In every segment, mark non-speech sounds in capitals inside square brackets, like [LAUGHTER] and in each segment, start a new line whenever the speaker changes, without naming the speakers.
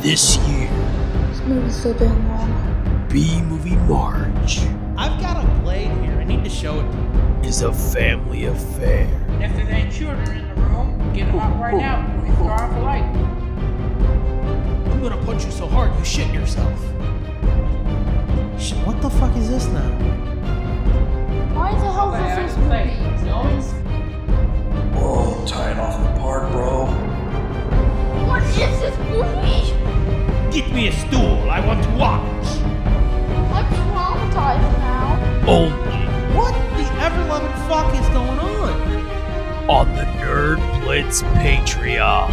this year,
This movie's so damn long.
B Movie March
I've got a blade here. I need to show it to you.
is a family affair.
And if there's any children in the room, get them out right now. It's gone for life.
I'm gonna punch you so hard you shit yourself. Shit, what the fuck is this now?
Why the hell
But I
is this
can play.
movie?
You know, it's-
Whoa, tie it off in the park, bro.
What is this movie?
Get me a stool. I want to watch.
I'm traumatized now.
Only
What the ever loving fuck is going on?
on the Nerd Blitz Patreon.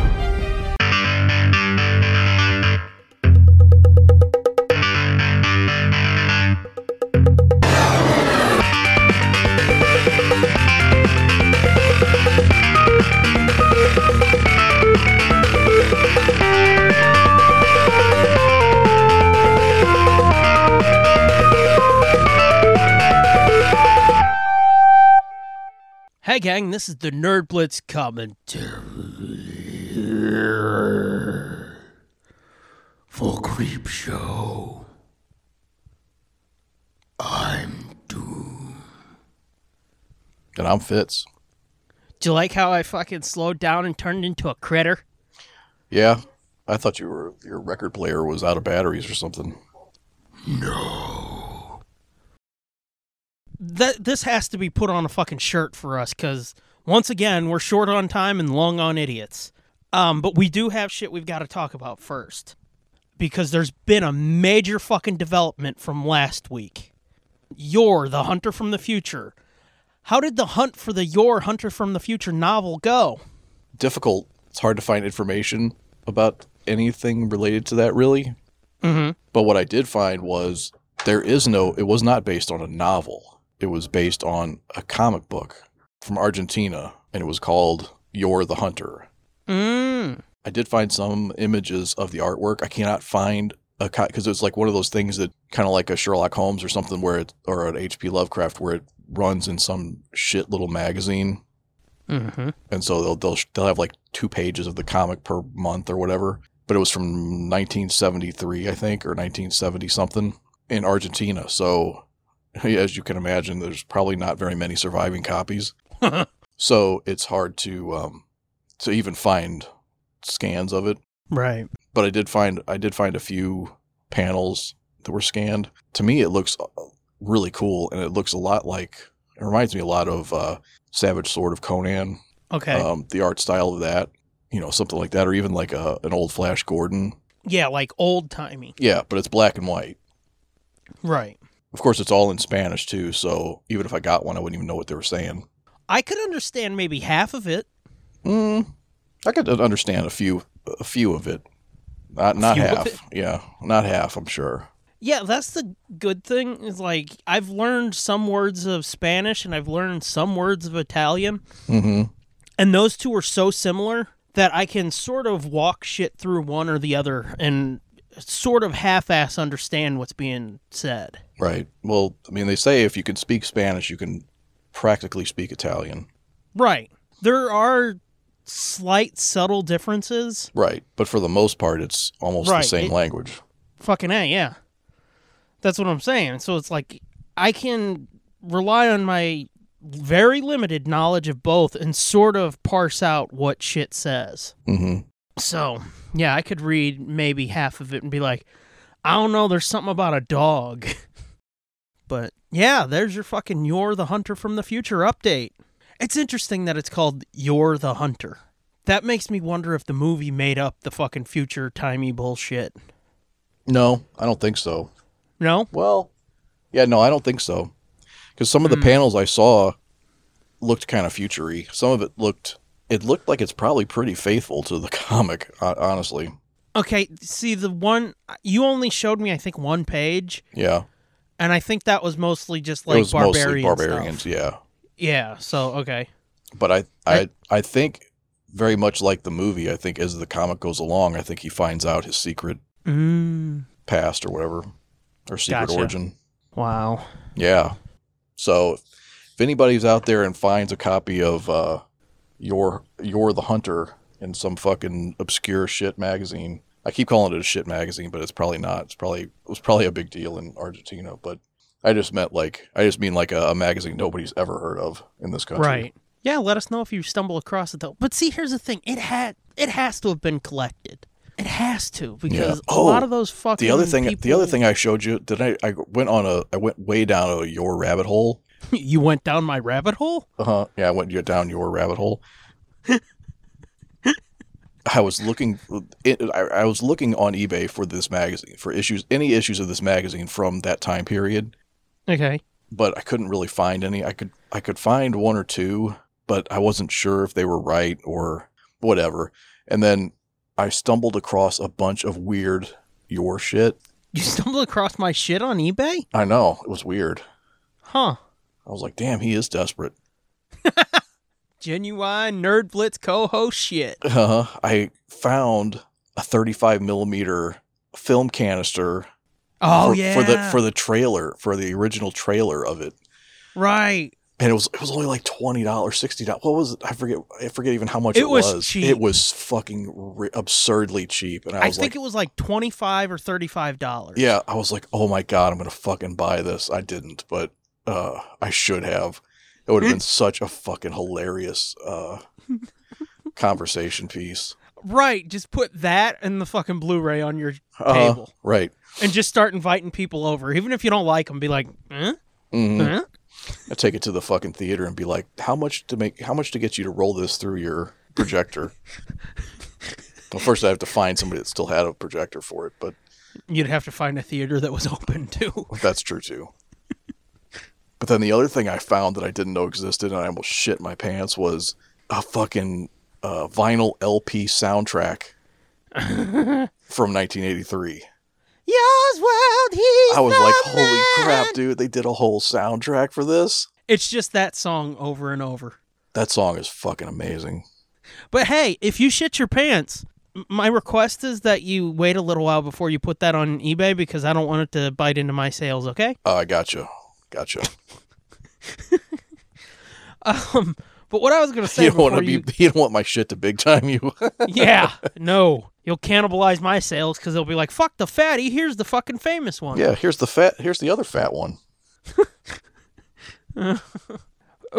Hey gang, this is the Nerd Blitz commentary
For Creep Show, I'm doomed.
And I'm Fitz.
Do you like how I fucking slowed down and turned into a critter?
Yeah, I thought you were your record player was out of batteries or something.
That this has to be put on a fucking shirt for us because once again we're short on time and long on idiots. Um, but we do have shit we've got to talk about first because there's been a major fucking development from last week. Your the Hunter from the Future. How did the hunt for the Your Hunter from the Future novel go?
Difficult. It's hard to find information about anything related to that really. Mm-hmm. But what I did find was there is no. It was not based on a novel. It was based on a comic book from Argentina, and it was called "You're the Hunter."
Mm.
I did find some images of the artwork. I cannot find a because it's like one of those things that kind of like a Sherlock Holmes or something where it or an H.P. Lovecraft where it runs in some shit little magazine,
Mm-hmm.
and so they'll they'll they'll have like two pages of the comic per month or whatever. But it was from 1973, I think, or 1970 something in Argentina. So [LAUGHS] as you can imagine, there's probably not very many surviving copies. so it's hard to um, to even find scans of it
Right.
but I did find I did find a few panels that were scanned. To me, it looks uh, really cool, and it looks a lot like it reminds me a lot of uh, Savage Sword of Conan.
Okay.
Um, the art style of that, you know, something like that, or even like a, an old Flash Gordon.
yeah, like old timey.
Yeah, but it's black and white.
Right.
Of course, it's all in Spanish too, so even if I got one, I wouldn't even know what they were saying.
I could understand maybe half of it.
Mm, I could understand a few a few of it, not not
few of
half.
it?
Yeah, not half. I'm sure.
Yeah, that's the good thing is like I've learned some words of Spanish and I've learned some words of Italian.
Mm-hmm.
And those two are so similar that I can sort of walk shit through one or the other and sort of half ass understand what's being said.
Right. Well, I mean, they say if you can speak Spanish, you can practically speak Italian.
Right. There are slight subtle differences.
Right. But for the most part, it's almost
Right.
the same
It-
language.
Fucking A, yeah. That's what I'm saying. So it's like I can rely on my very limited knowledge of both and sort of parse out what shit says.
hmm
So, yeah, I could read maybe half of it and be like, I don't know, there's something about a dog. [LAUGHS] but yeah, there's your fucking You're the Hunter from the Future update. It's interesting that it's called You're the Hunter. That makes me wonder if the movie made up the fucking future timey bullshit.
No, I don't think so.
No?
Well, yeah, no, I don't think so. Because some of the
Hmm.
panels I saw looked kind of futury. Some of it looked, it looked like it's probably pretty faithful to the [LAUGHS] comic, hon- honestly.
Okay, see the one you only showed me I think one page
Yeah.
and I think that was mostly just like
it was mostly
barbarian
barbarians.
stuff.
Yeah.
Yeah, so okay.
but I, I I think very much like the movie. I think as the comic goes along, I think he finds out his secret
Mm,
past or whatever, or secret
Gotcha.
origin.
wow.
Yeah. So if anybody's out there and finds a copy of uh, your You're the Hunter in some fucking obscure shit magazine, I I keep calling it a shit magazine, but it's probably not. It's probably it was probably a big deal in Argentina, but I just meant like I just mean like a, a magazine nobody's ever heard of in this country.
Right. Yeah, let us know if you stumble across it though. But see, here's the thing: it had it has to have been collected. It has to because a
Oh,
lot of those fucking
The other thing, the other
people-
thing I showed you, did I? I went on a, I went way down a your rabbit hole.
[LAUGHS] you went down my rabbit hole.
Uh huh. Yeah, I went down your rabbit hole. [LAUGHS] I was looking, it, I, I was looking on eBay for this magazine for issues, any issues of this magazine from that time period,
Okay.
but I couldn't really find any. I could, I could find one or two, but I wasn't sure if they were right or whatever. And then I stumbled across a bunch of weird your shit.
You stumbled across my shit on eBay?
I know it was weird.
Huh.
I was like, damn, he is desperate.
Genuine Nerd Blitz co-host shit.
Uh, I found a 35 millimeter film canister
Oh
for,
yeah.
for the for the trailer for the original trailer of it,
right.
and it was it was only like twenty dollars, sixty dollars. What was it? I forget. I forget even how much
It
it,
was cheap.
It was fucking ri- absurdly cheap, and I,
I,
was
think
like,
it was like twenty five or thirty five dollars.
yeah, I was like, oh my god, I'm gonna fucking buy this. I didn't, but uh, I should have. It would have
[LAUGHS]
been such a fucking hilarious uh, conversation piece.
Right. Just put that and the fucking Blu-ray on your
Uh,
Table.
right.
and just start inviting people over, even if you don't like them. Be like, eh?
Mhm.
Huh?
I take it to the fucking theater and be like, "How much to make? How much to get you to roll this through your projector?" well, first I have to find somebody that still had a projector for it, but
You'd have to find a theater that was [LAUGHS] open too.
that's true too. But then the other thing I found that I didn't know existed and I almost shit my pants was a fucking uh, vinyl LP soundtrack from 1983.
Yours world, he's
I was like,
the
"Holy
man.
crap, dude! They did a whole soundtrack for this."
It's just that song over and over.
That song is fucking amazing.
But hey, if you shit your pants, m- my request is that you wait a little while before you put that on eBay because I don't want it to bite into my sales. Okay.
Oh, I gotcha, gotcha.
Um. But what I was gonna say
[LAUGHS] you don't want to
before
be
you-
you... don't want my shit to big time you
yeah, no, you'll cannibalize my sales because they'll be like, "Fuck the fatty, here's the fucking famous one."
[LAUGHS] yeah here's the fat here's the other fat one
Uh,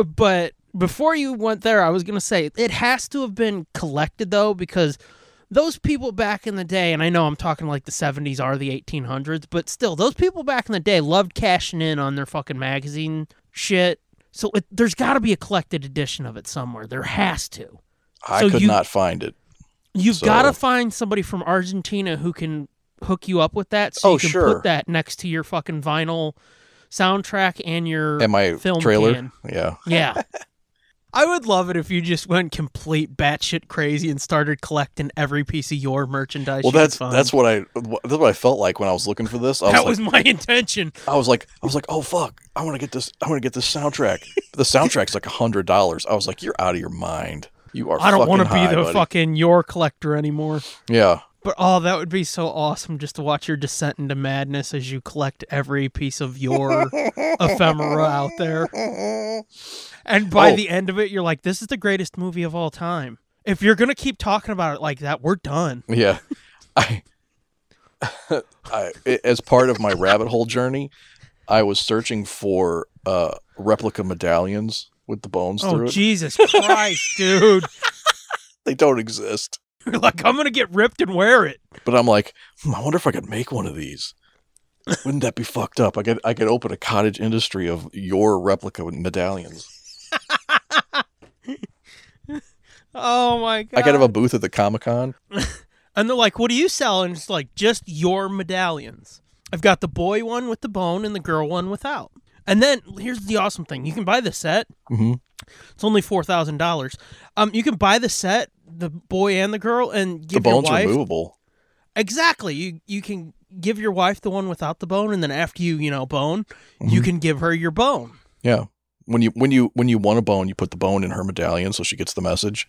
but before you went there, I was gonna say it has to have been collected though, because those people back in the day, and I know I'm talking like the 70s or the 1800s, but still, those people back in the day loved cashing in on their fucking magazine shit. So it, there's got to be a collected edition of it somewhere. There has to.
i
So
could
you-
not find it
You've
So-
got to find somebody from Argentina who can hook you up with that, so
Oh,
you can
sure.
put that next to your fucking vinyl soundtrack and your
and my
film
trailer
can.
yeah [LAUGHS]
Yeah. I would love it if you just went complete batshit crazy and started collecting every piece of your merchandise. you
well
could
that's
find.
that's what i that's what i felt like when i was looking for this i was,
that
like,
was my intention.
I was like i was like oh fuck i want to get this i want to get this soundtrack the soundtrack's like a hundred dollars i was like you're out of your mind you are
I don't
want to
be the
buddy.
fucking your collector anymore.
yeah
But oh, that would be so awesome just to watch your descent into madness as you collect every piece of your ephemera out there. And by
Oh.
the end of it, you're like, this is the greatest movie of all time. If you're gonna keep talking about it like that, we're done.
Yeah. I, I as part of my rabbit hole journey, I was searching for uh replica medallions with the bones
Oh
through it.
Jesus Christ, dude. [LAUGHS]
They don't exist.
You're like, I'm gonna get ripped and wear it.
But I'm like, hmm, I wonder if I could make one of these. Wouldn't that be fucked up? I could I could open a cottage industry of your replica medallions.
Oh my god!
I could have a booth at the Comic Con.
and they're like, "What do you sell?" And it's like, "Just your medallions. I've got the boy one with the bone and the girl one without." And then here's the awesome thing: you can buy the set.
Mhm.
It's only four thousand dollars. Um, you can buy the set, the boy and the girl, and
The
give
bones
your
are
wife
movable.
exactly. You you can give your wife the one without the bone, and then after you you know bone,
Mm-hmm.
you can give her your bone.
Yeah. When you when you when you want a bone, you put the bone in her medallion so she gets the message.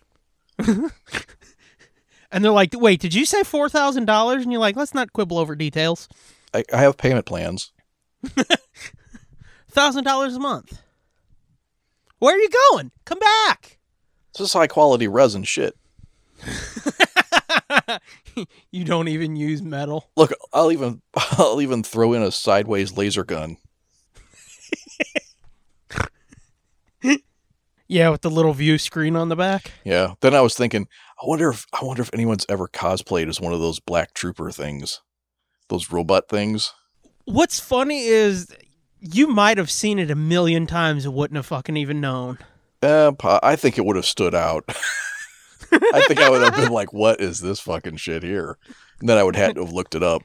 And they're like, "Wait, did you say four thousand dollars?" And you're like, "Let's not quibble over details.
I, I have payment plans.
thousand dollars a month. Where are you going? Come back.
This is high quality resin shit.
[LAUGHS] You don't even use metal.
Look, I'll even [LAUGHS] I'll even throw in a sideways laser gun.
Yeah, with the little view screen on the back.
Yeah. Then I was thinking, I wonder if I wonder if anyone's ever cosplayed as one of those black trooper things, those robot things.
What's funny is you might have seen it a million times and wouldn't have fucking even known.
Uh, po- I think it would have stood out. [LAUGHS] I think I would have been like, "What is this fucking shit here?" And then I would had to have looked it up.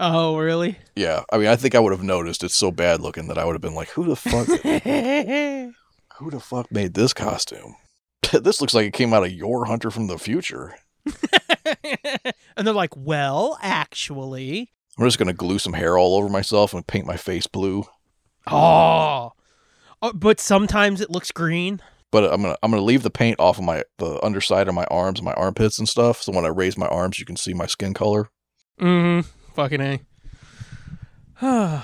Oh, [LAUGHS] really?
Yeah, I mean, I think I would have noticed it's so bad looking that I would have been like, "Who the fuck?
yeah,
who the fuck made this costume? [LAUGHS] this looks like it came out of your Hunter from the future."
and they're like, well, actually.
I'm just gonna glue some hair all over myself and paint my face blue.
Oh. oh but sometimes it looks green.
But I'm gonna I'm gonna leave the paint off of my the underside of my arms, my armpits and stuff. So when I raise my arms, you can see my skin color.
Mm hmm. Fucking [SIGHS] A.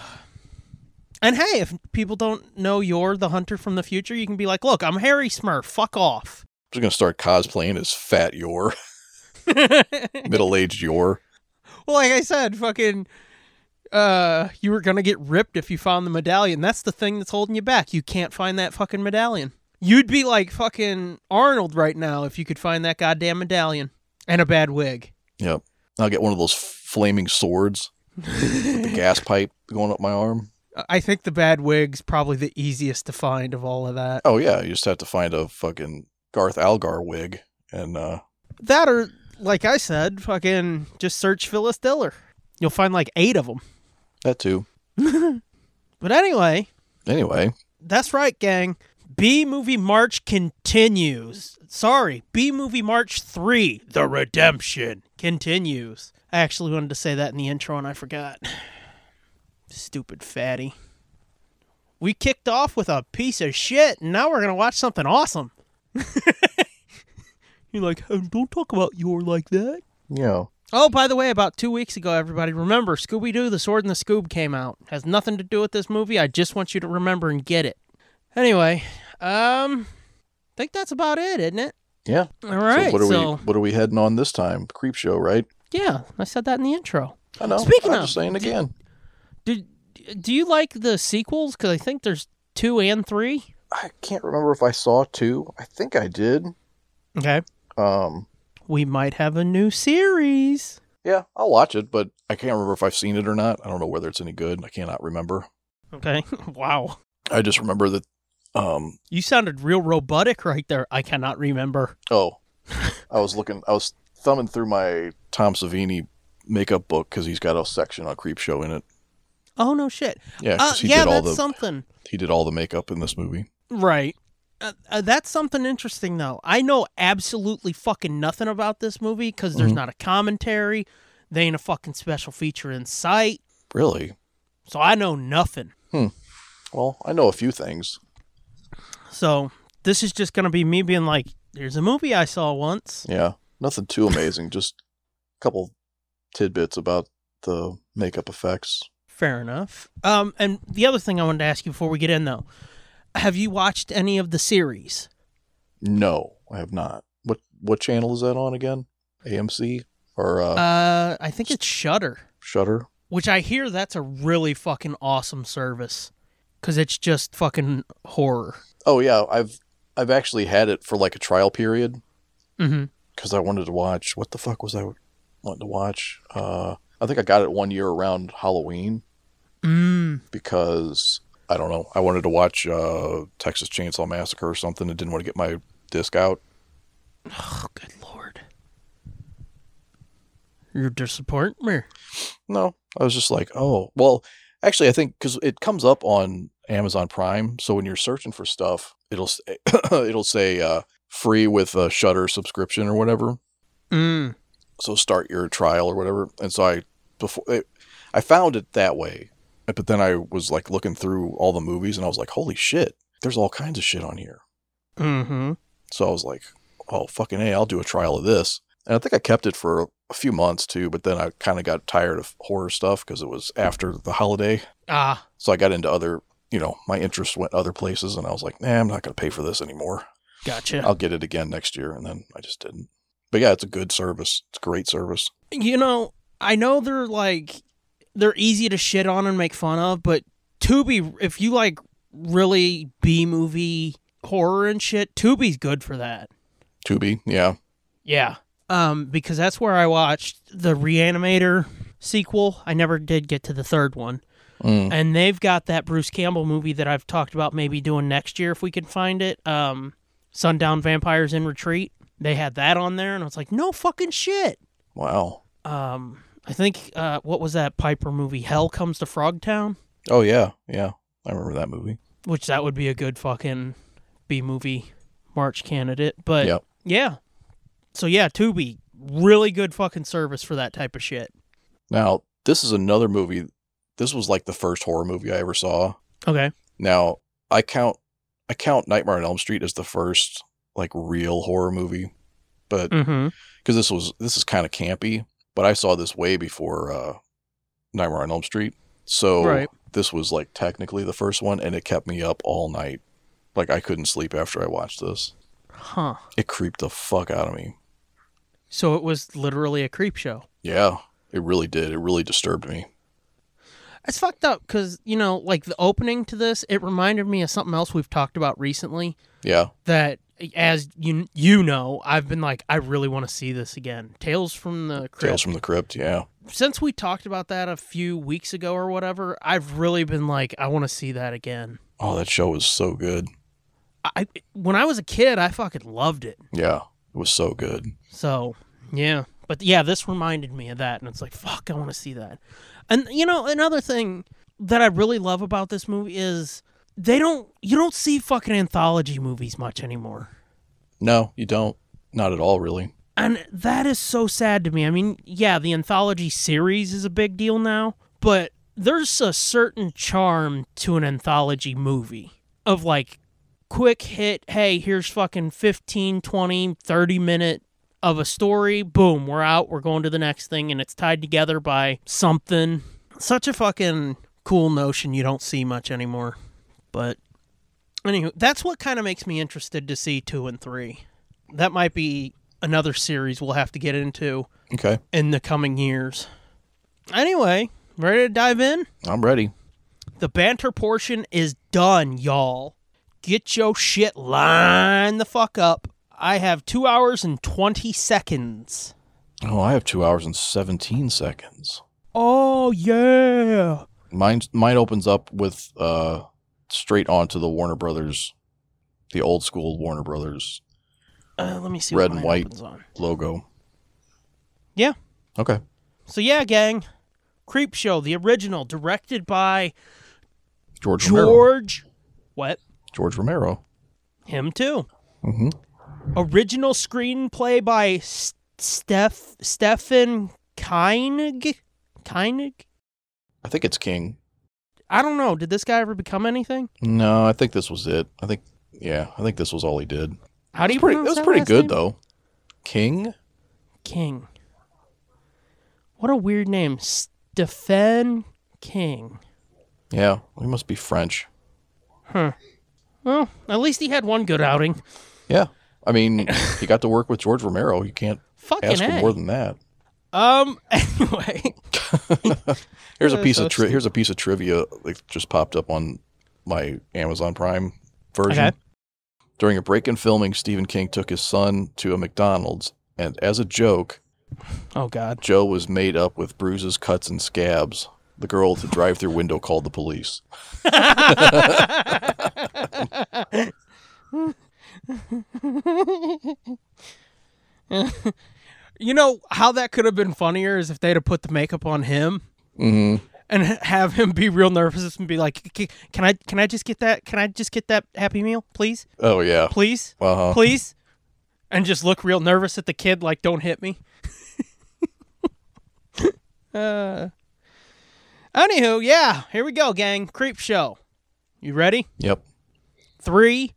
and hey, if people don't know you're the hunter from the future, you can be like, look, I'm Harry Smurf. Fuck off.
I'm just gonna start cosplaying as Fat
[LAUGHS]
Yor,
well,
middle aged Yor.
like I said, fucking. Uh, you were gonna get ripped if you found the medallion. That's the thing that's holding you back. You can't find that fucking medallion. You'd be like fucking Arnold right now if you could find that goddamn medallion and a bad wig.
Yep. I'll get one of those flaming swords with the
[LAUGHS]
gas pipe going up my arm.
Uh, I- I think the bad wig's probably the easiest to find of all of that.
Oh yeah, you just have to find a fucking Garth Algar wig and uh
That or, like I said, fucking just search Phyllis Diller. You'll find like eight of them.
that too.
But anyway,
Anyway,
That's right, gang. B Movie March continues. Sorry, B Movie March 3, The Redemption, continues. I actually wanted to say that in the intro and I forgot. [SIGHS] Stupid fatty. We kicked off with a piece of shit, and now we're going to watch something awesome. [LAUGHS] You're like, "Oh, don't talk about your like that.
you know,
Oh, by the way, about two weeks ago, everybody, remember Scooby Doo, The Sword and the Scoob came out. Has nothing to do with this movie. I just want you to remember and get it. Anyway, um, think that's about it, isn't it?
yeah.
All right.
so what are
so-
we what are we heading on this time? Creep show, right?
yeah, I said that in the intro.
I know.
Speaking
I'm
of-
just saying again.
Did do you like the sequels? Because I think there's two and three.
I can't remember if I saw two. I think I did.
Okay.
Um
We might have a new series.
yeah, I'll watch it, but I can't remember if I've seen it or not. I don't know whether it's any good. I cannot remember.
Okay. [LAUGHS] wow.
I just remember that um
You sounded real robotic right there. I cannot remember.
Oh, I was looking. I was thumbing through my Tom Savini makeup book because he's got a section on Creep Show in it.
Oh no shit.
Yeah,
Uh,
'cause he
yeah,
did all
that's
the
something.
he did all the makeup in this movie.
Right. Uh, uh, that's something interesting, though. I know absolutely fucking nothing about this movie because there's
Mhm.
not a commentary. They ain't a fucking special feature in sight.
Really?
So I know nothing.
Well, I know a few things.
So this is just going to be me being like, here's a movie I saw once.
Yeah, nothing too amazing. just a couple tidbits about the makeup effects.
Fair enough. Um, and the other thing I wanted to ask you before we get in, though have you watched any of the series?
No, I have not. What what channel is that on again? AMC or uh,
Uh, I think it's Shudder.
Shutter?
which I hear that's a really fucking awesome service because it's just fucking horror.
Oh yeah, I've I've actually had it for like a trial period.
Mm-hmm.
because I wanted to watch what the fuck was I wanting to watch? Uh, I think I got it one year around Halloween
Mm.
because I don't know. I wanted to watch uh, Texas Chainsaw Massacre or something and didn't want to get my disc out.
Oh, good lord! You're disappointing me.
No, I was just like, oh, well, actually, I think because it comes up on Amazon Prime, so when you're searching for stuff, it'll say, [COUGHS] it'll say uh, free with a Shutter subscription or whatever.
Mm.
so start your trial or whatever and so i before it, i found it that way eh, but then i was like looking through all the movies and i was like holy shit there's all kinds of shit on here
Mm-hmm.
so i was like oh fucking hey i'll do a trial of this and i think i kept it for a few months too but then i kind of got tired of horror stuff because it was after the holiday
Ah,
so i got into other you know my interests went other places and i was like nah i'm not going to pay for this anymore
gotcha.
i'll get it again next year and then i just didn't But yeah, it's a good service. It's a great service.
You know, I know they're like they're easy to shit on and make fun of, but Tubi, if you like really B movie horror and shit, Tubi's good for that.
Tubi, yeah.
Yeah. Um, because that's where I watched the Reanimator sequel. I never did get to the third one. And they've got that Bruce Campbell movie that I've talked about maybe doing next year if we can find it. Um, Sundown Vampires in Retreat. They had that on there, and I was like, no fucking shit.
Wow.
Um, I think, uh, what was that Piper movie? Hell Comes to Frogtown?
Oh yeah, yeah. I remember that movie.
Which that would be a good fucking B movie March candidate. But
Yep.
yeah. So yeah, Tubi, really good fucking service for that type of shit.
Now, this is another movie. This was like the first horror movie I ever saw.
Okay.
Now, I count I count Nightmare on Elm Street as the first like real horror movie. But
Mm-hmm.
because this was this is kind of campy, but I saw this way before uh, Nightmare on Elm Street, so
Right.
this was like technically the first one, and it kept me up all night. Like I couldn't sleep after I watched this.
Huh.
It creeped the fuck out of me.
So it was literally a creep show.
Yeah, it really did. It really disturbed me.
It's fucked up because, you know, like the opening to this, it reminded me of something else we've talked about recently
Yeah,
that, as you you know, I've been like, I really want to see this again. Tales from the Crypt.
Tales from the Crypt. Yeah,
Since we talked about that a few weeks ago or whatever, I've really been like, I want to see that again.
oh, that show was so good.
I When I was a kid, I fucking loved it.
Yeah, it was so good.
So, yeah. But yeah, this reminded me of that. And it's like, fuck, I want to see that. And, you know, another thing that I really love about this movie is they don't, you don't see fucking anthology movies much anymore.
No, you don't. Not at all, really.
And that is so sad to me. I mean, yeah, the anthology series is a big deal now, but there's a certain charm to an anthology movie of like quick hit, hey, here's fucking 15, 20, 30 minute of a story. Boom, we're out. We're going to the next thing and it's tied together by something. Such a fucking cool notion you don't see much anymore. But anywho, that's what kind of makes me interested to see 2 and 3 that might be another series we'll have to get into
Okay,
in the coming years. Anyway, ready to dive in?
I'm ready.
The banter portion is done, y'all. Get your shit lined the fuck up. I have two hours and 20 seconds.
Oh, I have two hours and seventeen seconds.
Oh, yeah.
Mine mine opens up with uh straight onto the Warner Brothers, the old school Warner Brothers
Uh, let me see
Red
what
and
mine
white.
opens on.
logo.
Yeah.
Okay.
So, yeah, gang. Creep Show, the original, directed by
George Romero.
George. What?
George Romero.
Him, too.
Mm-hmm.
Original screenplay by S- Steph Stefan Keinig. Keinig.
I think it's King.
I don't know. Did this guy ever become anything?
No, I think this was it. I think yeah, I think this was all he did.
How do you
It's pretty, it
pronounce
was
that
pretty
last
good
name?
though. King?
King. What a weird name, Stefan King.
Yeah. He must be French.
Well, at least he had one good outing.
Yeah. I
[LAUGHS]
mean, he got to work with George Romero. You can't
Fucking
ask
A.
for more than that.
um. [LAUGHS] Anyway.
Here's a
That's
piece
so
of tri- here's a piece of trivia that just popped up on my Amazon Prime version.
Okay.
During a break in filming, Stephen King took his son to a McDonald's, and as a joke,
Oh God.
Joe was made up with bruises, cuts, and scabs. The girl at the drive-through window called the police.
You know how that could have been funnier is if they'd have put the makeup on him
Mm-hmm.
and [LAUGHS] have him be real nervous and be like, "C- "Can I? Can I just get that? Can I just get that Happy Meal, please?
Oh yeah.
Please,
Uh huh.
please?" And just look real nervous at the kid, like, "Don't hit me." [LAUGHS] uh. Anywho, yeah, here we go, gang. Creep show. You ready?
Yep.
Three,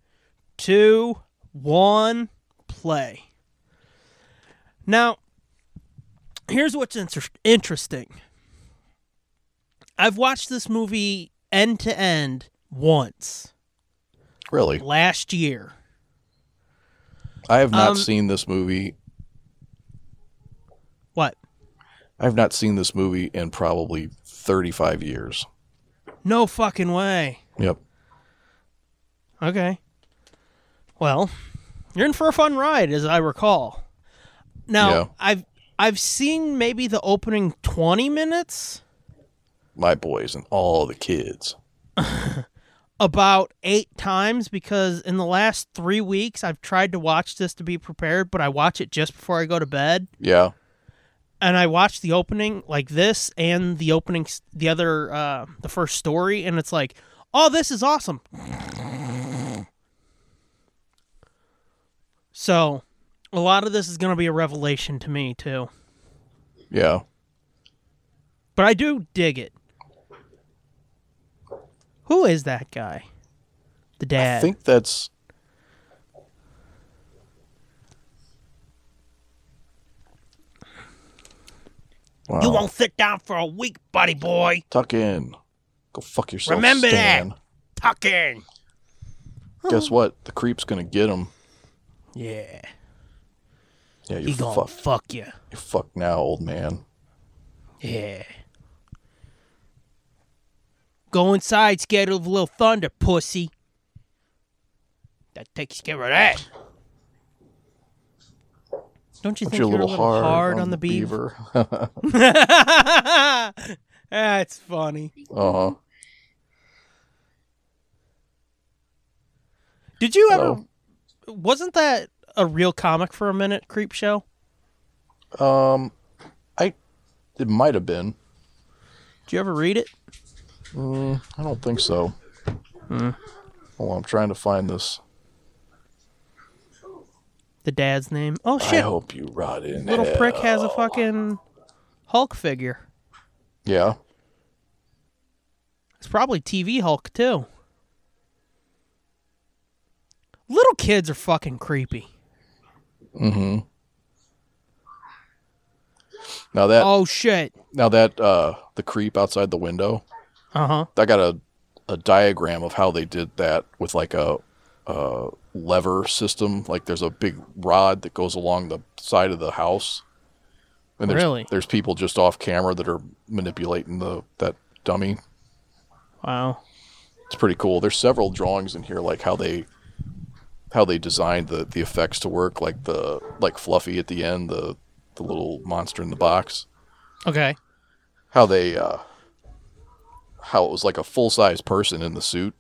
two, one, play. Now, here's what's inter- interesting. I've watched this movie end to end once
Really.
last year.
I have not
Um,
seen this movie I've not seen this movie in probably 35 years.
No fucking way.
Yep.
Okay. Well, you're in for a fun ride, as I recall. Now,
Yeah.
I've I've seen maybe the opening twenty minutes,
My boys and all the kids.
about eight times because in the last three weeks I've tried to watch this to be prepared, but I watch it just before I go to bed,
Yeah.
and I watch the opening like this and the opening, s- the other, uh, the first story, and it's like, oh, this is awesome. So, a lot of this is going to be a revelation to me too,
Yeah.
but I do dig it. Who is that guy? The dad.
I think that's. Wow.
You won't sit down for a week, buddy boy.
Tuck in. Go fuck yourself.
Remember that.
Stan.
Tuck in.
Guess what? The creep's gonna get him.
Yeah.
Yeah,
He
you're
gonna
fucked.
fuck you.
You're fucked now, old man.
Yeah. Go inside, scared of little thunder, pussy. That takes care of that. Don't you
But
think
you're a little, hard,
on, the beaver?
beaver. [LAUGHS]
That's funny.
uh huh.
Did you ever?
Hello.
Wasn't that a real comic for a minute? Creep show.
Um, I it might have been.
Did you ever read it?
Mm, I don't think so.
Hmm.
Oh, I'm trying to find this.
The dad's name. Oh
I
shit!
hope you rot in
little
hell.
prick has a fucking Hulk figure.
Yeah,
It's probably TV Hulk too. Little kids are fucking creepy.
now that
Oh shit.
now that uh the creep outside the window.
Uh huh.
I got a a diagram of how they did that with like a uh lever system. Like there's a big rod that goes along the side of the house. And there's
Really?
there's people just off camera that are manipulating the that dummy.
Wow.
It's pretty cool. There's several drawings in here like how they how they designed the the effects to work, like the like Fluffy at the end, the the little monster in the box.
Okay.
How they uh how it was like a full size person in the suit.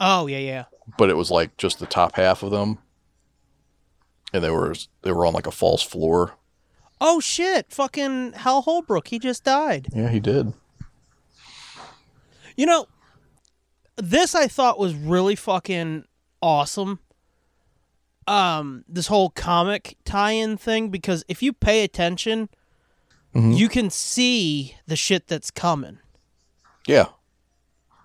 Oh yeah yeah.
but it was like just the top half of them, and they were they were on like a false floor.
Oh shit! Fucking Hal Holbrook. He just died.
Yeah, he did.
You know, this I thought was really fucking awesome. Um, this whole comic tie-in thing because if you pay attention,
Mm-hmm.
you can see the shit that's coming.
Yeah,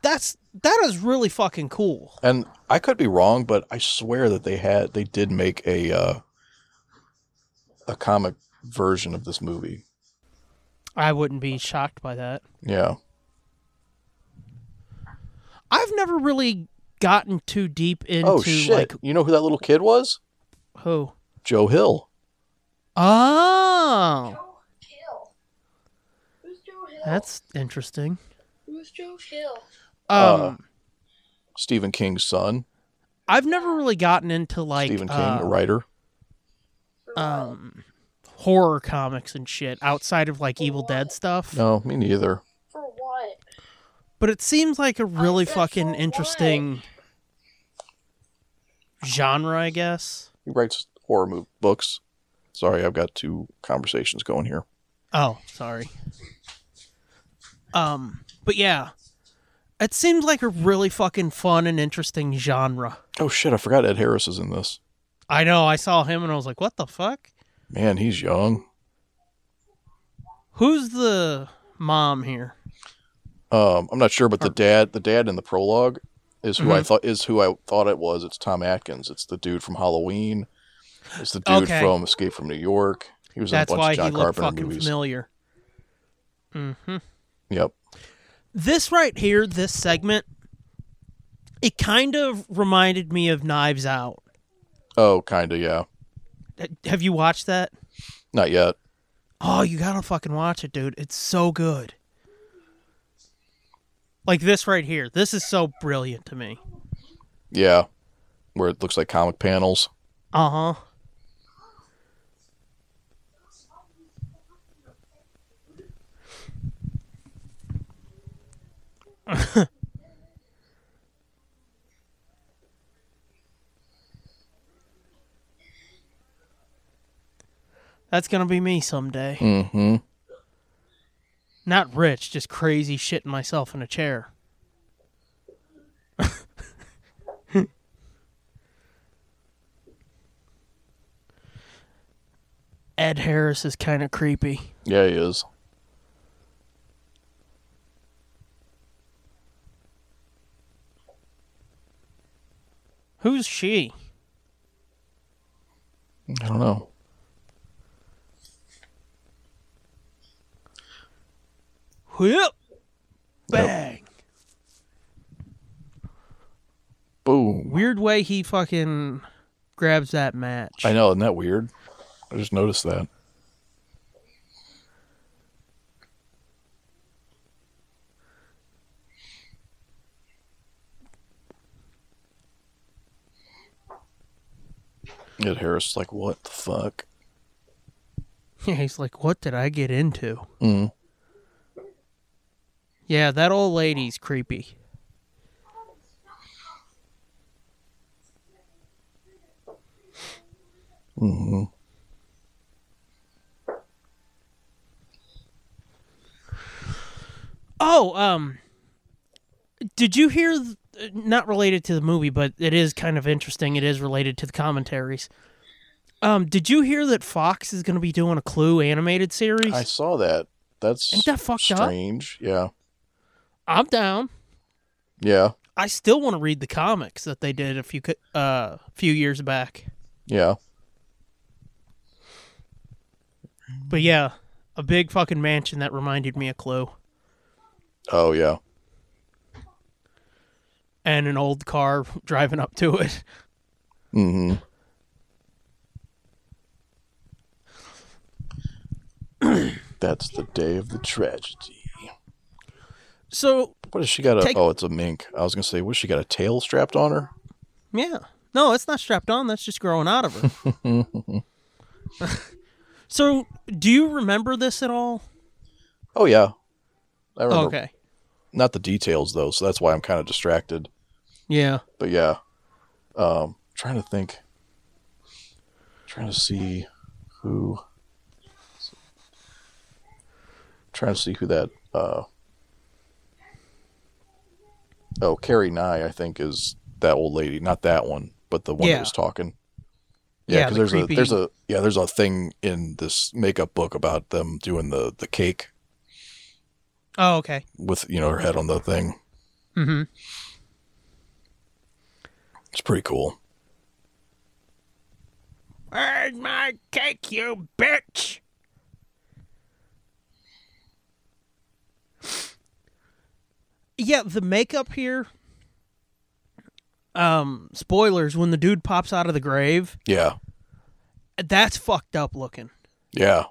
That's that is really fucking cool.
and I could be wrong, but I swear that they had they did make a uh, a comic version of this movie.
I wouldn't be shocked by that.
Yeah,
I've never really gotten too deep into
Oh shit!
like
you know who that little kid was?
who.
Joe Hill.
Oh,
Joe Hill. Who's Joe Hill?
that's interesting.
Who's Joe Hill?
Um,
Uh, Stephen King's son,
I've never really gotten into like
Stephen King,
uh,
a writer.
um horror comics and shit outside of like Evil Dead stuff.
No, me neither.
For what?
But it seems like a really
said
fucking
for what?
interesting genre, I guess.
He writes horror move books. Sorry, I've got two conversations going here.
Oh, sorry. Um, but yeah. It seems like a really fucking fun and interesting genre.
Oh shit! I forgot Ed Harris is in this.
I know, I saw him and I was like, what the fuck?
Man, he's young.
Who's the mom here?
Um, I'm not sure, but the dad, the dad in the prologue, is who I
Mhm.
thought is who I thought it was. It's Tom Atkins. It's the dude from Halloween. It's the dude
Okay.
from Escape from New York. He was
That's
in a bunch
why he
of John
looked
Carpenter
fucking
movies.
familiar. Mm-hmm.
Yep.
this right here, this segment, it kind of reminded me of Knives Out.
Oh, kind of. Yeah.
Have you watched that?
Not yet.
Oh, you gotta fucking watch it, dude. It's so good. Like this right here. This is so brilliant to me.
Yeah. Where it looks like comic panels.
Uh huh. [LAUGHS] That's gonna be me someday.
Mm-hmm.
Not rich, just crazy shitting myself in a chair. Ed Harris is kind of creepy.
Yeah, he is.
Who's she?
I don't know.
Whoop! Bang!
Boom.
Weird way he fucking grabs that match. [LAUGHS]
I know, isn't that weird? I just noticed that. Ed Harris is like, what the fuck?
Yeah, he's like, what did I get into?
Mm.
Yeah, that old lady's creepy.
hmm
Oh, um, did you hear? th- Not related to the movie, but it is kind of interesting. It is related to the commentaries. Um, did you hear that Fox is going to be doing a Clue animated series?
I saw that. That's
Ain't that fucked up?
strange. Yeah.
I'm down.
Yeah.
I still want to read the comics that they did a few co- uh few years back.
Yeah.
But yeah, a big fucking mansion that reminded me of Clue,
Oh, yeah.
and an old car [LAUGHS] driving up to it.
hmm That's the day of the tragedy.
So
What has she got? A,
Take-
oh, it's a mink. I was gonna say, what she got a tail strapped on her?
Yeah. No, it's not strapped on. That's just growing out of her. [LAUGHS] so, do you remember this at all?
Oh yeah, I remember.
Oh, Okay.
Not the details though, so that's why I'm kind of distracted.
Yeah.
But yeah, um, trying to think, trying to see who, trying to see who that. Uh, oh, Carrie Nye, I think is that old lady, not that one, but the one
Yeah.
that was talking.
Yeah,
Yeah, because
the
there's
creepy-
a there's a yeah there's a thing in this makeup book about them doing the the cake
Oh, okay.
with you know her head on the thing.
Mm-hmm.
It's pretty cool.
Where's my cake, you bitch? Yeah, the makeup here. Um, spoilers. When the dude pops out of the grave,
Yeah,
that's fucked up looking.
yeah,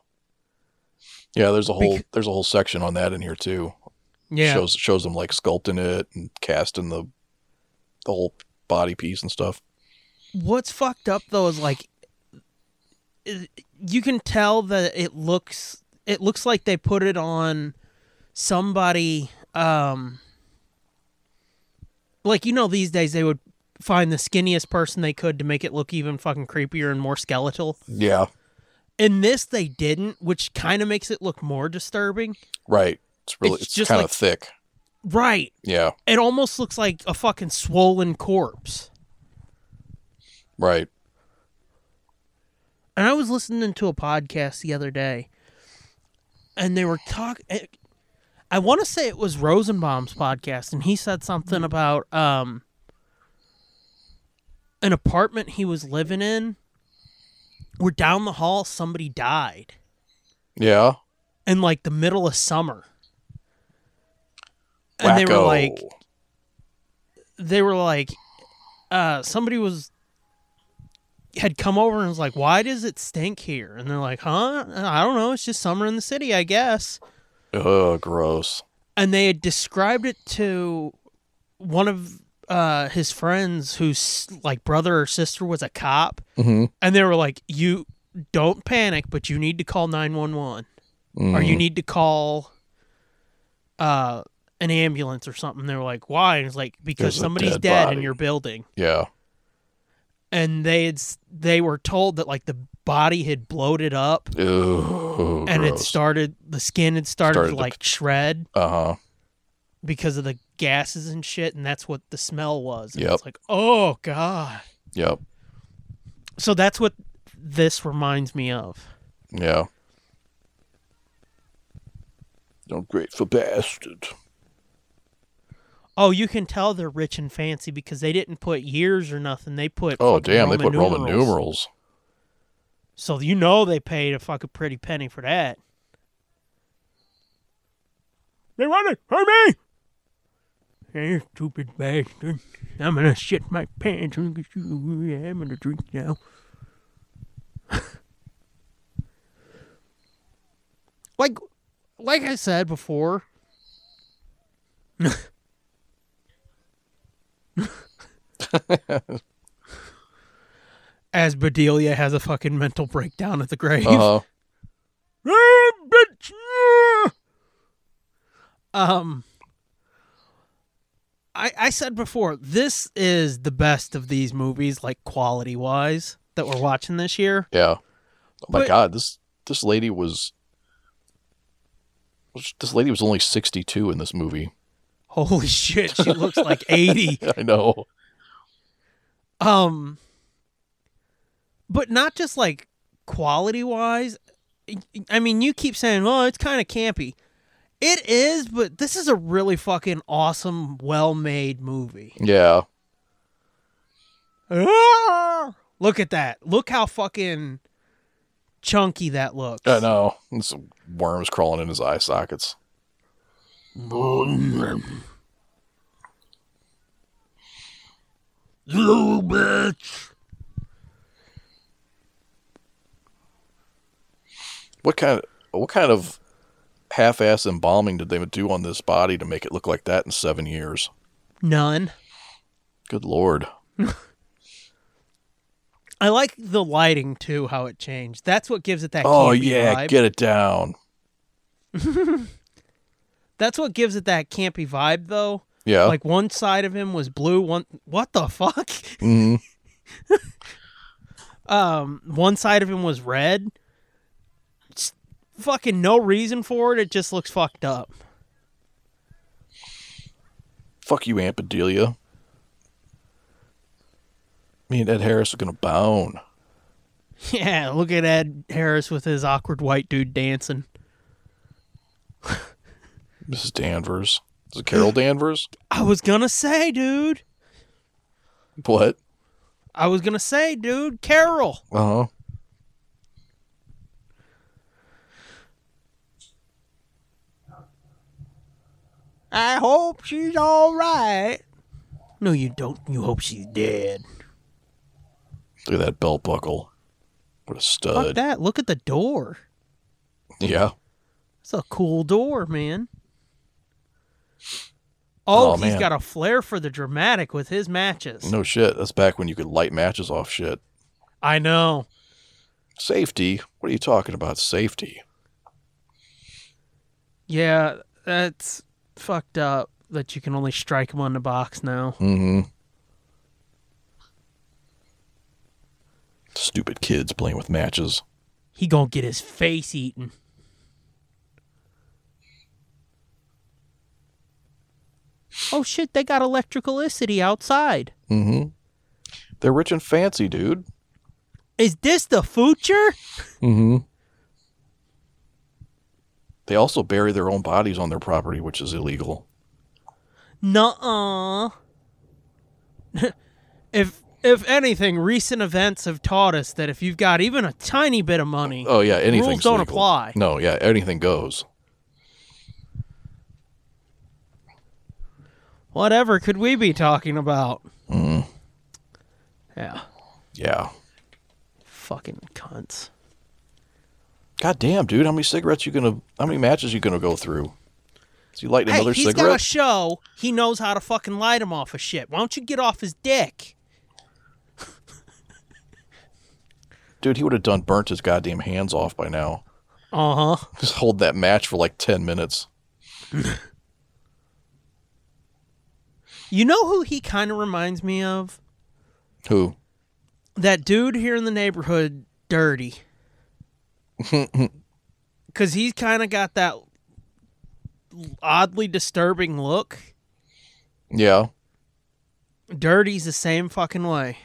yeah. There's a whole
Bec-
there's a whole section on that in here too.
Yeah.
shows shows them like sculpting it and casting the the whole body piece and stuff.
what's fucked up though is like i- you can tell that it looks it looks like they put it on somebody um like you know these days they would find the skinniest person they could to make it look even fucking creepier and more skeletal
Yeah,
in this they didn't which kind of makes it look more disturbing
right. It's really
It's
it's,
just
kind
like-
of thick.
right
Yeah,
it almost looks like a fucking swollen corpse
right.
and I was listening to a podcast the other day, and they were talking. I want to say it was Rosenbaum's podcast, and he said something about um, an apartment he was living in, where down the hall somebody died
Yeah,
in like the middle of summer, and they were
Wacko.
like, they were like uh somebody was had come over and was like, "Why does it stink here?" And they're like, "Huh? I don't know. It's just summer in the city, I guess."
Ugh, gross.
And they had described it to one of uh, his friends, whose like brother or sister was a cop,
hmm
and they were like, "You don't panic, but you need to call nine one one, or
Mm-hmm.
you need to call uh, an ambulance or something." They were like, "Why?" And it's like because
There's a
somebody's
dead
dead in
body."
your building.
Mm-hmm. Yeah.
and they had, s- they were told that like the body had bloated up
Ugh,
and it started the skin had started,
Started
to
to-
like shred
Uh huh.
because of the gases and shit and that's what the smell was and
Yep.
it's like oh god
Yep.
so that's what this reminds me of
Yeah. Ungrateful bastard.
oh you can tell they're rich and fancy because they didn't put years or nothing they put
Oh,
fucking
damn. They put Roman numerals.
so you know they paid a fucking pretty penny for that they want it for me Yeah, You stupid bastard. I'm gonna shit my pants. Look at you. Yeah, I'm gonna drink now. [LAUGHS] like, like I said before. As Bedelia has a fucking mental breakdown at the grave. [LAUGHS]
Uh huh.
Ah, bitch. Ah. Um, I I said before this is the best of these movies, like quality wise, that we're watching this year.
Yeah. Oh my
But-
god this this lady was this lady was only sixty two in this movie. [LAUGHS]
Holy [LAUGHS] shit, she looks like eighty.
I know.
Um, but not just like quality wise. I mean, you keep saying, "Well, it's kind of campy." It is, but this is a really fucking awesome, well-made movie.
Yeah.
Ah! Look at that. Look how fucking chunky that looks.
I know. It's worms crawling in his eye sockets.
You bitch!
What kind of what kind of half ass embalming did they do on this body to make it look like that in seven years?
None.
Good lord.
I like the lighting too, how it changed. That's what gives it that.
Oh
campy
yeah,
vibe.
get it down.
that's what gives it that campy vibe, though.
Yeah.
Like one side of him was blue. One, what the fuck?
Mhm.
[LAUGHS] Um, one side of him was red. It's fucking no reason for it. It just looks fucked up. [LAUGHS]
Fuck you, Aunt Bedelia. Me and Ed Harris are gonna bone.
Yeah, look at Ed Harris with his awkward white dude dancing.
Mrs. Danvers. Is
[LAUGHS]
it Carol Danvers?
I was gonna say, dude.
What?
I was gonna say, dude, Carol.
Uh huh.
I hope she's all right. No, you don't. You hope she's dead.
Look at that belt buckle. What a
Fuck
stud.
that. Look at the door.
Yeah.
It's a cool door, man. Oh,
Oh,
he's
man.
got a flair for the dramatic with his matches.
No shit. That's back when you could light matches off shit.
I know.
Safety? What are you talking about? Safety?
Yeah, that's fucked up that you can only strike him on the box now.
Mm hmm. Stupid kids playing with matches.
He gonna get his face eaten. Oh shit, they got electricity outside.
Mm hmm. They're rich and fancy, dude.
Is this the future?
Mm hmm. They also bury their own bodies on their property, which is illegal.
Nuh-uh. [LAUGHS] if if anything, recent events have taught us that if you've got even a tiny bit of money,
Oh yeah, anything.
rules don't apply.
No, yeah, anything goes.
whatever
Mm.
could we be talking about? Yeah.
Yeah.
fucking cunts.
God damn, dude, how many cigarettes you gonna? How many matches you gonna go through? Is he lighting
Hey,
another
he's
cigarette?
got a show. He knows how to fucking light him off of shit. Why don't you get off his dick?
dude, he would have done burnt his goddamn hands off by now. [LAUGHS]
Uh huh.
Just hold that match for like ten minutes.
You know who he kind of reminds me of?
Who?
That dude here in the neighborhood, Dirty.
[LAUGHS]
Because he's kind of got that oddly disturbing look.
Yeah,
Dirty's the same fucking way.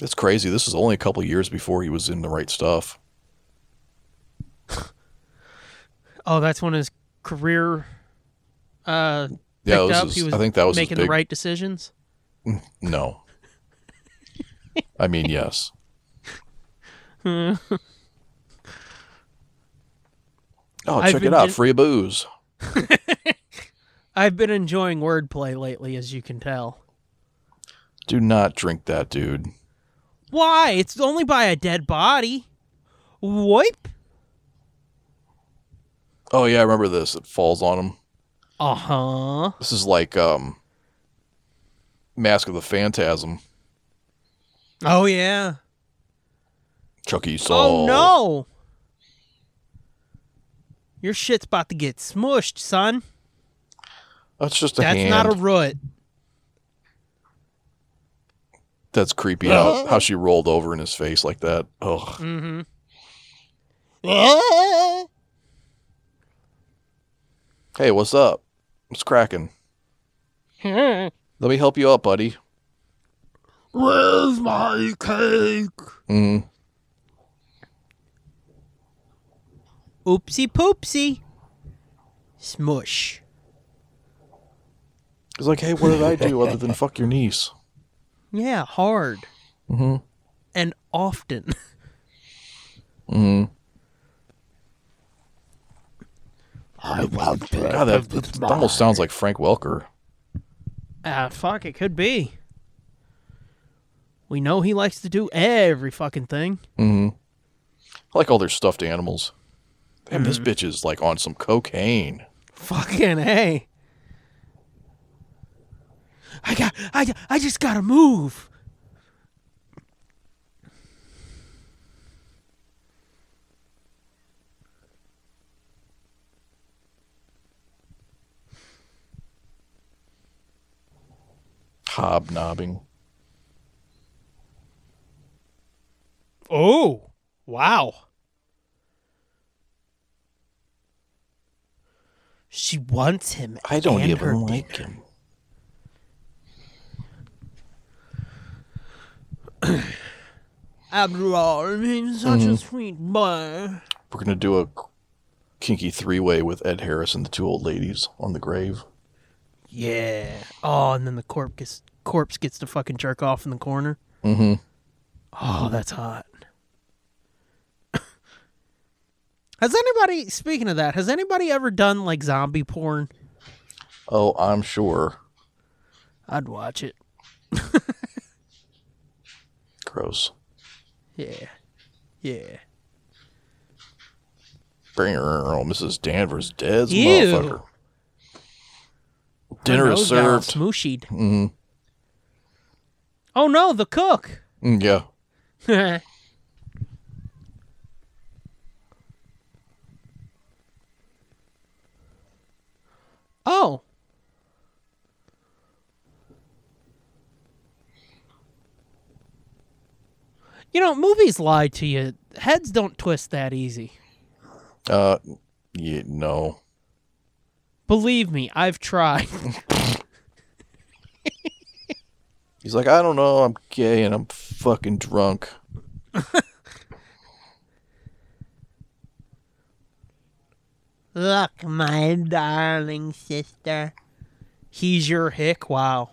it's crazy. This is only a couple years before he was in the right stuff.
Oh, that's when his career uh, picked
Yeah, this
up.
is-
he was
I think that was his
making
big-
the right decisions.
No. I mean, yes.
[LAUGHS]
oh,
I've
check
been
it out.
gen-
Free booze.
I've been enjoying wordplay lately, as you can tell.
Do not drink that, dude.
Why? It's only by a dead body. Wipe.
Oh, yeah, I remember this. It falls on him.
Uh huh.
This is like um Mask of the Phantasm.
Oh yeah.
Chucky saw.
Oh no. Your shit's about to get smushed, son.
That's just a
That's
hand.
not a [LAUGHS] root.
That's creepy how, how she rolled over in his face like that. Ugh.
What's
Hey, what's up?
[LAUGHS]
What's cracking? Let me help you up, buddy.
Where's my cake?
Mm.
Oopsie poopsie. Smush.
He's like, hey, what did I do other than fuck your niece?
Yeah, hard.
Mhm.
And often. [LAUGHS]
Mm.
I want to
God, that that almost sounds like Frank Welker.
Ah, fuck, it could be. We know he likes to do every fucking thing.
I like all their stuffed animals. Damn,
Mm.
this bitch is like on some cocaine.
Fucking hey. I got I I just got to move.
Hobnobbing.
Oh. Wow. She wants him.
I don't
and her
even like
dick.
him.
After all, I mean, such
Mm-hmm.
a sweet boy.
We're gonna do a kinky three-way with Ed Harris and the two old ladies on the grave.
Yeah. Oh, and then the corpse gets, corpse gets to fucking jerk off in the corner.
Mm-hmm.
Oh, that's hot. [COUGHS] has anybody, speaking of that, has anybody ever done like zombie porn?
Oh, I'm sure.
I'd watch it.
Gross.
Yeah. Yeah.
Bring her, oh, Mrs. Danvers dead,
Ew.
motherfucker. Dinner
Her
is
nose got all
served.
Smooshied.
Mm-hmm.
Oh no, the cook.
Mm,
[LAUGHS]
yeah.
Why Oh. You know, movies lie to you. Heads don't twist that easy.
Uh, yeah. No.
Believe me, I've tried. [LAUGHS]
He's like, I don't know. I'm gay and I'm fucking drunk.
Look, my darling sister. He's your hick, wow.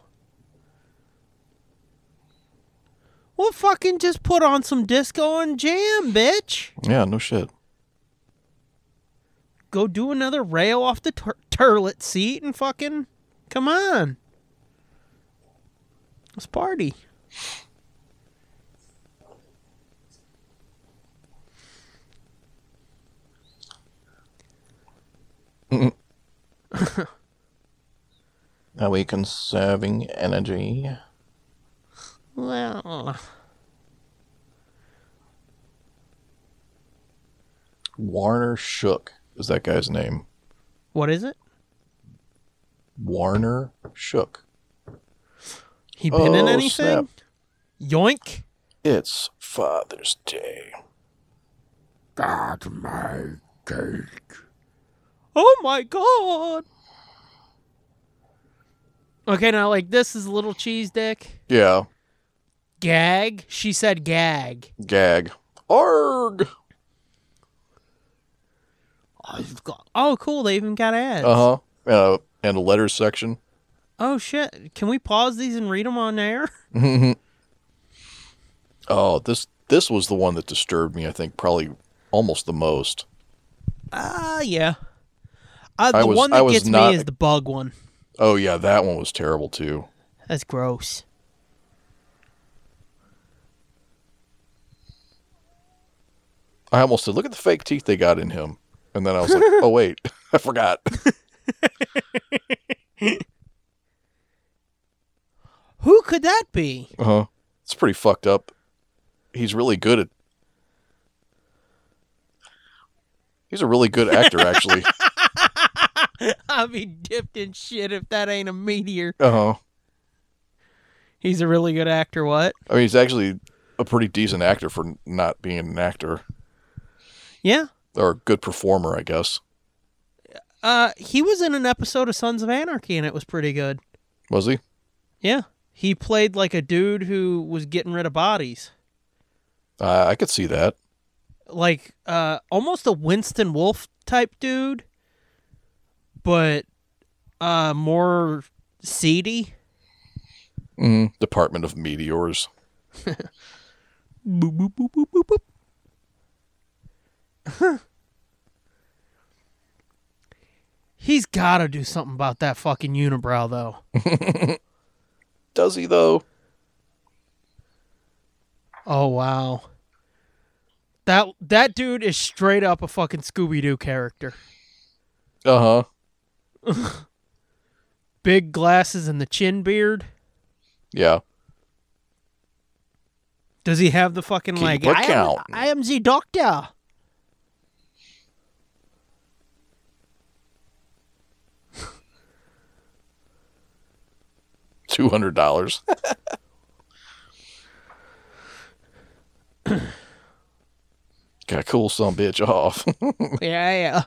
Well, fucking just put on some disco and jam, bitch.
Yeah. No shit.
Go do another rail off the tur- turlet seat and fucking come on. Let's party.
Are we conserving energy?
Well,
Warner Shook is that guy's name.
what is it?
Warner Shook.
He been in
Oh,
anything?
snap.
Yoink!
It's Father's Day.
God, my cake.
Oh my god! Okay, now like this is a little cheese dick.
Yeah.
Gag. She said gag.
Gag. Arg.
I've got- Oh, cool. They even got ads.
Uh-huh. Uh And a letters section.
Oh shit! Can we pause these and read them on [LAUGHS] air?
Oh, this this was the one that disturbed me. I think probably almost the most.
Ah, yeah. Uh, the
I was-
one
I
that
was
gets
not-
me is the bug one.
Oh yeah, that one was terrible too.
That's gross.
I almost said, "Look at the fake teeth they got in him," and then I was like, "Oh wait, [LAUGHS] I forgot."
Who could that be? [LAUGHS]
Uh huh. It's pretty fucked up. He's really good at. He's a really good actor, actually.
I'll be dipped in shit if that ain't a meteor.
uh huh.
He's a really good actor. What?
I mean, he's actually a pretty decent actor for not being an actor
Yeah.
or a good performer, I guess.
Uh, he was in an episode of Sons of Anarchy, and it was pretty good.
Was he?
Yeah. He played like a dude who was getting rid of bodies,
Uh, I could see that.
like uh, almost a Winston Wolfe type dude, but uh, more seedy.
Mm, Department of Meteors.
Boop, boop, boop, boop, boop, boop. He's got to do something about that fucking unibrow, though.
Does he though?
Oh wow. That that dude is straight up a fucking Scooby Doo character.
Uh huh.
Big glasses and the chin beard.
Yeah.
Does he have the fucking
Keep
like
a
I am,
count."
I am the doctor.
Two hundred dollars. [COUGHS] Got cool some bitch off. [LAUGHS]
yeah, yeah.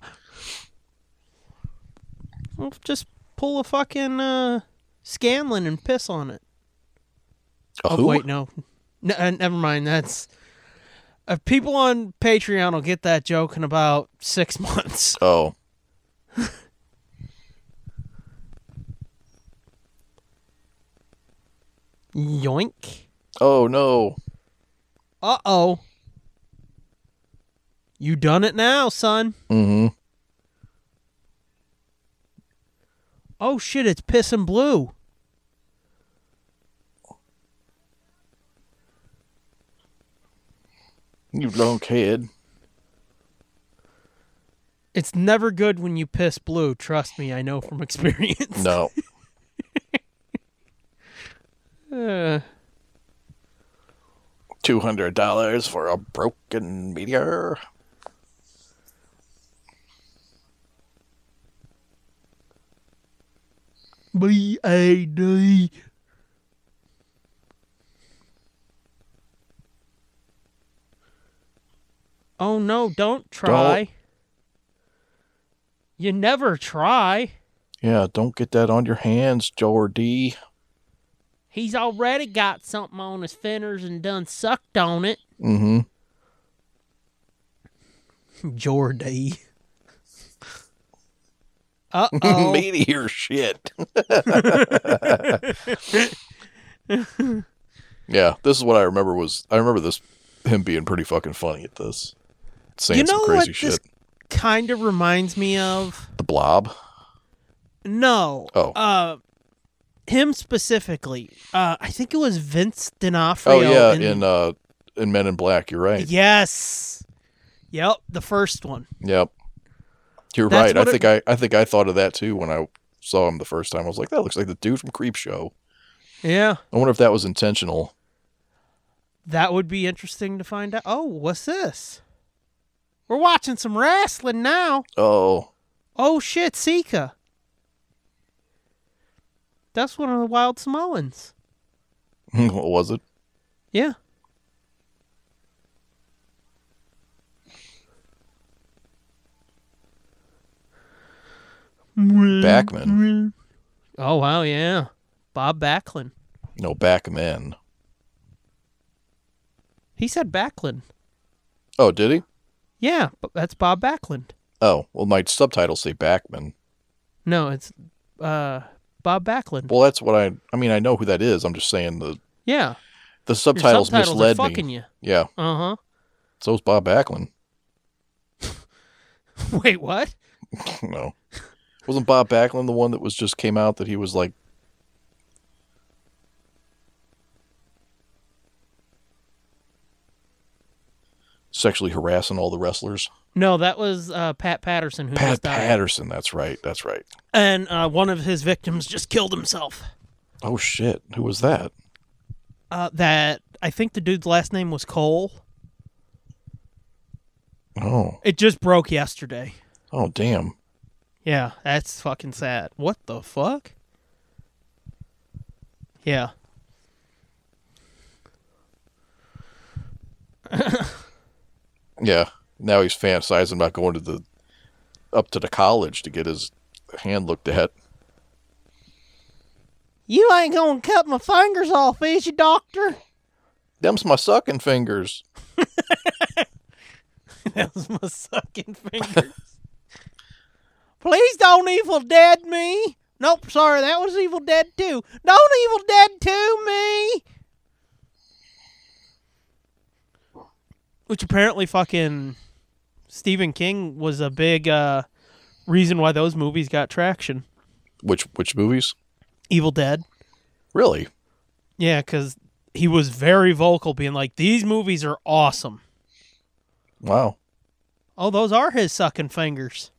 Well, just pull a fucking uh, Scanlan and piss on it.
A
Oh
who?
wait, no. N- uh, never mind. That's uh, people on Patreon will get that joke in about six [LAUGHS] months.
Oh.
Yoink.
Oh no.
Uh oh. You done it now, son.
Mm-hmm.
Oh shit, it's pissing blue.
You don't kid.
It's never good when you piss blue. Trust me, I know from [LAUGHS] experience.
No.
Uh,
Two hundred dollars for a broken meteor.
B A D. Oh no, don't try. You never try.
Yeah, don't get that on your hands, Jordy.
He's already got something on his fenders and done sucked on it.
Mm-hmm.
Jordy. Uh [LAUGHS] oh.
Meteor shit. [LAUGHS] yeah, this is what I remember was I remember this him being pretty fucking funny at this. Saying
You know
some crazy
what
shit.
this kind of reminds me of?
The blob.
No.
Oh.
Uh, him specifically. Uh, I think it was Vince D'Onofrio.
Oh yeah,
in-
in, uh in Men in Black, you're right.
yes. Yep, the first one.
Yep. You're
That's
right.
what
I
it-
think I I think I thought of that too when I saw him the first time. I was like, that looks like the dude from Creep Show.
Yeah.
I wonder if that was intentional.
That would be interesting to find out. Oh, what's this? We're watching some wrestling now.
Oh, [LAUGHS]
Oh shit, Sika. That's one of the wild Samoans.
what was it?
Yeah. Mm.
Backman?
Oh wow, yeah. Bob Backlund.
No, Backman.
He said Backlund.
Oh, did he?
Yeah, but that's Bob Backlund.
Oh, well, my subtitles say Backman.
No, it's uh Bob Backlund.
Well, that's what I. I mean, I know who that is. I'm just saying the
yeah.
the
Your
subtitles,
subtitles are
misled
fucking
me.
you.
Yeah,
Uh-huh. [LAUGHS]
so's Bob Backlund. [LAUGHS]
Wait, what?
no, wasn't Bob Backlund the one that was just came out that he was like? Sexually harassing all the wrestlers.
No, that was uh, Pat Patterson who
Pat
just died.
Patterson, that's right, that's right.
and uh, one of his victims just killed himself.
Oh shit, who was that?
Uh, that I think the dude's last name was Cole.
Oh,
It just broke yesterday.
oh damn.
Yeah, that's fucking sad. What the fuck? Yeah.
Yeah. Now he's fantasizing about going to the up to the college to get his hand looked at.
You ain't gonna cut my fingers off, is you, doctor?
Them's my sucking fingers.
that was my sucking fingers. Please don't Evil Dead me. Nope, sorry, that was Evil Dead 2. Don't Evil Dead 2 me. Which apparently fucking Stephen King was a big uh, reason why those movies got traction.
Which which movies?
Evil Dead.
Really?
Yeah, because he was very vocal, being like, these movies are awesome.
Wow.
Oh, those are his sucking fingers.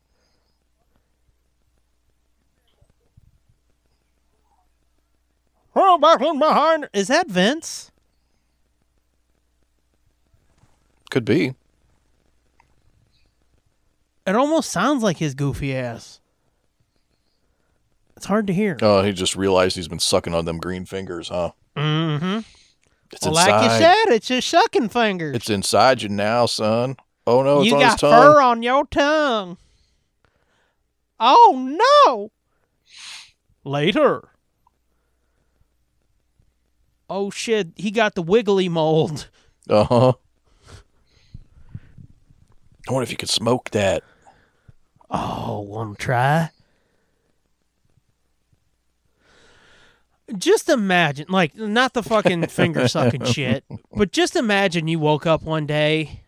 Oh, back one behind. Is that Vince?
Could be.
It almost sounds like his goofy ass. It's hard to hear.
Oh, he just realized he's been sucking on them green fingers, huh?
Mm-hmm.
It's
Well,
inside.
like you said, it's his sucking fingers.
It's inside you now, son. Oh no, it's
you
on
got
his tongue.
fur on your tongue. Oh no! Later. Oh shit! He got the wiggly mold.
Uh huh. I wonder if you could smoke that.
Oh, want to try? Just imagine, like, not the fucking finger sucking shit, but just imagine you woke up one day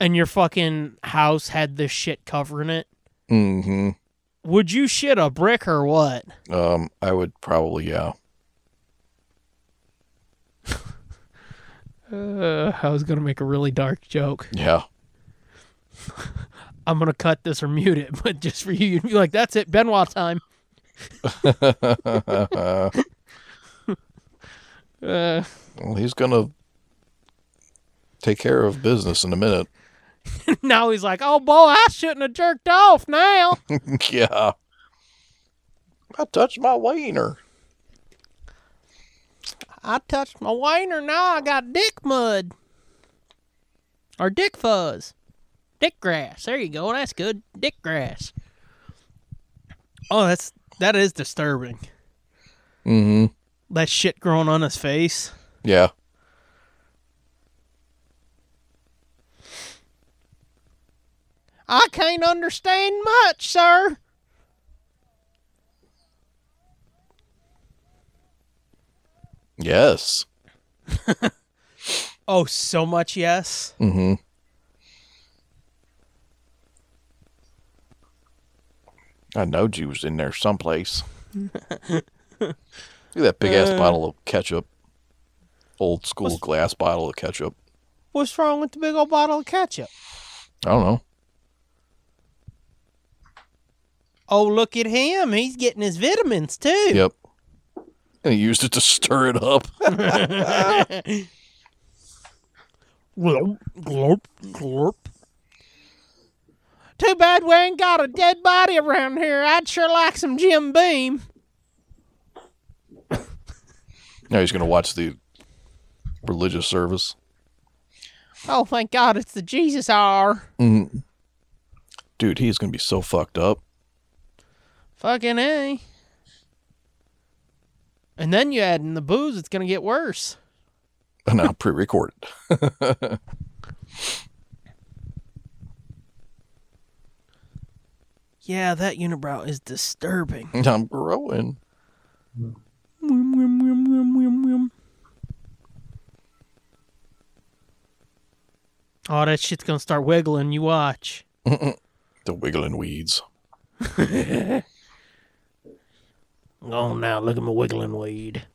and your fucking house had this shit covering it.
Mm
Would you shit a brick or what?
hmm. Um, I would probably yeah.
Uh, I was going to make a really dark joke.
Yeah.
I'm going to cut this or mute it, [LAUGHS] but just for you, you'd be like, that's it, Benoit time. [LAUGHS] uh,
Well, he's gonna take care of business in a minute.
now he's like, oh boy, I shouldn't have jerked off now.
[LAUGHS] yeah. I touched my wiener.
I touched my wiener, now I got dick mud. Or dick fuzz. Dick grass. There you go. That's good. Dick grass. Oh, that's that is disturbing.
Mm-hmm.
That shit growing on his face.
Yeah.
I can't understand much, sir.
Yes.
Oh, so much yes.
Mm-hmm. I know you was in there someplace. Look at that big ass bottle of ketchup. Old school glass bottle of ketchup.
What's wrong with the big old bottle of ketchup?
I don't know.
Oh, look at him. He's getting his vitamins too.
Yep. And he used it to [LAUGHS] stir it up.
Glorp, glorp, glorp. Too bad we ain't got a dead body around here. I'd sure like some Jim Beam.
now he's going to watch the religious service.
Oh, thank God it's the Jesus hour.
Dude, he's going to be so fucked up. [LAUGHS]
Fucking A. And then you add in the booze, it's going to get worse.
And I'll pre record it.
Yeah, that unibrow is disturbing.
And I'm growing.
Whim, whim, whim, whim, whim, whim. Oh, that shit's going to start wiggling. You watch.
The wiggling weeds.
Oh, now look at my wiggling weed.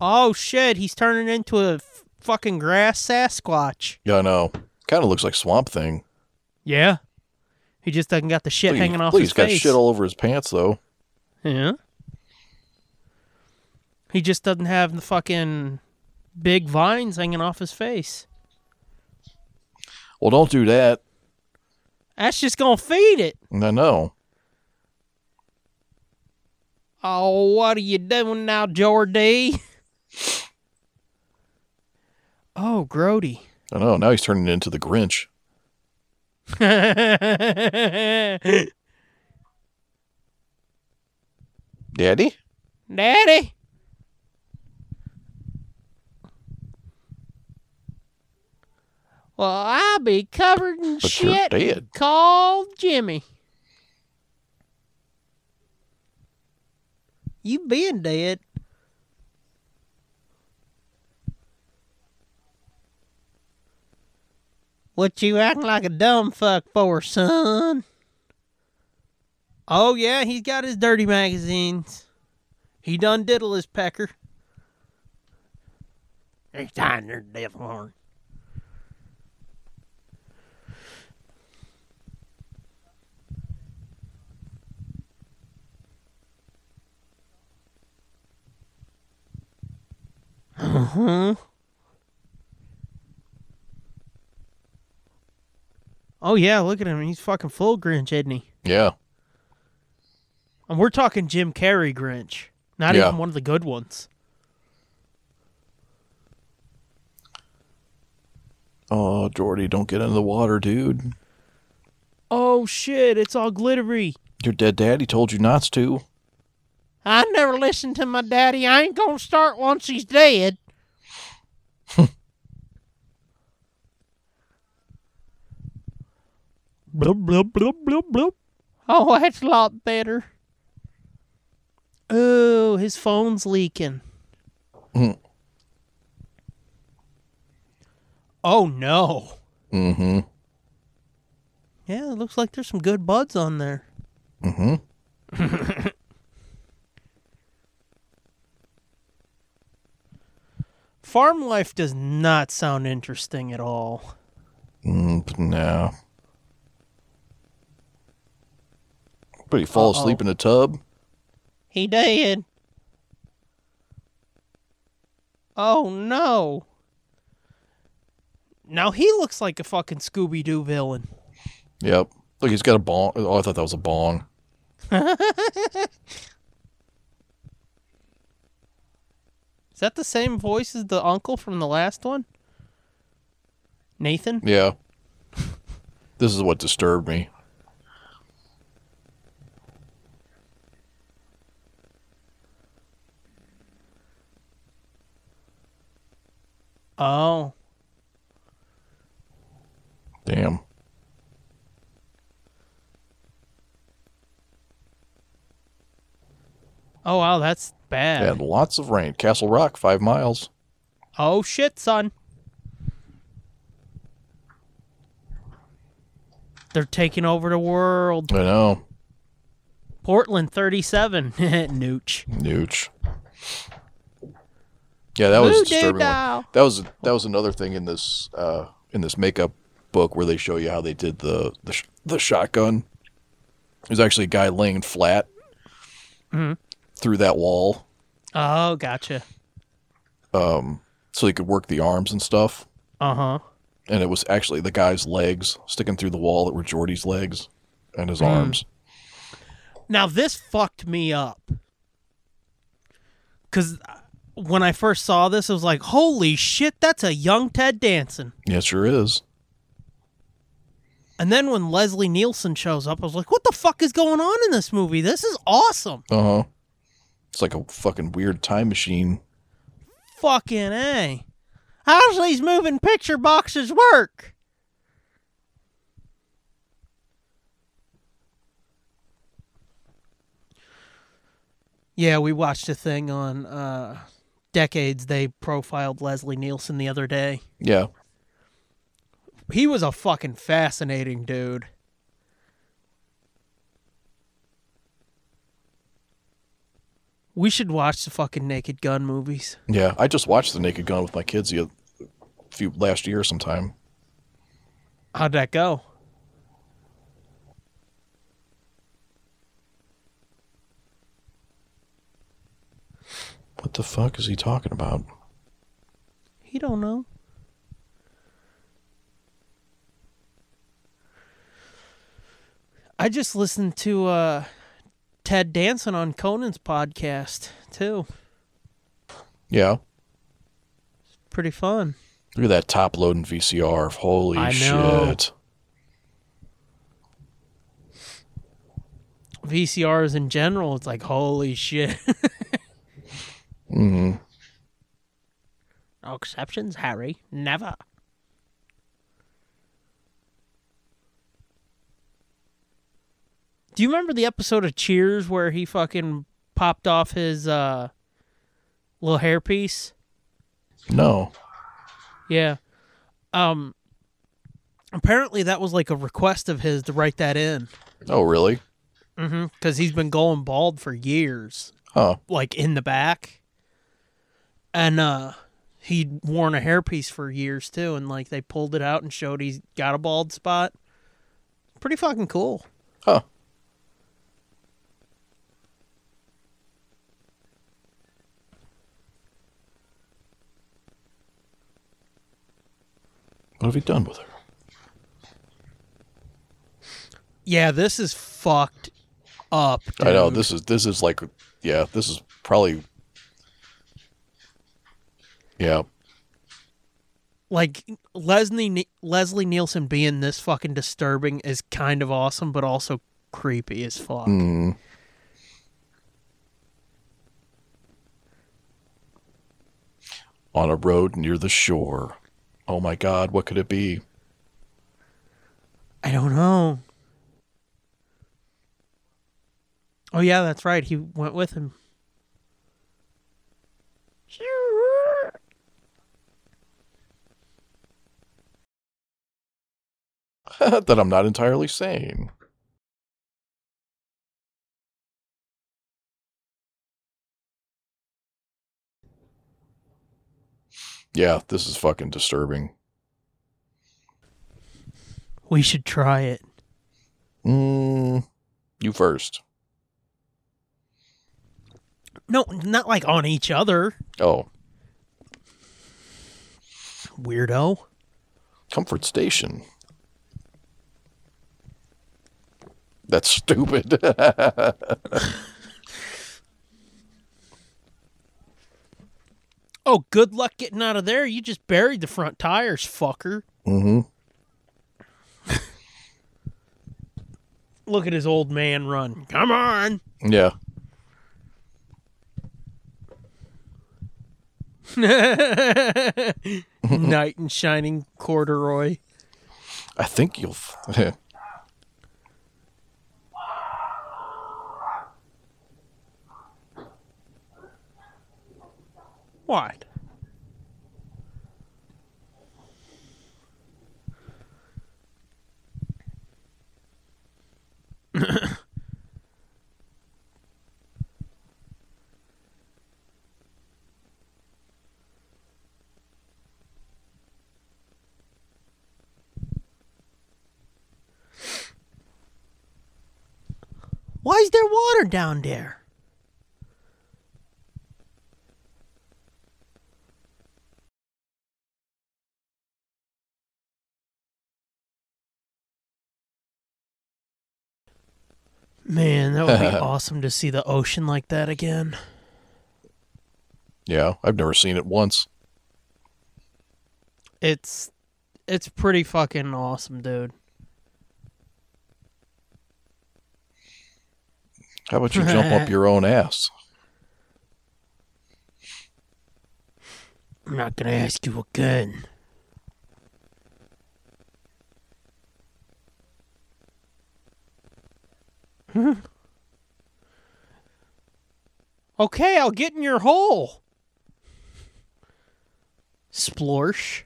Oh shit, he's turning into a f- fucking grass Sasquatch.
Yeah, I know. Kind of looks like Swamp Thing.
Yeah. He just doesn't got the shit
Look, he-
hanging off
look,
his
He's got
face.
shit all over his pants, though.
yeah. He just doesn't have the fucking big vines hanging off his face.
Well, don't do that.
That's just gonna feed it.
I know.
Oh, what are you doing now, Jordy? Oh, [LAUGHS] Grody.
I know. Now he's turning into the Grinch.
Daddy?
Daddy?
Well, I'll be covered in
But you're
shit.
dead.
Call Jimmy. You been dead. What you acting like a dumb fuck for, son? Oh yeah, he's got his dirty magazines. He done diddle his pecker. He's tying their devil horn. Uh-huh. Oh yeah, look at him. He's fucking full Grinch, isn't he?
Yeah.
And we're talking Jim Carrey Grinch, not
Yeah.
even one of the good ones.
Oh, Jordy, don't get into the water, dude.
Oh shit, it's all glittery.
Your dead daddy told you not to.
I never listened to my daddy. I ain't gonna start once he's
[LAUGHS]
dead. blub blub blub blub blub. Oh, that's a lot better. Oh, his phone's leaking.
Mm.
oh no.
Mm-hmm.
Yeah, it looks like there's some good buds on there.
Mm-hmm.
Farm life does not sound interesting at all.
Mm, no. But he fall
Uh-oh.
asleep in a tub.
He did. Oh no. Now he looks like a fucking Scooby Doo villain.
Yep. Look, he's got a bong. Oh, I thought that was a bong.
Is that the same voice as the uncle from the last one? Nathan?
Yeah. this is what disturbed me.
Oh.
Damn.
Oh wow, that's bad.
And lots of rain. Castle Rock, five miles.
Oh shit, son. They're taking over the world.
I know.
Portland 37. [LAUGHS] Nooch.
Nooch. Yeah, that was a
Voodoo
disturbing. One.
doll.
That was that was another thing in this uh, in this makeup book where they show you how they did the the, sh- the shotgun. There's actually a guy laying flat through that wall,
Oh, gotcha.
so he could work the arms and stuff.
Uh huh.
And it was actually the guy's legs sticking through the wall that were Jordy's legs and his arms.
Now this fucked me up. Cause uh, when I first saw this, I was like, "Holy shit, that's a young Ted Danson."
Yeah, it sure is.
And then when Leslie Nielsen shows up, I was like, "What the fuck is going on in this movie? This is awesome."
Uh huh. It's like a fucking weird time machine.
Fucking a. How's these moving picture boxes work? Yeah, we watched a thing on uh, Decades. They profiled Leslie Nielsen the other day.
Yeah.
He was a fucking fascinating dude. We should watch the fucking Naked Gun movies.
Yeah. I just watched The Naked Gun with my kids the oth- few last year sometime.
How'd that go?
What the fuck is he talking about?
He don't know. I just listened to uh, Ted Danson on Conan's podcast too.
Yeah.
Pretty fun.
Look at that top loading VCR. Holy
I know.
shit.
VCRs in general, it's like holy shit.
hmm
No exceptions, Harry. Never. Do you remember the episode of Cheers where he fucking popped off his uh, little hairpiece?
No.
Yeah. Um. Apparently, that was like a request of his to write that in.
Oh, really?
Mm-hmm. Because he's been going bald for years.
Huh.
like in the back. And uh he'd worn a hairpiece for years too, and like they pulled it out and showed he's got a bald spot. Pretty fucking cool.
Huh. What have you done with her?
Yeah, this is fucked up.
I know
dude.
this is this is like yeah, this is probably yeah.
like Leslie Leslie Nielsen being this fucking disturbing is kind of awesome, but also creepy as fuck.
Mm, on a road near the shore. Oh my God, what could it be? [LAUGHS]
I don't know. Oh yeah, that's right. He went with him.
that I'm not entirely sane. Yeah, this is fucking disturbing.
We should try it.
Mm, you first.
No, not like on each other,
Oh,
weirdo.
comfort station. That's [LAUGHS] stupid.
Oh, good luck getting out of there. You just buried the front tires, fucker.
hmm
Look at his old man run. Come on.
Yeah.
Knight in shining corduroy.
I think you'll. F- [LAUGHS]
What? Why is there water down there? Man, that would be awesome to see the ocean like that again.
Yeah, I've never seen it once.
It's it's pretty fucking awesome, dude.
How about you jump up your own ass?
I'm not gonna ask you again. Hmm? okay, I'll get in your hole. Splorsh.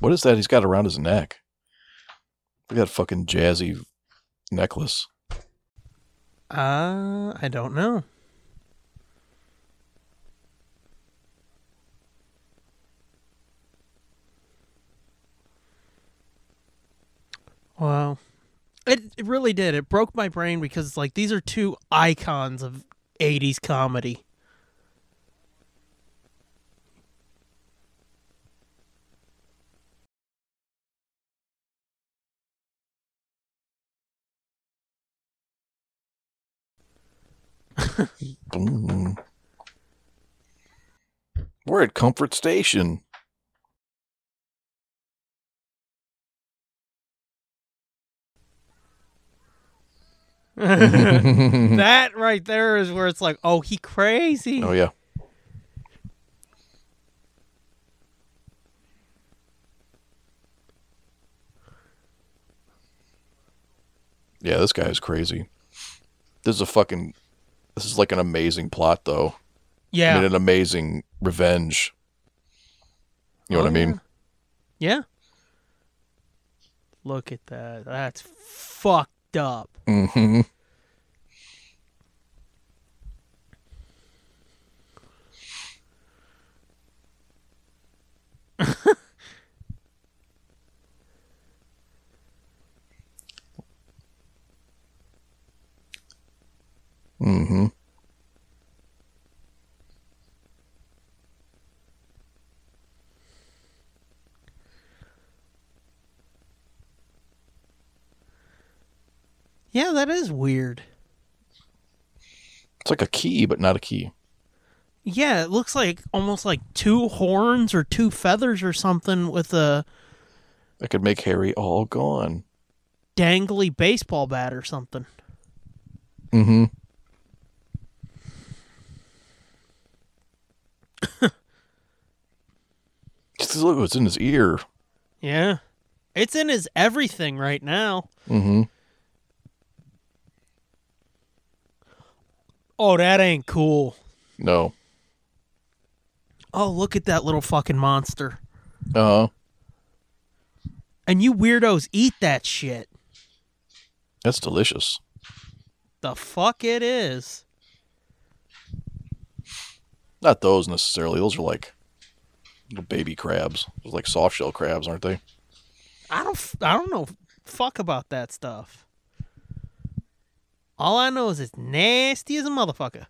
What is that he's got around his neck? Look at that fucking jazzy necklace.
Uh, I don't know. Wow. It, it really did. It broke my brain because like these are two icons of 80s comedy.
Boom. Mm-hmm. We're at Comfort Station. [LAUGHS]
that
oh
right there is where it's like, "Oh, he crazy."
yeah. Yeah, this guy is crazy. This is a fucking this is like an amazing plot though. I
Yeah.
mean, an amazing revenge. You know
Oh,
what I mean?
Yeah. Look at that. That's fucked up.
Mm-hmm. mm-hmm.
Yeah, that is weird.
It's like a key, but not a key.
Yeah, it looks like almost like two horns or two feathers or something with a
That could make Harry all gone.
dangly baseball bat or something.
Mm-hmm. [COUGHS] Just look what's in his ear.
Yeah. It's in his everything right now.
Mm-hmm.
Oh, that ain't cool.
No.
Oh, look at that little fucking monster.
Uh huh.
And you weirdos eat that shit.
That's delicious.
The fuck it is.
Not those necessarily. Those are like little baby crabs. Those are like soft shell crabs, aren't they?
I don't f- I don't know fuck about that stuff. All I know is it's nasty as a motherfucker.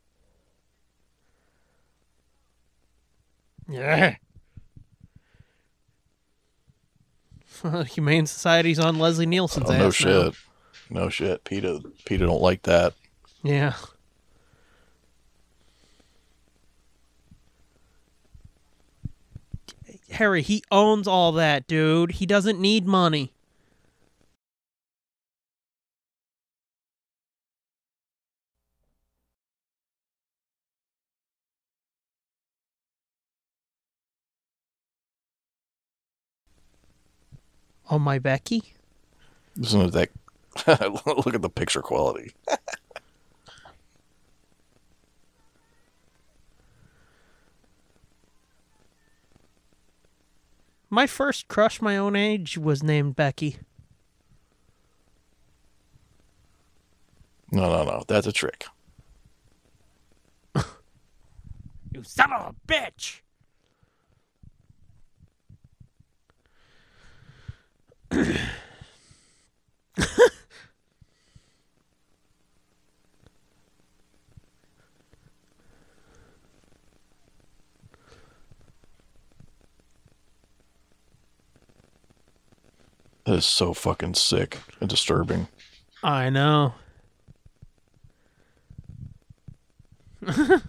Yeah. [LAUGHS] Humane Society's on Leslie Nielsen's
Oh
ass.
no
now.
shit. No shit. Peta Peta don't like that.
Yeah. Harry, he owns all that, dude. He doesn't need money. Oh, my Becky?
Listen to that. [LAUGHS] look at the picture quality.
My first crush my own age was named Becky.
No, no, no. That's a trick.
[LAUGHS] You son of a bitch!
That is so fucking sick and disturbing.
I know. [LAUGHS]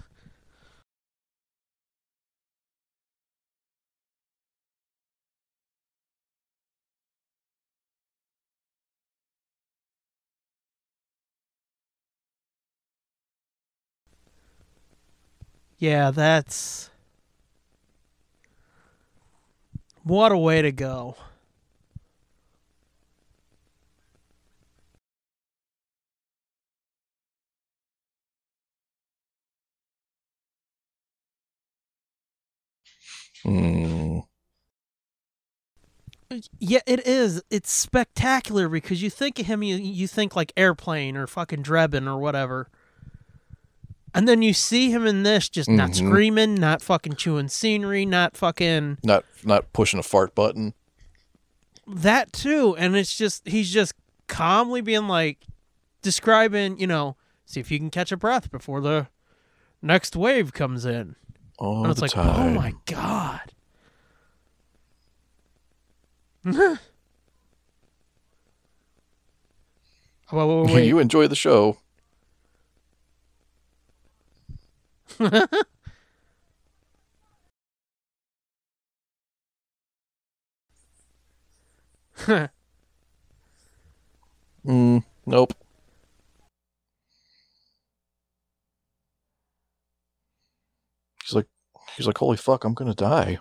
Yeah, that's. What a way to go.
Mm.
Yeah, it is. It's spectacular because you think of him, you you think like airplane or fucking Drebin or whatever, and then you see him in this, just not
Mhm.
screaming, not fucking chewing scenery, not fucking
Not not pushing a fart button.
that too. And it's just he's just calmly being like describing, you know, see if you can catch a breath before the next wave comes in.
All
And it's
the
like, oh
time.
my [LAUGHS] god. Whoa, whoa, whoa, wait.
[LAUGHS] You enjoy
[LAUGHS]
the show. Mm, nope. He's like, he's like, holy fuck, I'm gonna die.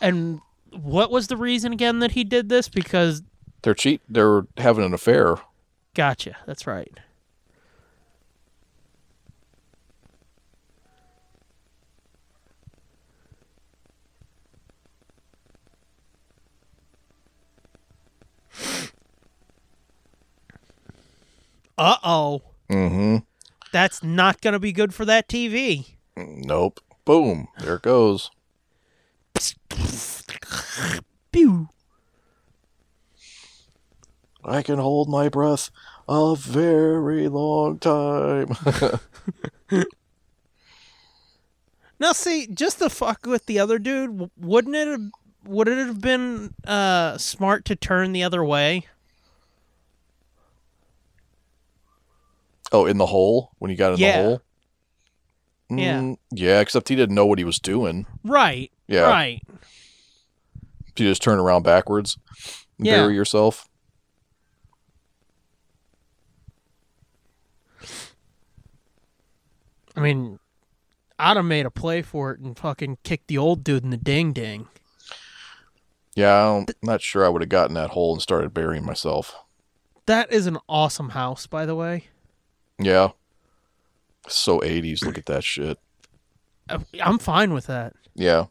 and what was the reason again that he did this? Because
They're cheat. They're having an affair.
gotcha, that's right. Uh oh.
Mm-hmm.
That's not going to be good for that TV.
Nope. Boom. There it goes.
Pew.
I can hold my breath a very long time. [LAUGHS]
Now, see, just to fuck with the other dude, w- wouldn't it have, would it have been uh, smart to turn the other way?
oh, in the hole when he got in
Yeah.
the hole.
Yeah.
Mm, yeah. Except he didn't know what he was doing.
Right.
Yeah.
Right.
You just turn around backwards. And
Yeah.
Bury yourself.
I mean, I'd have made a play for it and fucking kicked the old dude in the ding ding.
Yeah. I'm not sure I would have gotten that hole and started burying myself.
That is an awesome house, by the way.
Yeah. So 80s. Look at that shit.
I- Uh, I'm fine with that.
Yeah.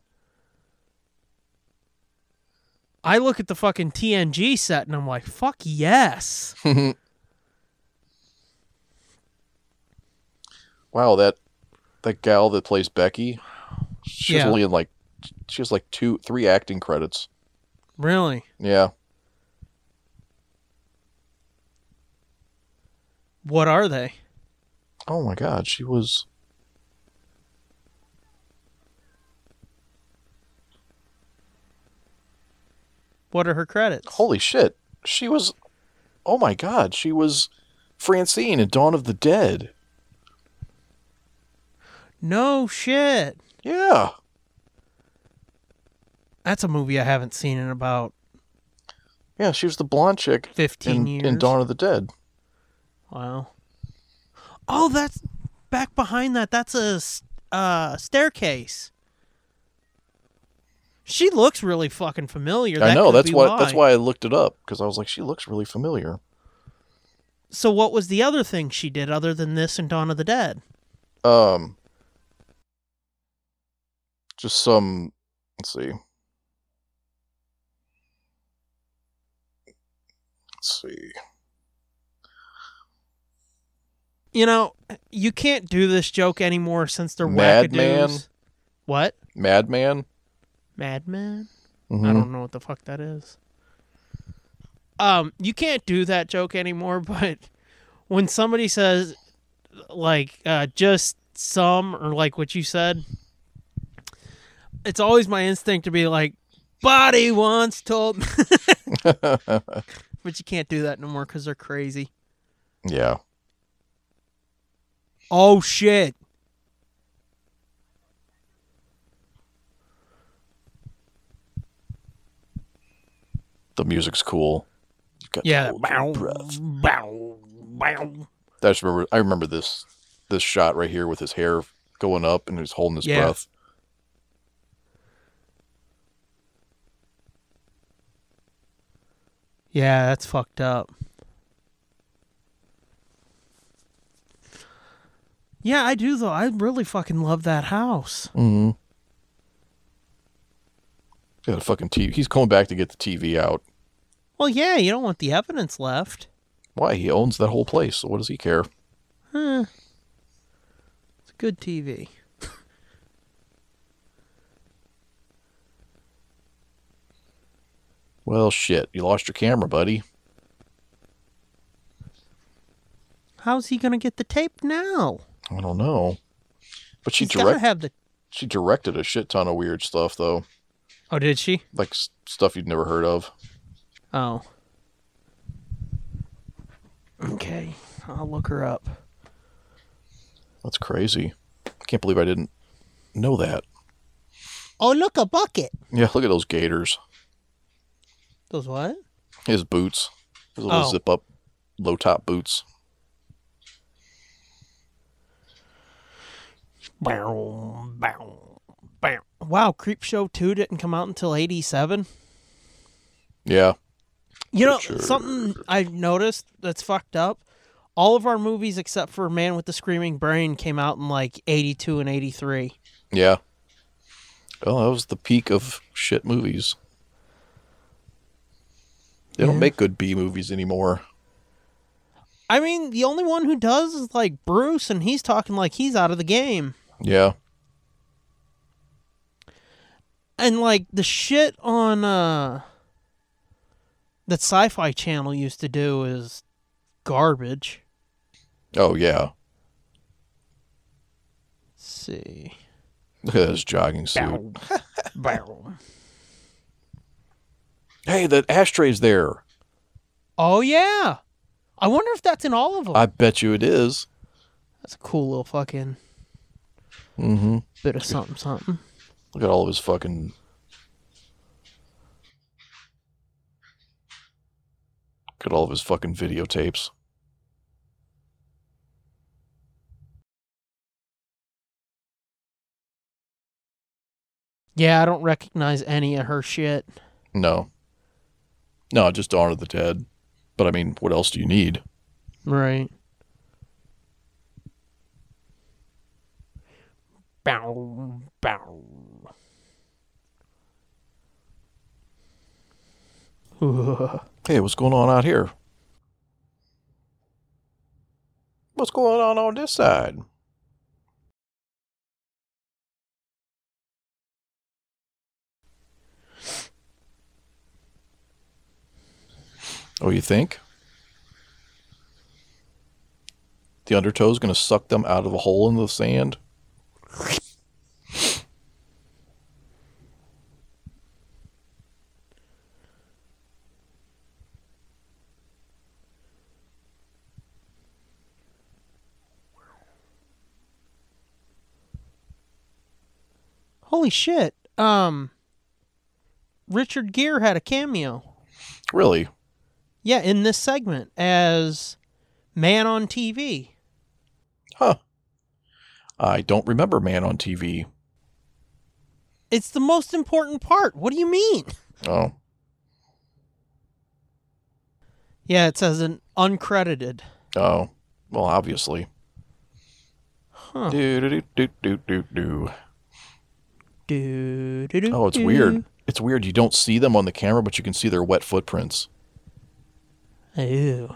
I look at the fucking TNG set and I'm like, fuck
[LAUGHS]
yes.
Wow, that that gal that plays Becky, she's
Yeah.
only in like she has like two, three acting credits.
really?
Yeah,
What are they?
Oh my god, she was.
What are her credits?
Holy shit. She was. Oh my god, she was Francine in Dawn of the Dead.
No shit.
Yeah.
That's a movie I haven't seen in about
Yeah, she was the blonde chick
15
in,
years.
in Dawn of the Dead.
Wow. Oh, that's back behind that. That's a s- uh, staircase. She looks really fucking familiar.
I
That
know,
could
that's
be
why, that's
why.
why I looked it up because I was like, she looks really familiar.
So, what was the other thing she did other than this and Dawn of the Dead?
Um, just some. Let's see. Let's see.
You know, you can't do this joke anymore since they're
Madman?
wackadoos. What?
Madman.
Madman?
Mhm.
I don't know what the fuck that is. Um, you can't do that joke anymore, [LAUGHS] but when somebody says like uh just some or like what you said, it's always my instinct to be like body once told me." [LAUGHS] But you can't do that no more cuz they're crazy.
yeah.
Oh shit.
The music's cool. You've got to
Yeah.
hold your
Bow,
breath.
bow, bow.
I just remember. I remember this this shot right here with his hair going up and he's holding his
Yeah.
breath.
Yeah, that's fucked up. Yeah, I do though. I really fucking love that house.
Mm-hmm. Got a fucking TV. He's going back to get the TV out.
Well, yeah, you don't want the evidence left.
Why? He owns that whole place. So what does he care?
Huh. It's a good TV.
Well, shit. You lost your camera, buddy.
How's he gonna get the tape now?
I don't know. But she
He's gotta
direct
have the.
she directed a shit ton of weird stuff though,
Oh, did she?
like s- stuff you've never heard of.
Oh. Okay, I'll look her up.
That's crazy. I can't believe I didn't know that.
Oh, look a bucket.
Yeah, look at those gaiters.
Those what?
His boots. His little
Oh.
zip up, low top boots.
Bow, bow, bow. Wow, Creepshow 2 didn't come out until 87.
Yeah.
You know,
Richard.
something I've noticed that's fucked up. All of our movies except for Man with the Screaming Brain came out in like 82 and 83.
Yeah. Well, that was the peak of shit movies. They don't make good B movies anymore.
I mean, the only one who does is like Bruce, and he's talking like he's out of the game.
Yeah.
And like the shit on uh that Sci Fi Channel used to do is garbage.
Oh yeah.
Let's see.
Look at his jogging suit.
Bow.
Hey, the ashtray's there.
Oh, yeah. I wonder if that's in all of them.
I bet you it is.
that's a cool little fucking
Mm-hmm.
bit of something, something.
Look at all of his fucking. Look at all of his fucking videotapes.
Yeah, I don't recognize any of her shit.
No. No, just Dawn of the Dead. But I mean, what else do you need?
Right. Bow, bow.
Hey, what's going on out here? What's going on on this side? Oh, you think? The undertow's going to suck them out of a hole in the sand?
Holy shit. Um Richard Gere had a cameo.
Really?
Yeah, in this segment as man on TV.
Huh. I don't remember Man on TV.
It's the most important part. What do you mean?
Oh,
Yeah, it says an uncredited.
oh. Well, obviously.
Huh.
Do, do, do, do, do, do, do.
Do, do, do,
Oh, it's
do.
weird. It's weird. You don't see them on the camera, but you can see their wet footprints.
Ew.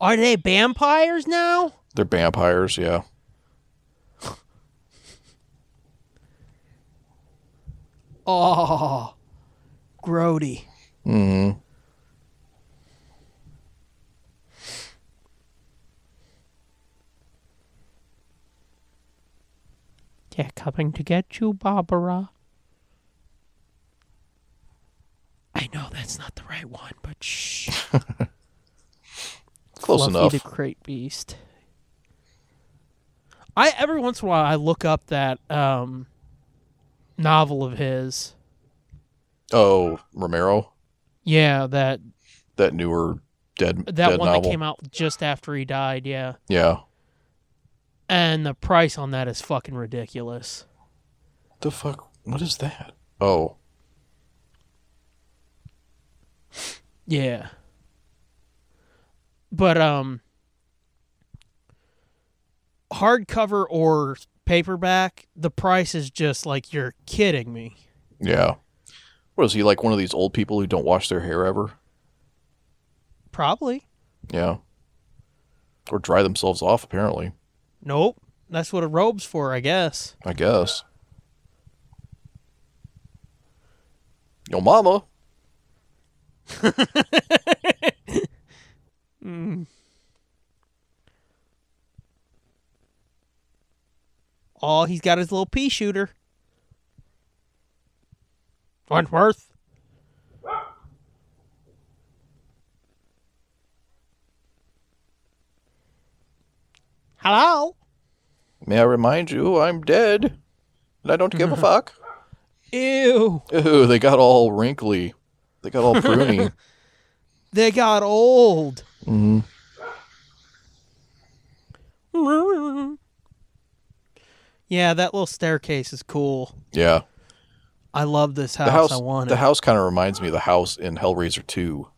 Are they vampires now?
They're vampires, yeah.
Oh. Grody.
hmm
They're coming to get you, Barbara. I know that's not the right one, but shh.
Close
Fluffy
enough.
the Crate Beast. I every once in a while I look up that um, novel of his.
Oh, Romero,
Yeah, that
that newer dead
that
dead
one
novel.
that came out just after he died. Yeah,
Yeah,
and the price on that is fucking ridiculous.
the fuck? What is that? Oh,
Yeah. But um hardcover or paperback, the price is just like you're kidding me.
yeah. What is he like? One of these old people who don't wash their hair ever?
Probably.
Yeah. Or dry themselves off, apparently.
Nope. That's what a robe's for, I guess.
I guess. Yo, mama.
Oh, he's got his little pea shooter. Wentworth. Hello?
May I remind you, I'm dead, and I don't
[LAUGHS]
give a fuck.
Ew.
Ooh, they got all wrinkly. They got
[LAUGHS]
all pruny.
They got old.
hmm
Yeah, that little staircase is cool.
Yeah,
I love this house.
the house.
I want
the
it.
house kind of reminds me of the house in Hellraiser Two.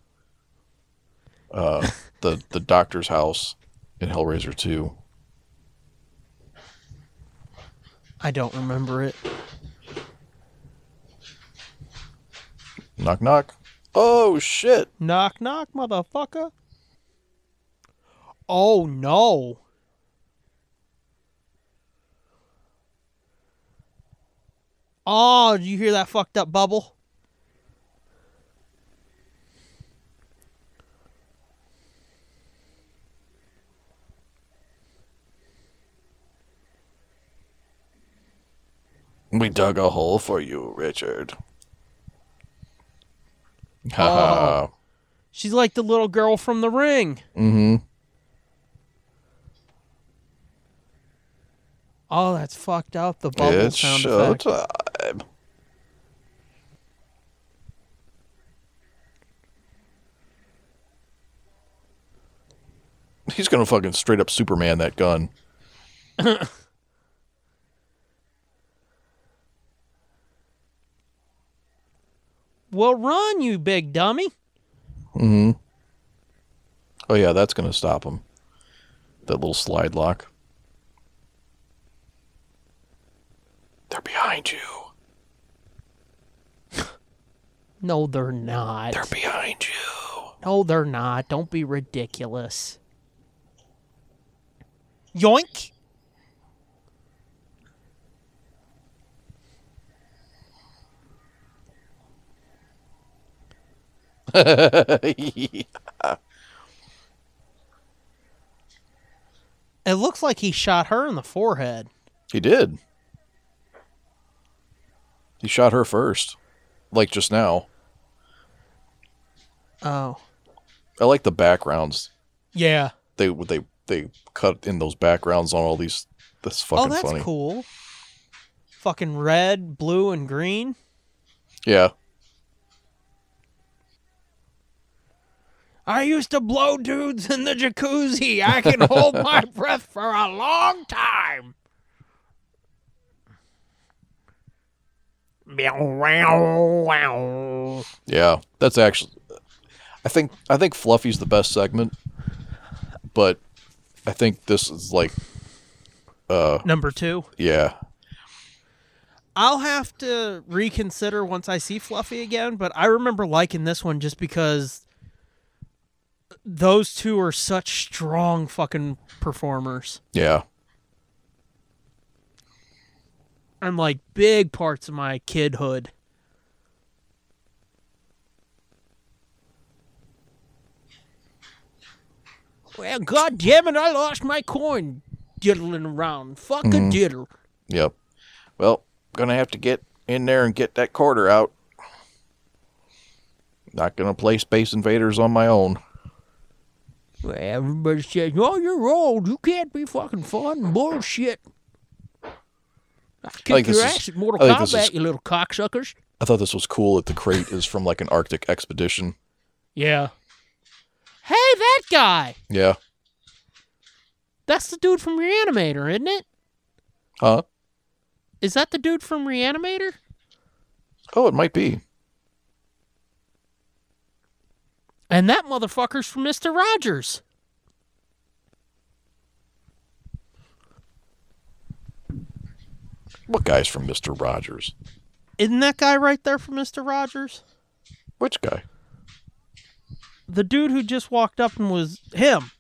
Uh, the the doctor's house in Hellraiser Two.
I don't remember it.
Knock knock. Oh shit!
Knock, knock, motherfucker. Oh no. Oh, did you hear that fucked up bubble?
We dug a hole for you, Richard. Ha ha.
Oh. She's like the little girl from the ring.
Mm-hmm.
Oh, that's fucked up. The bubble
It's
sound effect.
showtime. He's gonna fucking straight up Superman that gun.
Well, run, you big dummy.
Mm-hmm. Oh yeah, that's gonna stop him. That little slide lock. They're behind you.
No, they're not.
They're behind you.
No, they're not. Don't be ridiculous. Yoink. It looks like he shot her in the forehead.
He did. He shot her first, like just now.
Oh.
I like the backgrounds.
Yeah.
They they they cut in those backgrounds on all these. That's fucking
oh, that's
funny.
cool. Fucking red, blue, and green.
Yeah,
I used to blow dudes in the jacuzzi. I can hold [LAUGHS] my breath for a long time. Meow, meow, meow.
yeah. That's actually. I think I think Fluffy's the best segment, but I think this is like, uh,
Number two.
yeah,
I'll have to reconsider once I see Fluffy again, but I remember liking this one just because those two are such strong fucking performers
yeah.
and like big parts of my kidhood. Well, God damn it, I lost my coin diddling around. Fuck
Mm-hmm.
a diddle.
Yep. Well, gonna have to get in there and get that quarter out. Not gonna play Space Invaders on my own.
Well, everybody says, oh, you're old. You can't be fucking fun. Bullshit. I
think
kick your
this
ass
is-
at Mortal
I think this
Kombat,
is-
you little cocksuckers.
I thought this was cool that the crate is from like an Arctic expedition.
Yeah. Hey, that guy.
Yeah.
That's the dude from Reanimator, isn't it?
Huh?
Is that the dude from Reanimator?
Oh, it might be.
And that motherfucker's from Mr. Rogers.
What guy's from Mr. Rogers?
Isn't that guy right there from Mr. Rogers?
Which guy?
The dude who just walked up and was him.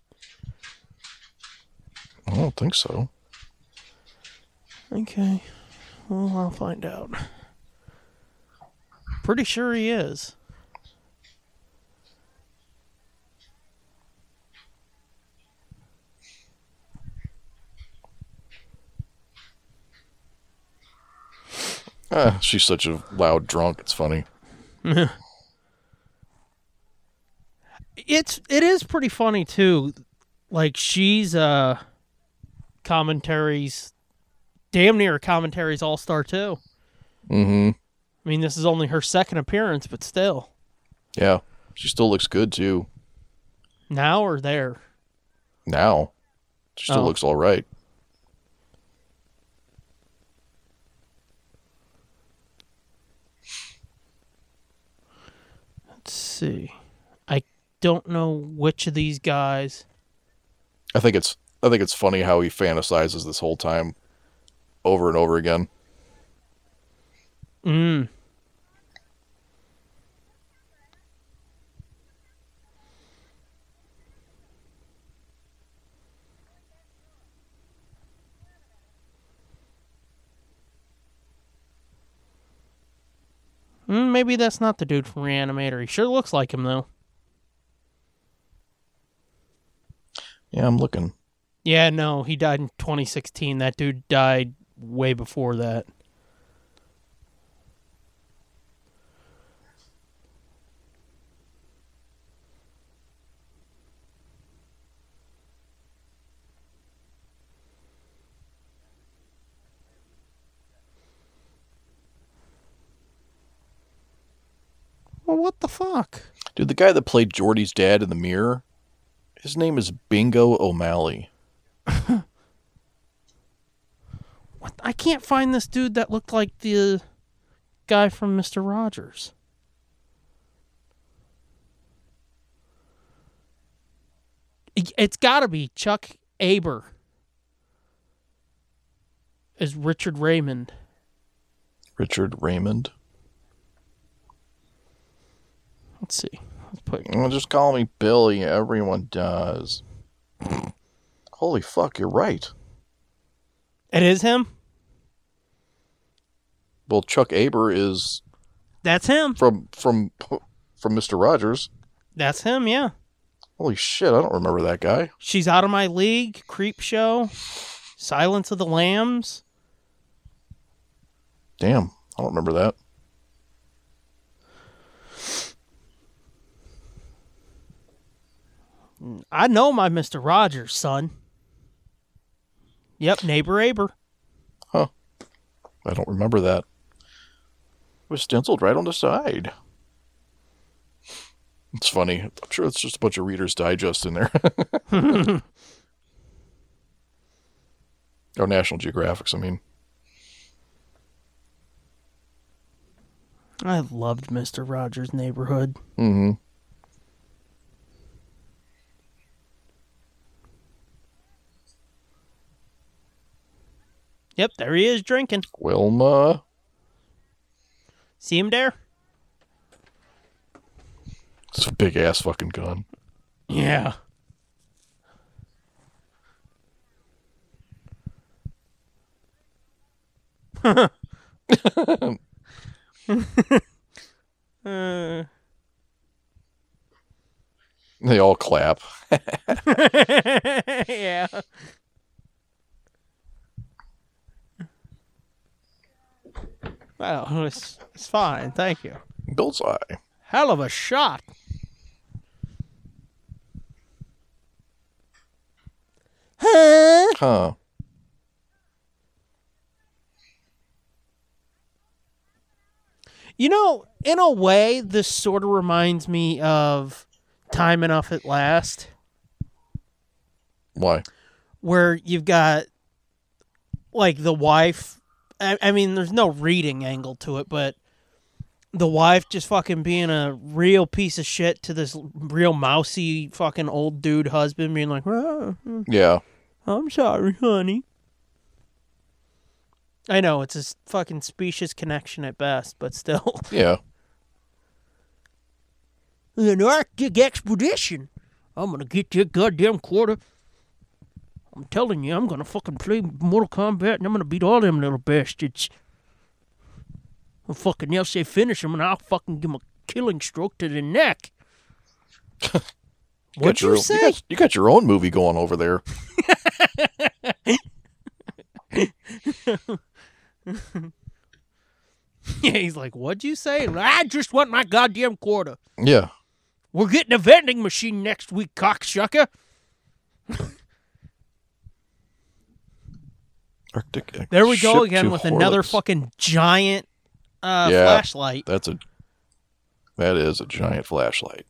I don't think so.
Okay. Well, I'll find out. Pretty sure he is.
Ah, she's such a loud drunk. It's funny.
It's it is pretty funny too. Like she's uh commentaries damn near commentaries all star too.
Mm-hmm.
I mean this is only her second appearance, but still.
Yeah. She still looks good too.
Now or there.
Now. She still
Oh.
looks all right.
Let's see. I don't know which of these guys
I think it's I think it's funny how he fantasizes this whole time over and over again.
Mm. Mm, Maybe that's not the dude from Reanimator. He sure looks like him, though.
Yeah, I'm looking.
Yeah, no, he died in 2016. That dude died way before that. Well, what the fuck?
Dude, the guy that played Jordy's dad in the mirror, his name is Bingo O'Malley.
What? I can't find this dude that looked like the guy from Mister Rogers. It- It's got to be Chuck Aber as Richard Raymond.
Richard Raymond.
Let's see. Let's put.
Well, Mm, just call me Billy. Everyone does. Holy fuck, you're right.
It is him.
Well, Chuck Aber is
That's him.
from from from Mister Rogers.
That's him. Yeah.
Holy shit, I don't remember that guy.
She's out of my league. Creep show. Silence of the Lambs.
Damn, I don't remember that.
I know my Mister Rogers, son. Yep, neighbor Aber.
I don't remember that. It was stenciled right on the side. It's funny. I'm sure it's just a bunch of Reader's Digest in there. [LAUGHS] or Oh, National Geographics, I mean.
I loved Mr. Rogers' Neighborhood.
Mm-hmm.
Yep, there he is drinking.
Wilma.
See him there?
It's a big ass fucking gun.
Yeah. uh,
They all clap.
[LAUGHS] yeah. Well, it's, it's fine. Thank you.
Bullseye.
Hell of a shot. Huh?
Huh.
You know, in a way, this sort of reminds me of Time Enough at Last,
Why?
where you've got like the wife. I, I mean, there's no reading angle to it, but the wife just fucking being a real piece of shit to this real mousy fucking old dude husband, being like, "Oh,
Yeah.
I'm sorry, honey. I know, it's a s- fucking specious connection at best, but still. [LAUGHS]
Yeah.
An Arctic expedition. I'm gonna get that goddamn quarter. I'm telling you, I'm gonna fucking play Mortal Kombat and I'm gonna beat all them little bastards. And fucking else they finish them and I'll fucking give them a killing stroke to the neck. What'd
Got your
you
own-
say?
got, you got your own movie going over there.
[LAUGHS] Yeah, he's like, what'd you say? I just want my goddamn quarter.
Yeah.
We're getting a vending machine next week, cocksucker.
Arctic.
There we
ship
go again
to
with another
Horlicks.
fucking giant uh,
Yeah.
flashlight.
That's a. That is a giant flashlight.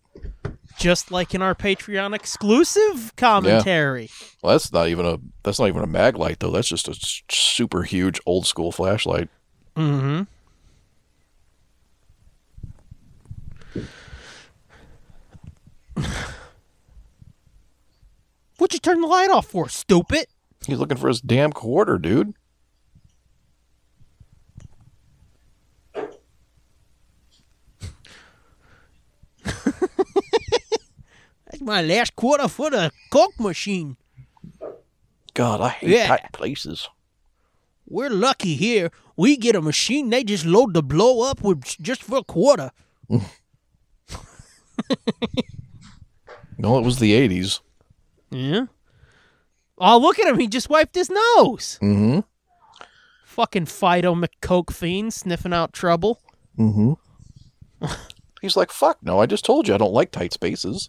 just like in our Patreon exclusive commentary.
Well, that's not even a. That's not even a mag light though. That's just a s- super huge old school flashlight.
Mm-hmm. What'd you turn the light off for, stupid?
He's looking for his damn quarter, dude.
That's my last quarter for the coke machine.
God, I hate
Yeah.
tight places.
We're lucky here. We get a machine they just load the blow up with just for a quarter.
No, it was the '80s.
Yeah. Oh, look at him. He just wiped his nose.
Mm-hmm.
Fucking Fido McCoke fiend sniffing out trouble. [LAUGHS]
Mm-hmm. He's like, "Fuck no! I just told you I don't like
[LAUGHS]
tight spaces."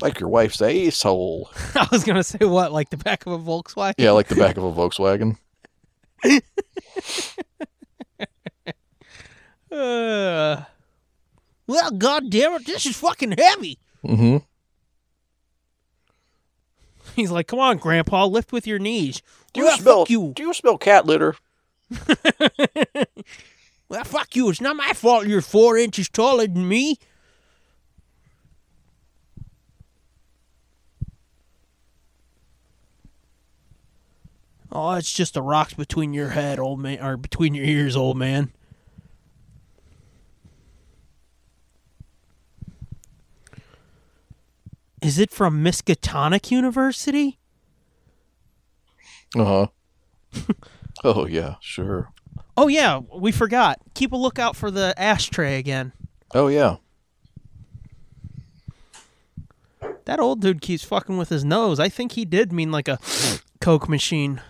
like your wife's asshole.
I was gonna say what, like the back of a Volkswagen?
Yeah, like the back of a Volkswagen.
Uh, well, god damn it, this is fucking heavy.
Mm-hmm.
He's like, "Come on, Grandpa, lift with your knees."
Do you
well,
smell?
fuck you?
Do you smell cat litter?
Well, fuck you. It's not my fault you're four inches taller than me. Oh, it's just the rocks between your head, old man, or between your ears, old man. Is it from Miskatonic University?
Uh
Uh-huh.
huh. [LAUGHS] oh yeah, sure.
Oh yeah, we forgot. Keep a lookout for the ashtray again.
Oh yeah.
That old dude keeps fucking with his nose. I think he did mean like a [SNIFFS] coke machine.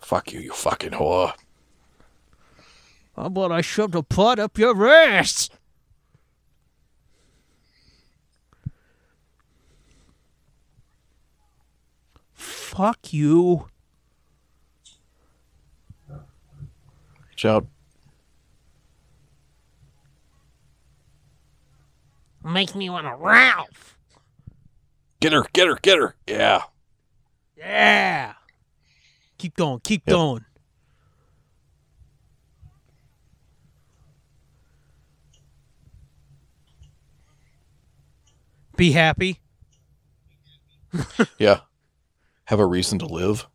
Fuck you, you fucking whore.
How about I shoved a pot up your ass? Fuck you.
Reach out.
Makes me want to Ralph.
Get her. Get her. Get her. Yeah.
Yeah. Keep going. Keep
Yep.
going. Be happy.
Yeah. Have a reason
[LAUGHS]
to live.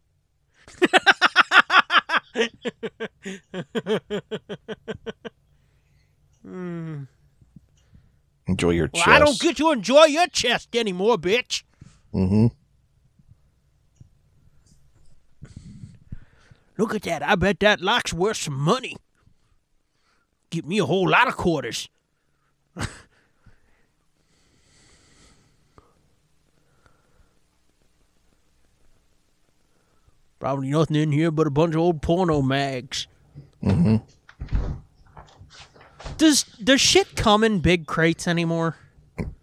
Enjoy your chest.
I don't get to enjoy your chest anymore, bitch.
Mm-hmm.
Look at that. I bet that lock's worth some money. Give me a whole lot of quarters. [LAUGHS] Probably nothing in here but a bunch of old porno mags. Mm-hmm. Does does shit come in big crates anymore?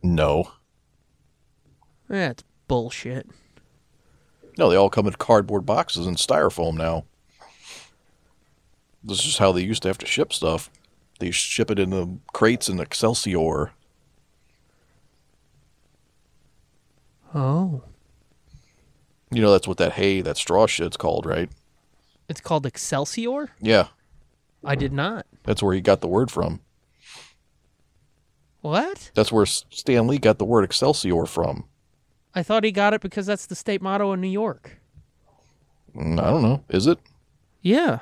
No.
That's bullshit.
No, they all come in cardboard boxes and styrofoam now. This is how they used to have to ship stuff. They ship it in the crates in Excelsior.
Oh.
You know that's what that hay, that straw shit's called, right?
It's called Excelsior?
Yeah,
I did not.
that's where he got the word from.
What?
That's where S- Stan Lee got the word Excelsior from.
I thought he got it because that's the state motto in New York.
Mm, I don't know. Is it?
Yeah.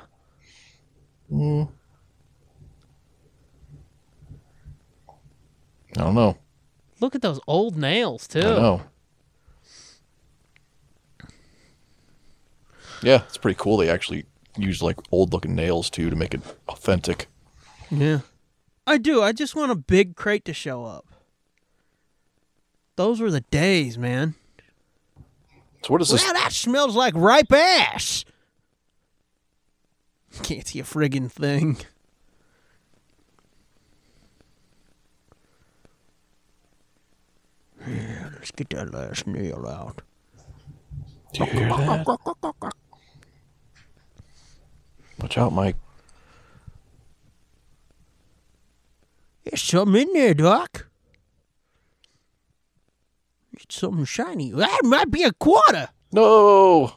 I don't know.
Look at those old nails too.
I know. Yeah, it's pretty cool. They actually use like old looking nails too to make it authentic.
Yeah. I do. I just want a big crate to show up. Those were the days, man.
So what does this?
Wow, that smells like ripe ass. Can't see a friggin' thing. Yeah, let's get that last nail out.
Do you hear that? Watch out, Mike.
There's something in there, Doc. It's something shiny. That might be a quarter.
No.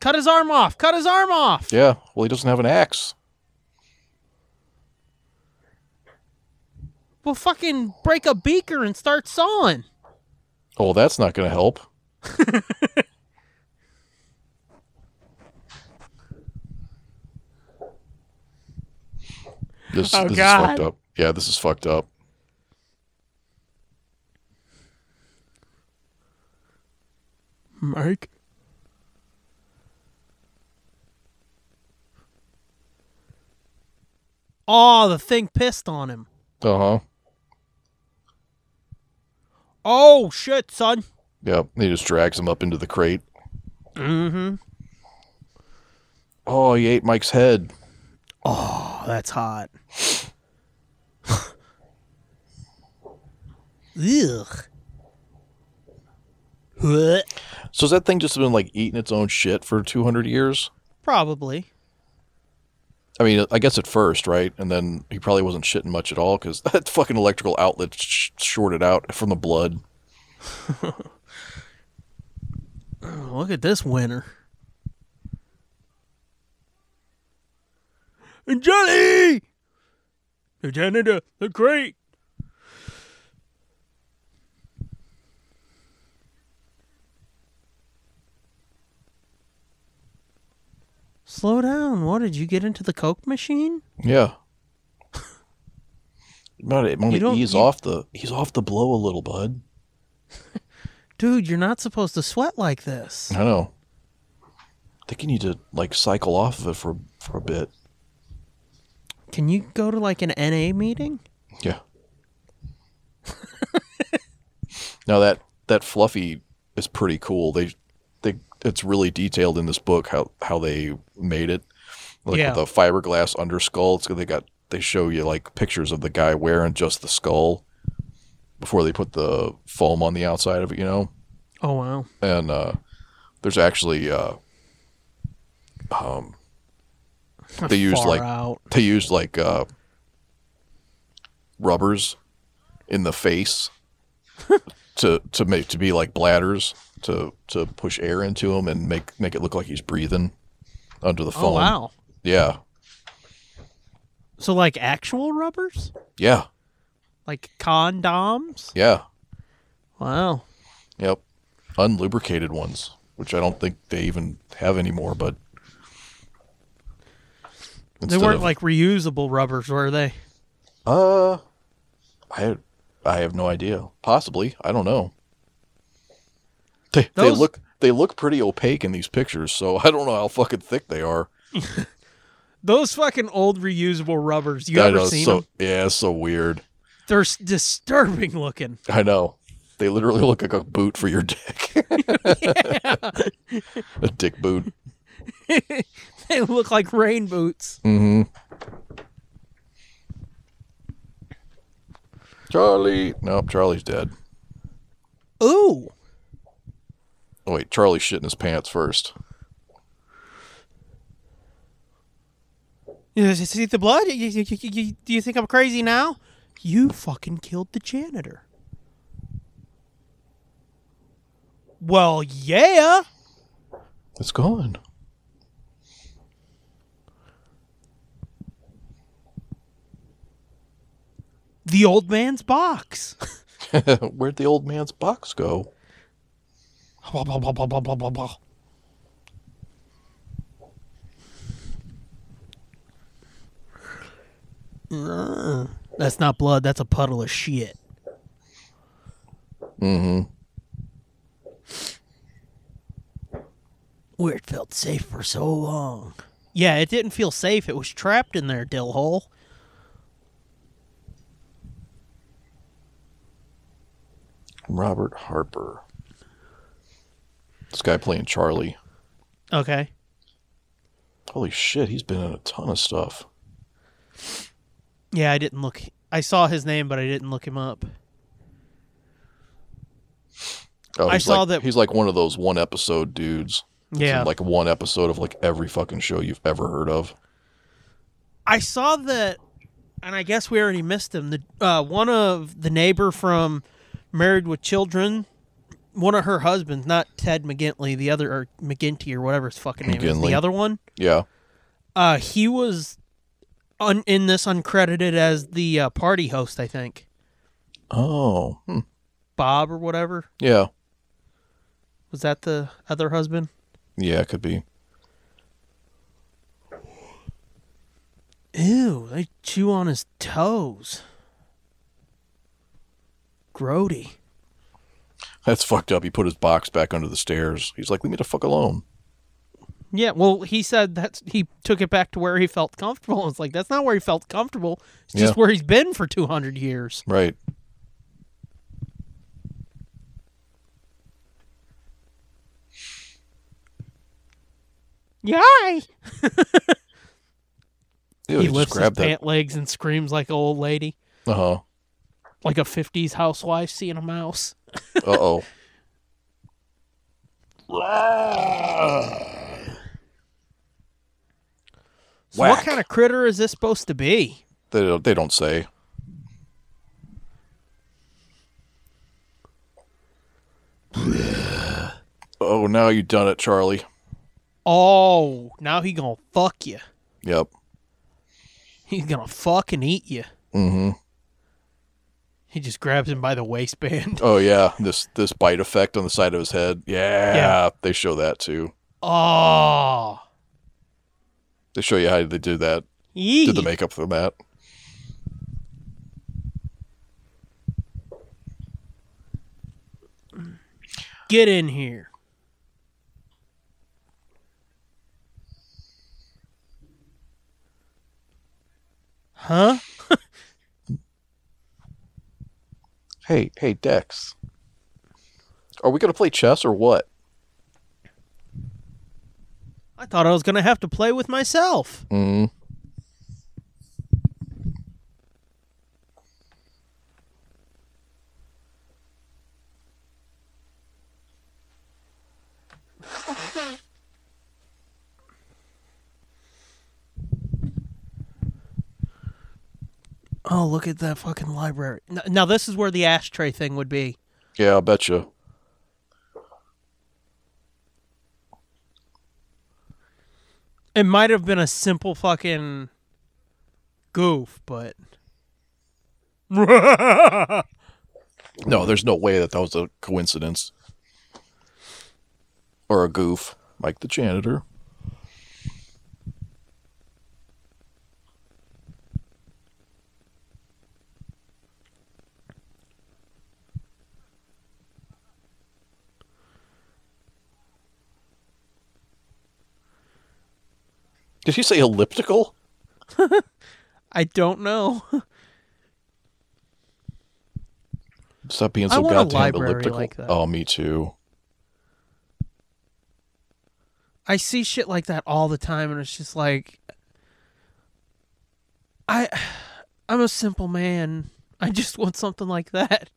Cut his arm off. Cut his arm off.
Yeah. Well, he doesn't have an axe.
We'll fucking break a beaker and start sawing.
Oh, that's not going
[LAUGHS]
to help. this,
Oh,
this is
God.
fucked up. Yeah, this is fucked up.
Mike. Oh, the thing pissed on him.
Uh huh.
Oh, shit, son.
Yeah, he just drags him up into the crate.
Mm-hmm.
Oh, he ate Mike's head.
Oh, that's hot. Ugh. Blech.
So has that thing just been like eating its own shit for 200 years?
Probably.
I mean, I guess at first, right? And then he probably wasn't shitting much at all because [LAUGHS] that fucking electrical outlet sh- shorted out from the blood.
Look at this winner. Jelly! The janitor, the crate. Slow down. What did you get into the Coke machine?
Yeah. But it
You
[LAUGHS] might
don't-
ease
you-
off the he's off the blow a little, bud.
Dude, you're not supposed to sweat like this.
I know. I think you need to like cycle off of it for for a bit.
Can you go to like an NA meeting?
Yeah. [LAUGHS] now that that fluffy is pretty cool. They they it's really detailed in this book how how they made it. Like
Yeah.
with the fiberglass underskull. It's they got they show you like pictures of the guy wearing just the skull before they put the foam on the outside of it, you know.
Oh, wow.
And uh there's actually uh um, They use,
Far
like-
out.
they used like uh, rubbers in
[LAUGHS]
the face to to make to be like bladders to to push air into him and make make it look like he's breathing under the foam.
Oh, wow.
Yeah,
So, like actual rubbers?
yeah,
Like condoms?
yeah.
Wow.
Yep, unlubricated ones, which I don't think they even have anymore. But
They
Instead
weren't
of-
like reusable rubbers, were they?
uh, I I have no idea. Possibly, I don't know. They they
Those-
look they look pretty opaque in these pictures, so [LAUGHS] I don't know how fucking thick they are.
Those fucking old reusable rubbers. You
I
ever
know, it's
seen
so,
them?
Yeah, it's so weird.
They're s- disturbing looking. [LAUGHS]
I know. They literally [LAUGHS] look like a boot for your dick. [LAUGHS] a dick boot.
They look like rain boots.
Mm-hmm. Charlie. Nope, Charlie's dead.
Ooh.
Oh wait, Charlie shit in his pants first.
You see the blood? You- you- you- you- you- do you think I'm crazy now? You fucking killed the janitor. Well, yeah.
It's gone.
The old man's box.
[LAUGHS] Where'd the old man's box go?
Blah, blah, blah, blah, blah, blah, blah, blah. Uh, That's not blood. That's a puddle of shit.
Mm-hmm.
Where it felt safe for so long. Yeah, it didn't feel safe. It was trapped in there, dill hole.
Robert Harper. This guy playing Charlie.
Okay.
Holy shit, he's been in a ton of stuff.
Yeah, I didn't look. I saw his name, but I didn't look him up.
Oh,
I
he's
saw
like-
that-
he's like one of those one episode dudes. He's in,
Yeah.
like one episode of like every fucking show you've ever heard of.
I saw that, and I guess we already missed him. The uh, one of the neighbor from Married with Children, one of her husbands, not Ted McGintley, the other or McGinty or whatever his fucking name is,
McGinley.
the other one.
Yeah.
Uh, he was un- in this uncredited as the uh, party host, I think,
Oh. Hmm.
Bob or whatever.
Yeah.
Was that the other husband?
Yeah, it could be.
Ew, they chew on his toes. Grody.
That's fucked up. He put his box back under the stairs. He's like, leave me the fuck alone.
Yeah, well, he said that he took it back to where he felt comfortable. It's like that's not where he felt comfortable. It's just
Yeah.
where he's been for two hundred years.
Right.
Yay!
Ew,
He,
he, just
lifts his
grabbed that.
pant legs and screams like an old lady,
Uh huh.
like a '50s housewife seeing a mouse.
Uh [LAUGHS] oh.
So what
Whack.
kind of critter is this supposed to be?
They don't, they don't say. oh, now you done it, Charlie.
Oh, now he gonna fuck you.
Yep.
He's gonna fuck and eat you.
Mm-hmm.
He just grabs him by the waistband. [LAUGHS]
Oh yeah, this this bite effect on the side of his head. Yeah,
Yeah.
they show that too.
Oh,
They show you how they did that. Did the
Yee.
makeup for that.
get in here. Huh?
Hey, hey, Dex. Are we gonna play chess or what?
I thought I was gonna have to play with myself.
Mm.
Oh, look at that fucking library. N- Now this is where the ashtray thing would be.
Yeah, I bet you.
It might have been a simple fucking goof, but
No, there's no way that that was a coincidence or a goof, like the janitor. Did he say elliptical?
I don't know. [LAUGHS]
Stop being
I
so
want a
goddamn
library
elliptical.
like that.
Oh, me too.
I see shit like that all the time, and it's just like, I, I'm a simple man. I just want something like that.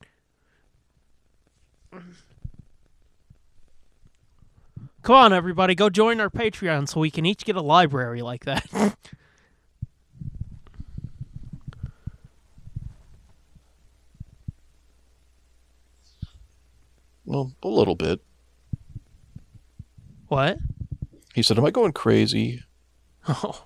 Come on, everybody, go join our Patreon so we can each get a library like that. [LAUGHS]
Well, a little bit.
what?
He said, "Am I going crazy?"
Oh.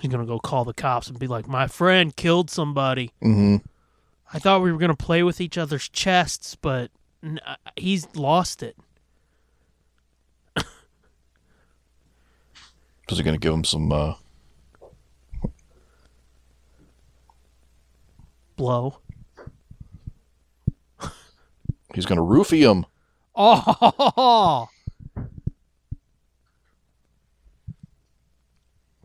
He's gonna go call the cops and be like, "My friend killed somebody.
Mm-hmm.
I thought we were gonna play with each other's chests, but n- uh, he's lost it."
Is he going to give him some? Uh,
Blow.
he's going to roofie him.
Oh.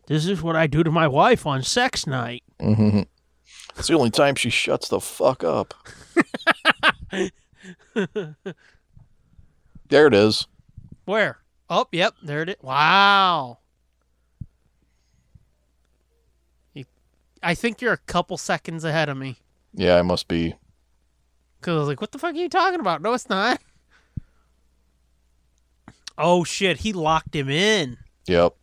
This is what I do to my wife on sex night.
Mm-hmm. It's the only time she shuts the fuck up. there it is.
Where? Oh, yep, there it is. Wow. You, I think you're a couple seconds ahead of me.
Yeah, I must be.
Because I was like, what the fuck are you talking about? No, it's not. Oh, shit. He locked him in.
Yep.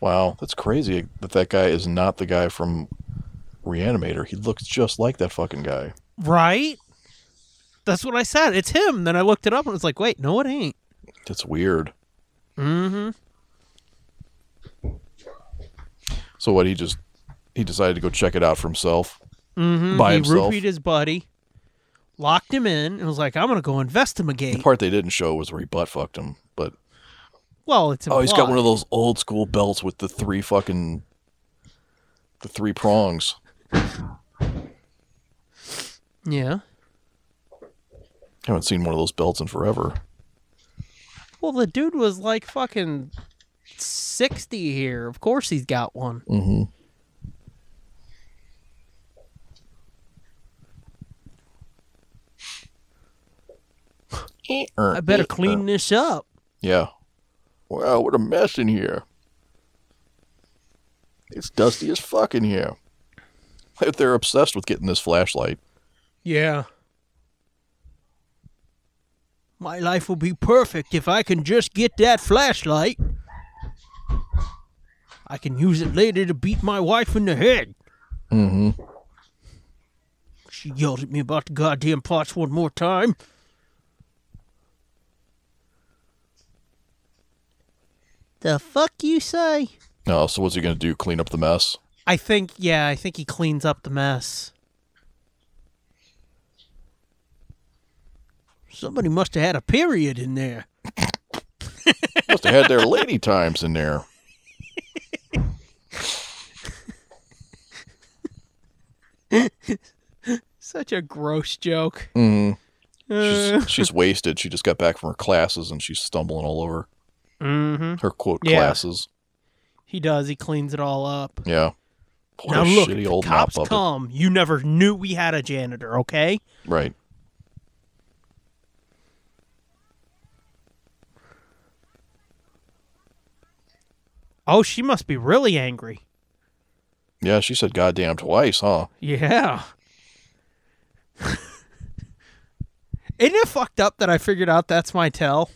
Wow, that's crazy that that guy is not the guy from Reanimator. He looks just like that fucking guy.
Right? That's what I said. It's him. Then I looked it up and was like, wait, no, it ain't.
That's weird.
Mm
So what? He just he decided to go check it out for himself.
hmm. Mm hmm.
By
he
himself.
roofied his buddy, locked him in, and was like, I'm going to go
The
investigate.
part they didn't show was where he butt fucked him, but
Well, it's
Oh, he's got
implied.
one of those old school belts with the three fucking the three prongs.
Yeah.
haven't seen one of those belts in forever.
Well, the dude was like fucking 60 here. Of course he's got one.
Mm-hmm.
I better clean this up.
Yeah. Wow, what a mess in here. It's dusty as fuck in here. They're obsessed with getting this flashlight.
Yeah. My life will be perfect if I can just get that flashlight. I can use it later to beat my wife in the head.
Mm-hmm.
She yelled at me about the goddamn pots one more time. The fuck you say?
Oh, so what's he gonna do? Clean up the mess?
I think, yeah, I think he cleans up the mess. Somebody must have had a period in there.
Must have had their lady times in there.
Such a gross joke.
Mm-hmm.
Uh,
She's, she's wasted. She just got back from her classes and she's stumbling all over
mm-hmm.
her quote
Yeah.
classes.
He does. He cleans it all up.
Yeah. What
now
a
look,
shitty
if
old
the cops
mop up.
come. You never knew we had a janitor, okay?
Right.
Oh, she must be really angry.
Yeah, she said goddamn twice, huh?
Yeah. [LAUGHS] Isn't it fucked up that I figured out that's my tell?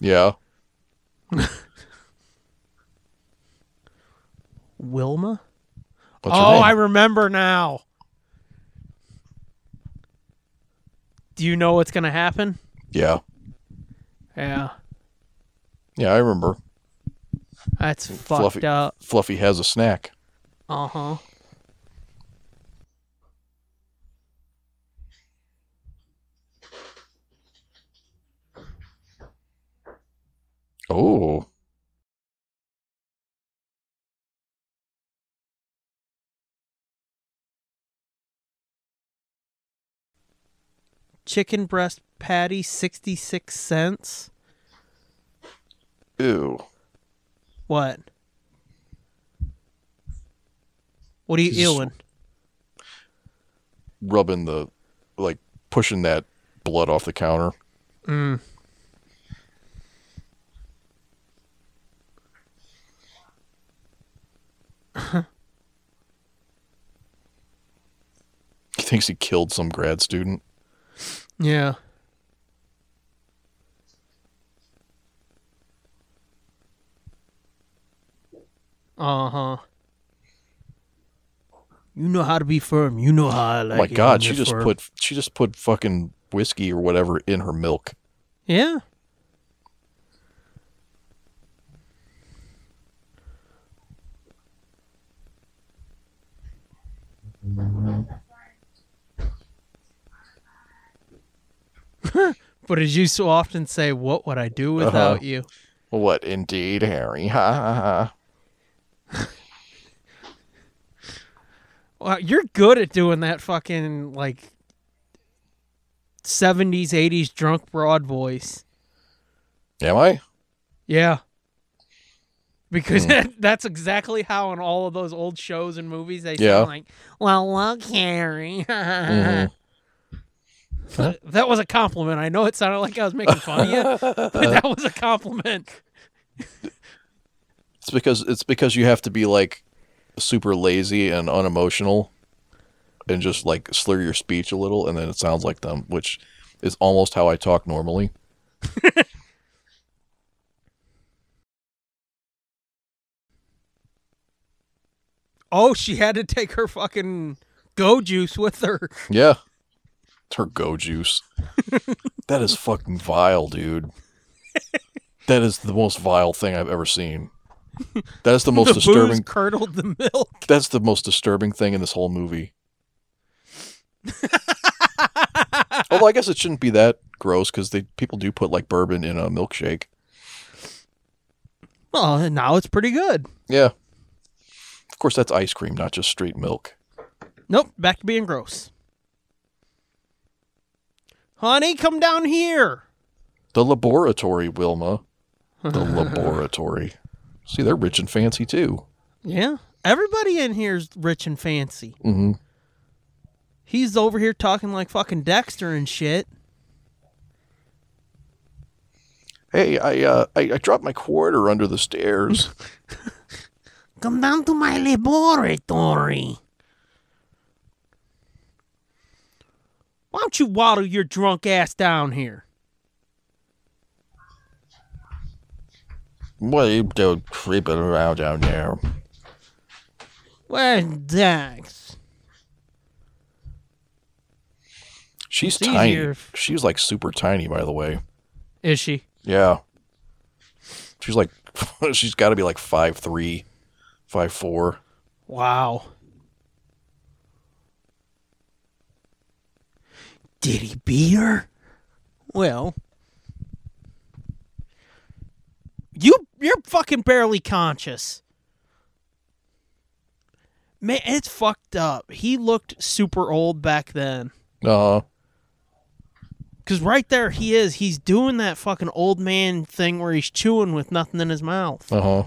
Yeah.
Wilma?
What's
oh,
her name?
I remember now. Do you know what's going to happen?
yeah.
Yeah.
Yeah, I remember.
That's
Fluffy
fucked up.
Fluffy has a snack.
Uh huh.
Oh,
Chicken breast patty, 66 cents.
ew.
What? What are you
Jesus.
ewing?
Rubbing the, like, pushing that blood off the counter.
Mm.
He thinks he killed some grad student.
Yeah. Uh huh. You know how to be firm. You know how I like.
Oh My
it when
God, she
you're
just
firm.
put she just put fucking whiskey or whatever in her milk.
Yeah. [LAUGHS] but as you so often say, what would I do without you?
What indeed, Harry? Ha ha ha.
Wow, you're good at doing that fucking like 70s, 80s drunk broad voice.
Am I?
Yeah. Because
Hmm.
[LAUGHS] that's exactly how in all of those old shows and movies they
Yeah.
sound like, well, look, Harry. [LAUGHS]
Mm-hmm.
Th- That was a compliment. I know it sounded like I was making fun of
[LAUGHS]
you, but that was a compliment.
It's because it's because you have to be like super lazy and unemotional, and just like slur your speech a little, and then it sounds like them, which is almost how I talk normally.
Oh, she had to take her fucking go juice with her.
Yeah, it's her
[LAUGHS]
go juice. that is fucking vile, dude. That is the most vile thing I've ever seen.
[LAUGHS]
That is the most
the booze
disturbing.
curdled the milk. [LAUGHS]
That's the most disturbing thing in this whole movie. Although I guess it shouldn't be that gross because they people do put like bourbon in a milkshake.
Well, Oh, and now it's pretty good.
Yeah. Of course, that's ice cream, not just straight milk.
Nope, back to being gross. Honey, come down here.
The laboratory, Wilma.
[LAUGHS]
The laboratory. See, they're rich and fancy too.
Yeah. Everybody in here's rich and fancy.
hmm
He's over here talking like fucking Dexter and shit.
Hey, I, uh, I I dropped my quarter under
[LAUGHS]
the stairs.
Come down to my laboratory. Why don't you waddle your drunk ass down here?
what are you doing creeping around down there?
Where's Dex?
She's
It's
tiny.
easier if-
She's like super tiny, by the way.
Is she?
Yeah. She's like, [LAUGHS] she's got to be like five three, five four.
Wow. Did he beat her? Well, you you're fucking barely conscious. Man, it's fucked up. He looked super old back then.
Uh,
Cause right there he is. He's doing that fucking old man thing where he's chewing with nothing in his mouth.
uh huh.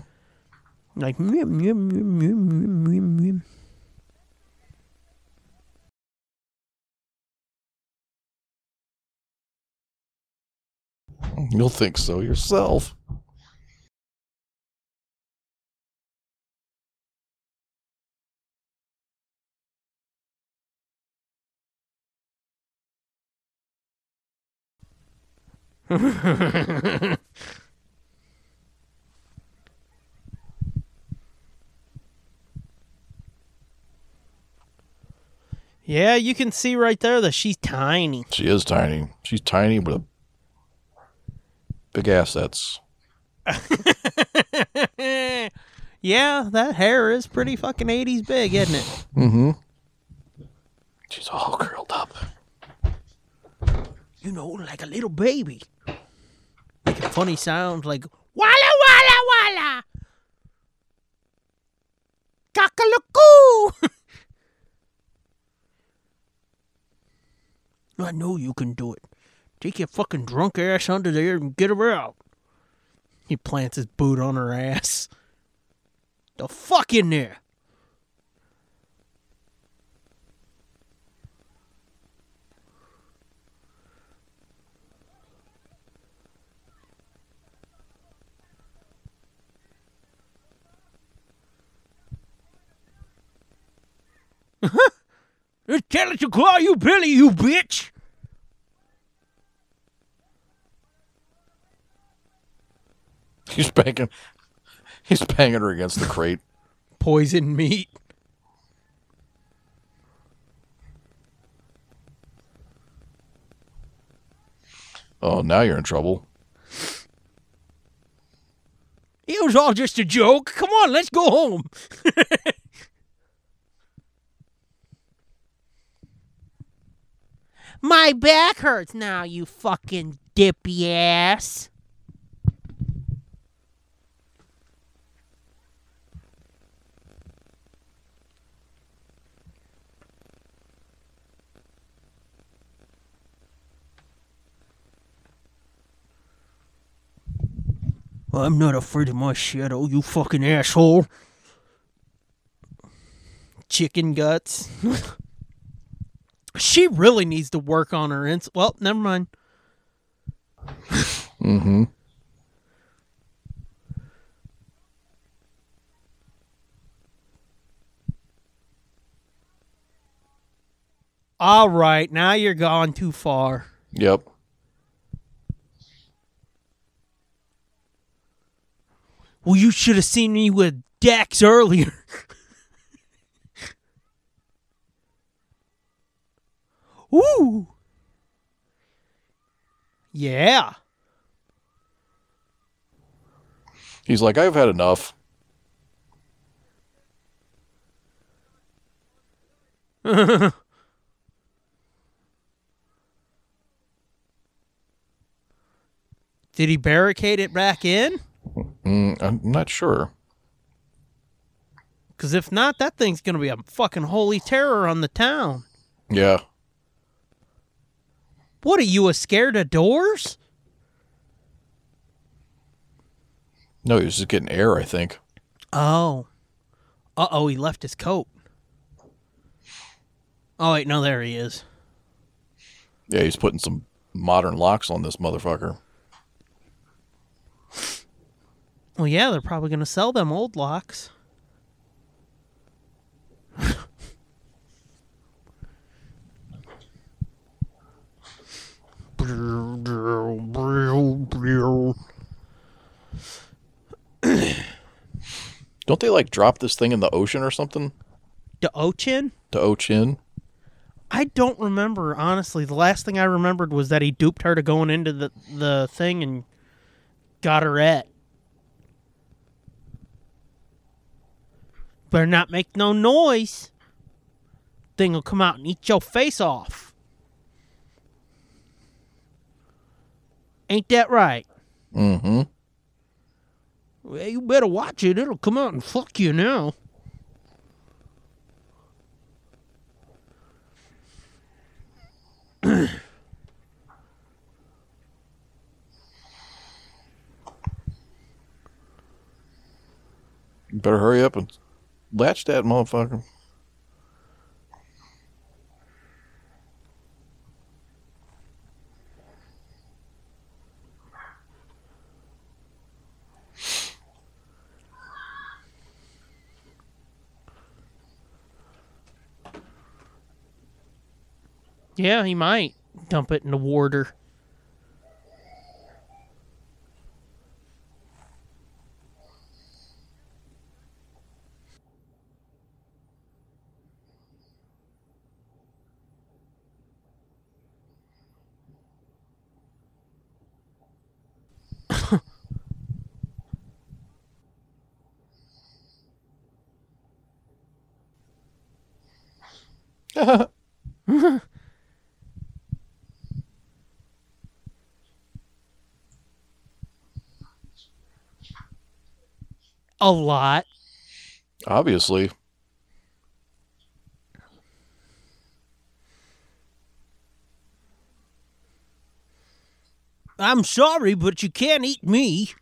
Like "Meow, meow, meow, meow, meow, meow, meow."
You'll think so yourself.
Yeah, you can see right there that she's tiny.
She is tiny. She's tiny with a big assets.
yeah, that hair is pretty fucking 80s big, isn't it?
Mm-hmm. She's all curled up.
You know, like a little baby. Making funny sounds like Walla walla walla. Cockaloocoo. [LAUGHS] I know you can do it. Take your fucking drunk ass under there and get her out. He plants his boot on her ass. The fuck in there. Just tell it to call you Billy, you bitch.
He's banging. He's banging her against the crate.
Poison meat.
Oh, now you're in trouble.
It was all just a joke. Come on, let's go home. [LAUGHS] My back hurts now, you fucking dippy ass. I'm not afraid of my shadow, you fucking asshole. Chicken guts. [LAUGHS] she really needs to work on her ins. Well, never mind. [LAUGHS]
Mm-hmm.
All right, now you're gone too far.
Yep.
Well, you should have seen me with Dax earlier. [LAUGHS] Ooh. Yeah.
He's like, I've had enough.
Did he barricade it back in?
Mm, I'm not sure.
Because if not, that thing's going to be a fucking holy terror on the town.
Yeah.
What are you, a scared of doors?
No, he was just getting air. I think.
Oh. Uh oh, he left his coat. Oh, wait, no, there he is.
Yeah, he's putting some modern locks on this motherfucker.
Well, yeah, they're probably going to sell them old locks.
Don't they like drop this thing in the ocean or something
The Ochin?
to Ochin?
I don't remember, honestly. The last thing I remembered was that he duped her to going into the, the thing and got her at. Better not make no noise. Thing will come out and eat your face off. Ain't that right?
Mm-hmm.
Well, you better watch it. It'll come out and fuck you now.
You better hurry up and latch that motherfucker. [LAUGHS]
Yeah, he might dump it in the water. a lot.
Obviously.
I'm sorry, but you can't eat me.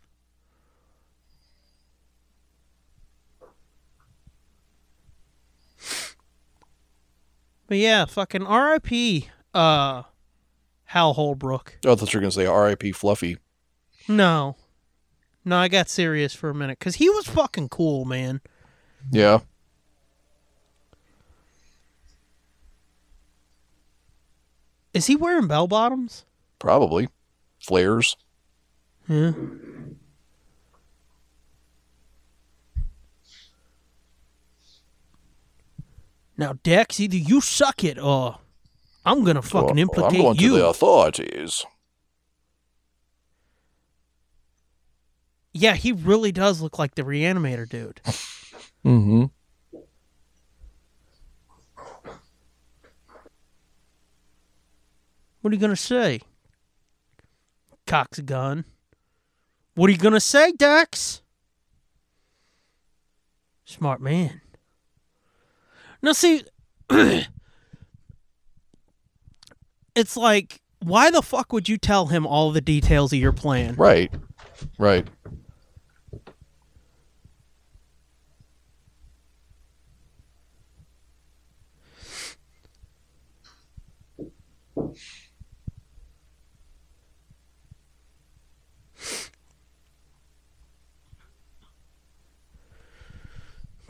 But yeah, fucking R.I.P. Uh, Hal Holbrook.
Oh, I thought you were going to say RIP Fluffy.
No, no, I got serious for a minute because he was fucking cool, man.
Yeah.
Is he wearing bell bottoms?
Probably. Flares.
Yeah. Now, Dex, either you suck it or I'm gonna fucking
Well,
implicate
I'm going
you.
to the authorities.
Yeah, he really does look like the reanimator dude.
Mm-hmm.
What are you gonna say? Cocks a gun. What are you gonna say, Dex? Smart man. Now see [CLEARS THROAT] It's like, why the fuck would you tell him all the details of your plan?
Right. Right.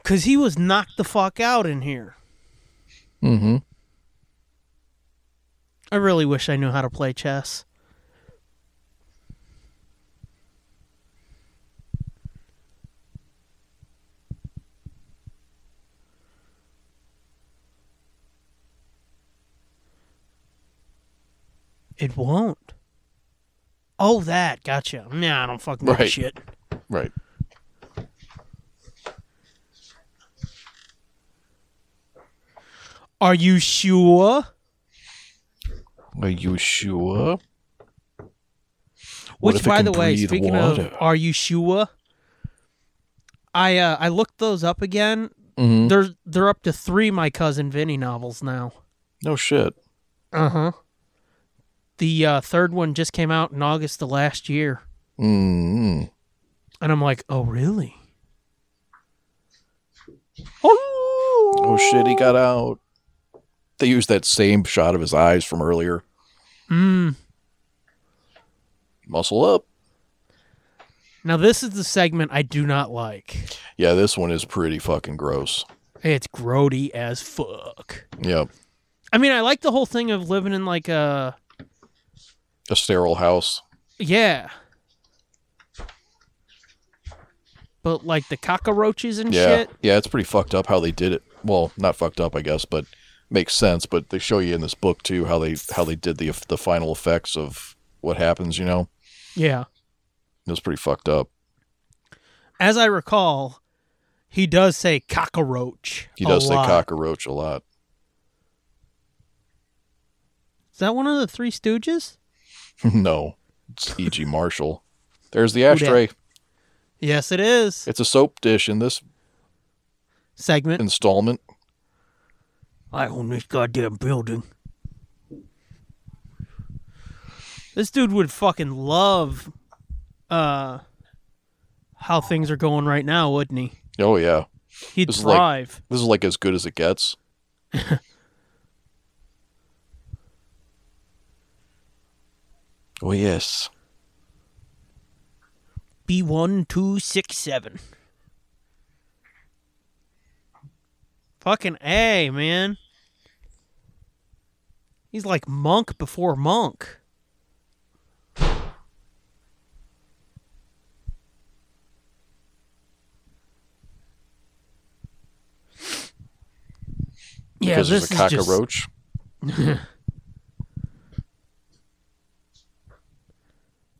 Cause he was knocked the fuck out in here.
Mm-hmm.
I really wish I knew how to play chess. It won't. Oh, that. Gotcha. Nah, I don't fucking give a
Right.
shit.
Right.
Are you sure?
Are you sure? What
Which,
if it
by
can
the way,
breathe
speaking of,
water?
are you sure? I uh, I looked those up again.
Mm-hmm.
They're they're up to three my cousin Vinny novels now.
No shit.
Uh
Uh-huh.
huh. The uh, third one just came out in August of last year,
Mm-hmm.
and I'm like, oh really? Oh,
Oh shit, he got out. They used that same shot of his eyes from earlier.
Mm.
Muscle up.
Now this is the segment I do not like.
Yeah, this one is pretty fucking gross.
It's grody as fuck.
Yep.
I mean, I like the whole thing of living in like a
A sterile house.
yeah, but like the cockroaches and
Yeah.
Oh, shit.
Yeah, it's pretty fucked up how they did it. Well, not fucked up, I guess, but makes sense. But they show you in this book too how they how they did the the final effects of what happens. You know,
Yeah.
it was pretty fucked up.
as I recall, he does say cockroach.
He
a
does say
lot.
cockroach a lot. [LAUGHS]
Is that one of the Three Stooges?
no, it's E.G. Marshall. There's the
dat?
ashtray.
Yes, it is.
It's a soap dish in this
Segment.
installment.
I own this goddamn building. This dude would fucking love uh how things are going right now, wouldn't he?
Oh yeah,
He'd
This is like-
thrive.
this is like as good as it gets. [LAUGHS] oh yes.
B one two six seven. Fucking A, man. He's like monk before monk. Yeah,
because
this
there's a
is just-
cockroach.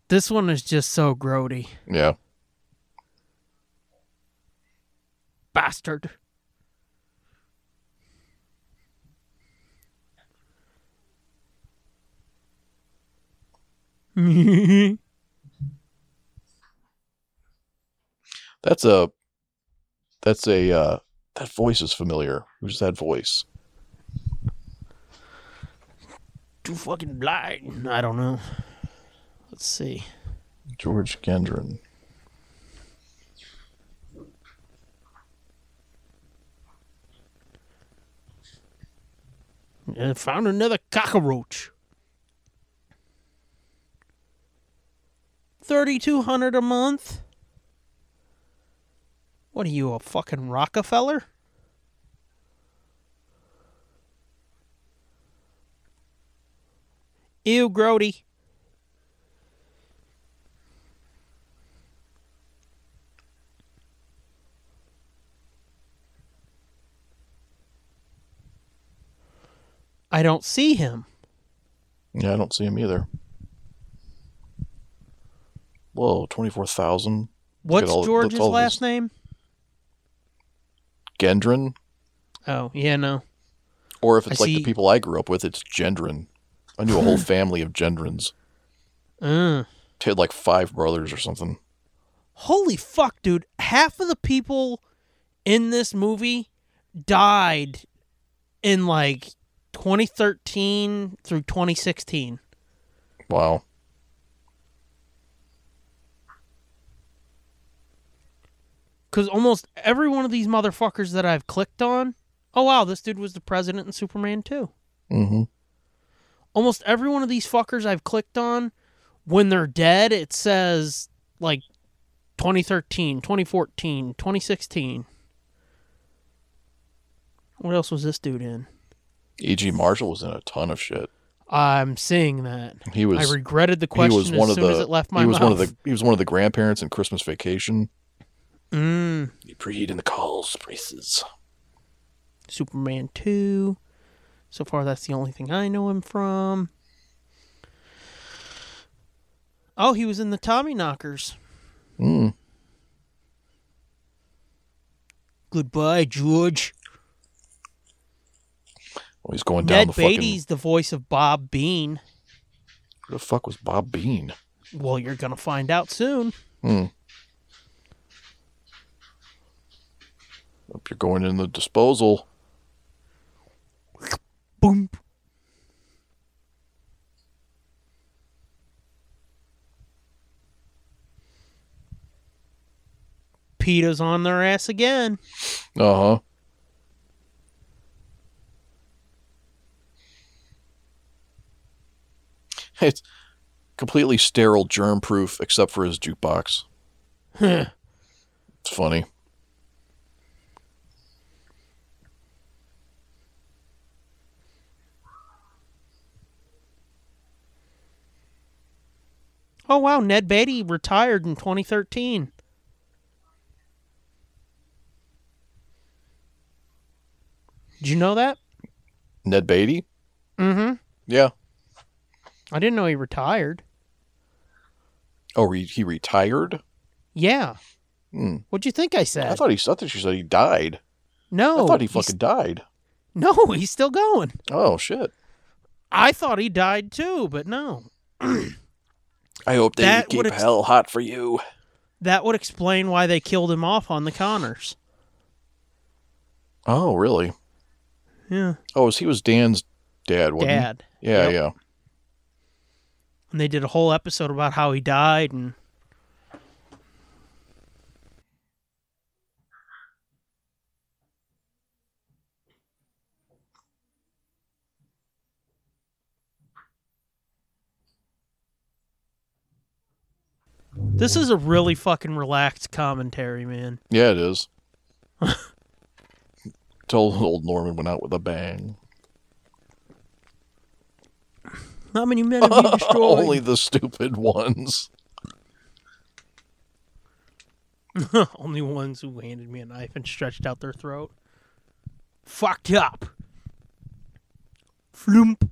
this one is just so grody.
Yeah.
bastard. yeah,
That's a That's a uh, that voice is familiar. Who's that voice?
Too fucking blind. I don't know. Let's see.
George Gendron.
I found another cockroach. 3200 a month? What are you, a fucking Rockefeller? Ew, Grody. I don't see him.
Yeah, I don't see him either. Whoa, twenty four thousand
What's
all- look at
George's
all
last
this.
name?
Gendron,
Oh, yeah, no.
or if it's
I
like
see-
the people I grew up with, it's Gendron. I knew
[LAUGHS]
a whole family of Gendrons.
Uh.
They had like five brothers or something.
holy fuck, dude, half of the people in this movie died in like 2013 through 2016.
Wow.
Because almost every one of these motherfuckers that I've clicked on, oh wow, this dude was the president in Superman 2.
Mm-hmm.
Almost every one of these fuckers I've clicked on, when they're dead, it says like 2013, 2014, 2016. What else was this dude in?
E.G. E Marshall was in a ton of shit.
I'm seeing that.
He was
I regretted the
he
question
was one
as
of
soon
the
as it left my
he was
mouth. [LAUGHS]
one of the he was one of the grandparents in Christmas Vacation.
mm,
He breed in the calls, braces.
Superman two. So far, that's the only thing I know him from. Oh, he was in the Tommy Knockers.
Mm.
Goodbye, George.
Well, he's going down
Ned
the
Beatty's the voice of Bob Bean.
fucking. Who the fuck was Bob Bean?
Well, you're gonna find out soon.
Hope you're going in the disposal.
Boom. PETA's on their ass again.
Uh huh. It's completely sterile, germ proof, except for his jukebox. it's funny.
Oh wow, Ned Beatty retired in 2013. Did you know that?
Ned Beatty?
Mm-hmm.
Yeah.
I didn't know he retired.
Oh, he, he retired?
Yeah.
Hmm.
What'd you think I said?
I thought he. I thought you said he died.
no.
I thought he
Oh, he's-
fucking died.
[LAUGHS] No, he's still going.
Oh shit!
I thought he died too, but no.
I hope they
That
keep
would ex-
hell hot for you.
That would explain why they killed him off on the Connors.
Oh really?
Yeah.
Oh, so he was Dan's dad, wasn't he?
Dad.
Yeah,
Yep.
yeah.
And they did a whole episode about how he died and This is a really fucking relaxed commentary, man.
Yeah, it is. Told old Norman went out with a bang.
How many men
[LAUGHS]
have you destroyed?
Only the stupid ones. [LAUGHS]
[LAUGHS] Only ones who handed me a knife and stretched out their throat. Fucked up. Floomp.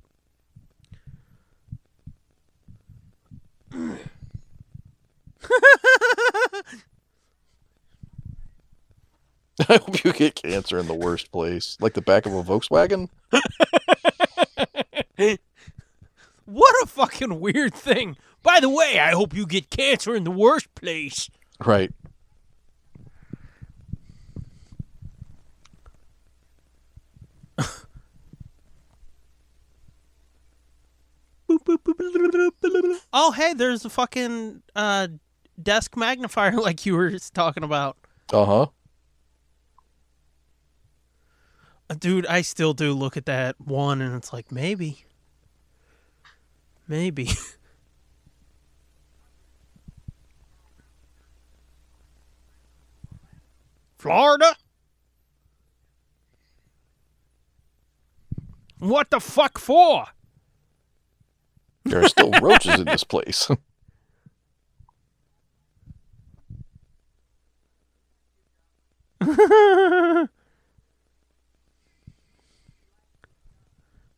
I hope you get cancer in the worst place, like the back of a Volkswagen.
What a fucking weird thing. By the way, I hope you get cancer in the worst place.
Right.
oh hey, there's a fucking uh, desk magnifier [LAUGHS] like you were just talking about.
Uh huh.
Uh, Dude, I still do look at that one and it's like maybe, maybe. [LAUGHS] Florida. What the fuck for?
There are still roaches in this place. [LAUGHS]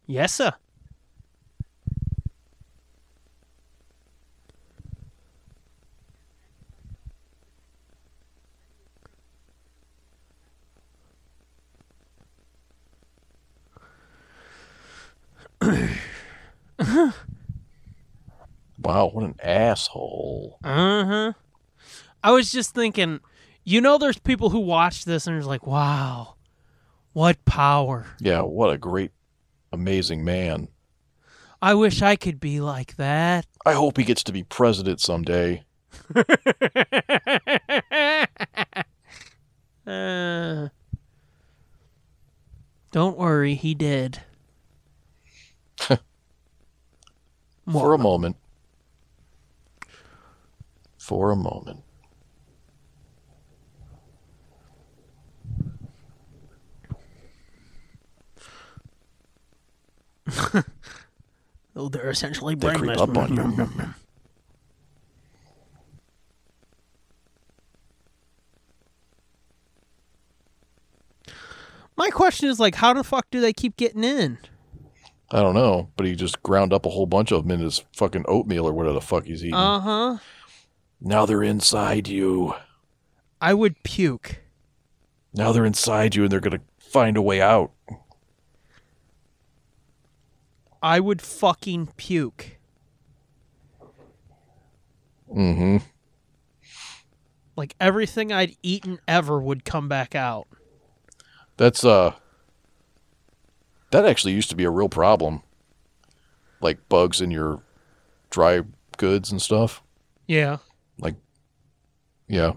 Yes, sir.
wow, what an asshole.
Uh huh. I was just thinking, you know, there's people who watch this and are like, wow, what power.
Yeah, what a great, amazing man.
I wish I could be like that.
I hope he gets to be president someday.
Uh, don't worry, he
[LAUGHS]
did.
For a moment. For a moment.
Oh, they're essentially
They creep
brainless.
up on you.
My question is like, how the fuck do they keep getting in?
I don't know, but he just ground up a whole bunch of them in his fucking oatmeal or whatever the fuck he's eating.
Uh huh.
now they're inside you.
I would puke.
Now they're inside you and they're going to find a way out.
I would fucking puke.
Mm hmm.
Like everything I'd eaten ever would come back out.
That's uh that actually used to be a real problem. Like bugs in your dry goods and stuff.
Yeah.
Like yeah.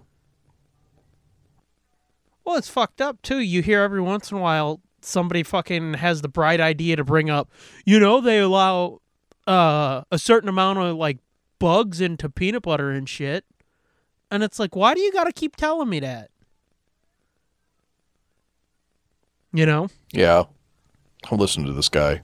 Well, it's fucked up too. You hear every once in a while somebody fucking has the bright idea to bring up, you know, they allow uh, a certain amount of like bugs into peanut butter and shit. And it's like, why do you got to keep telling me that? You know?
Yeah. I'll listen to this guy.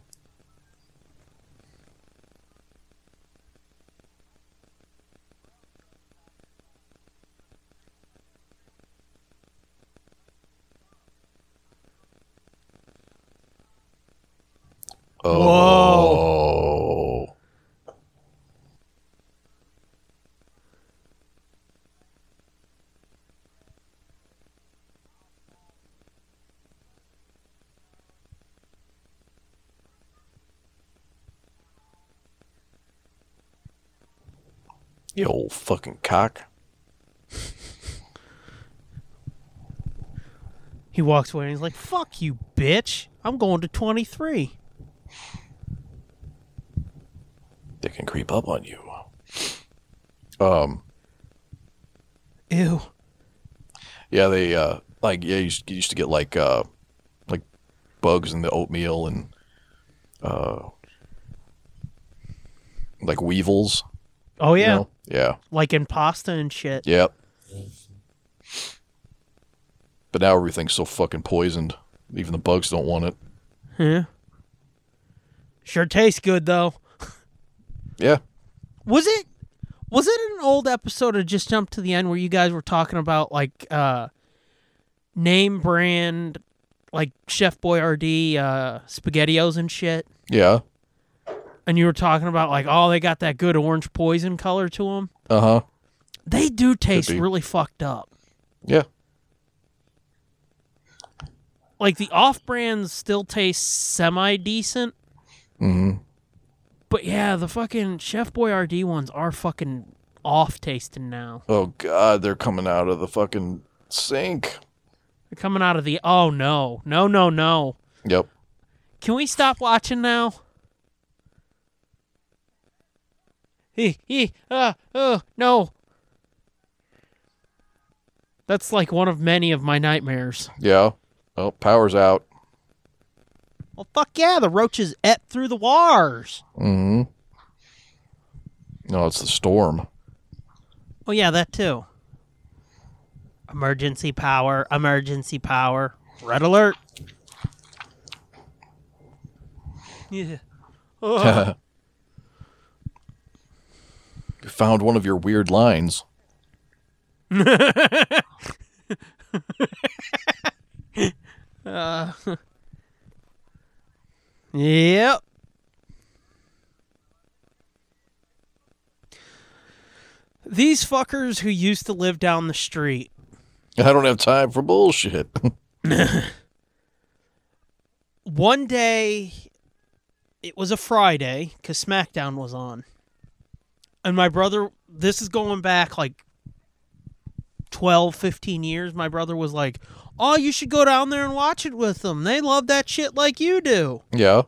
Oh. You old fucking cock.
He walks away and he's like, fuck you, bitch. I'm going to 23.
They can creep up on you. Um
Ew.
Yeah, they uh like yeah, you used, you used to get like uh like bugs in the oatmeal and uh like weevils.
Oh,
you
yeah.
know? Yeah.
Like in pasta and shit.
Yep. But now everything's so fucking poisoned. Even the bugs don't want it.
Yeah. Sure tastes good, though.
Yeah.
was it was it an old episode of just jump to the end where you guys were talking about like uh name brand like chef boyardee uh spaghettios and shit
Yeah.
and you were talking about like oh they got that good orange poison color to them
Uh huh.
they do taste
be.
really fucked up
Yeah.
like the off brands still taste semi decent
hmm
but yeah the fucking chef boyardee ones are fucking off tasting now
Oh god, they're coming out of the fucking sink.
they're coming out of the oh no no no no
Yep.
Can we stop watching now? eh, eh, ah, oh, no. That's like one of many of my nightmares.
Yeah. Well, power's out.
Well, fuck yeah, the roaches ate through the wires.
Mm-hmm. No, it's the storm.
Oh yeah, that too. Emergency power, emergency power. Red alert. Yeah. Ugh.
you [LAUGHS] found one of your weird lines.
yep. These fuckers who used to live down the street
I don't have time for bullshit. [LAUGHS]
one day it was a friday because smackdown was on and my brother this is going back like 12 15 years my brother was like oh you should go down there and watch it with them they love that shit like you do
yeah.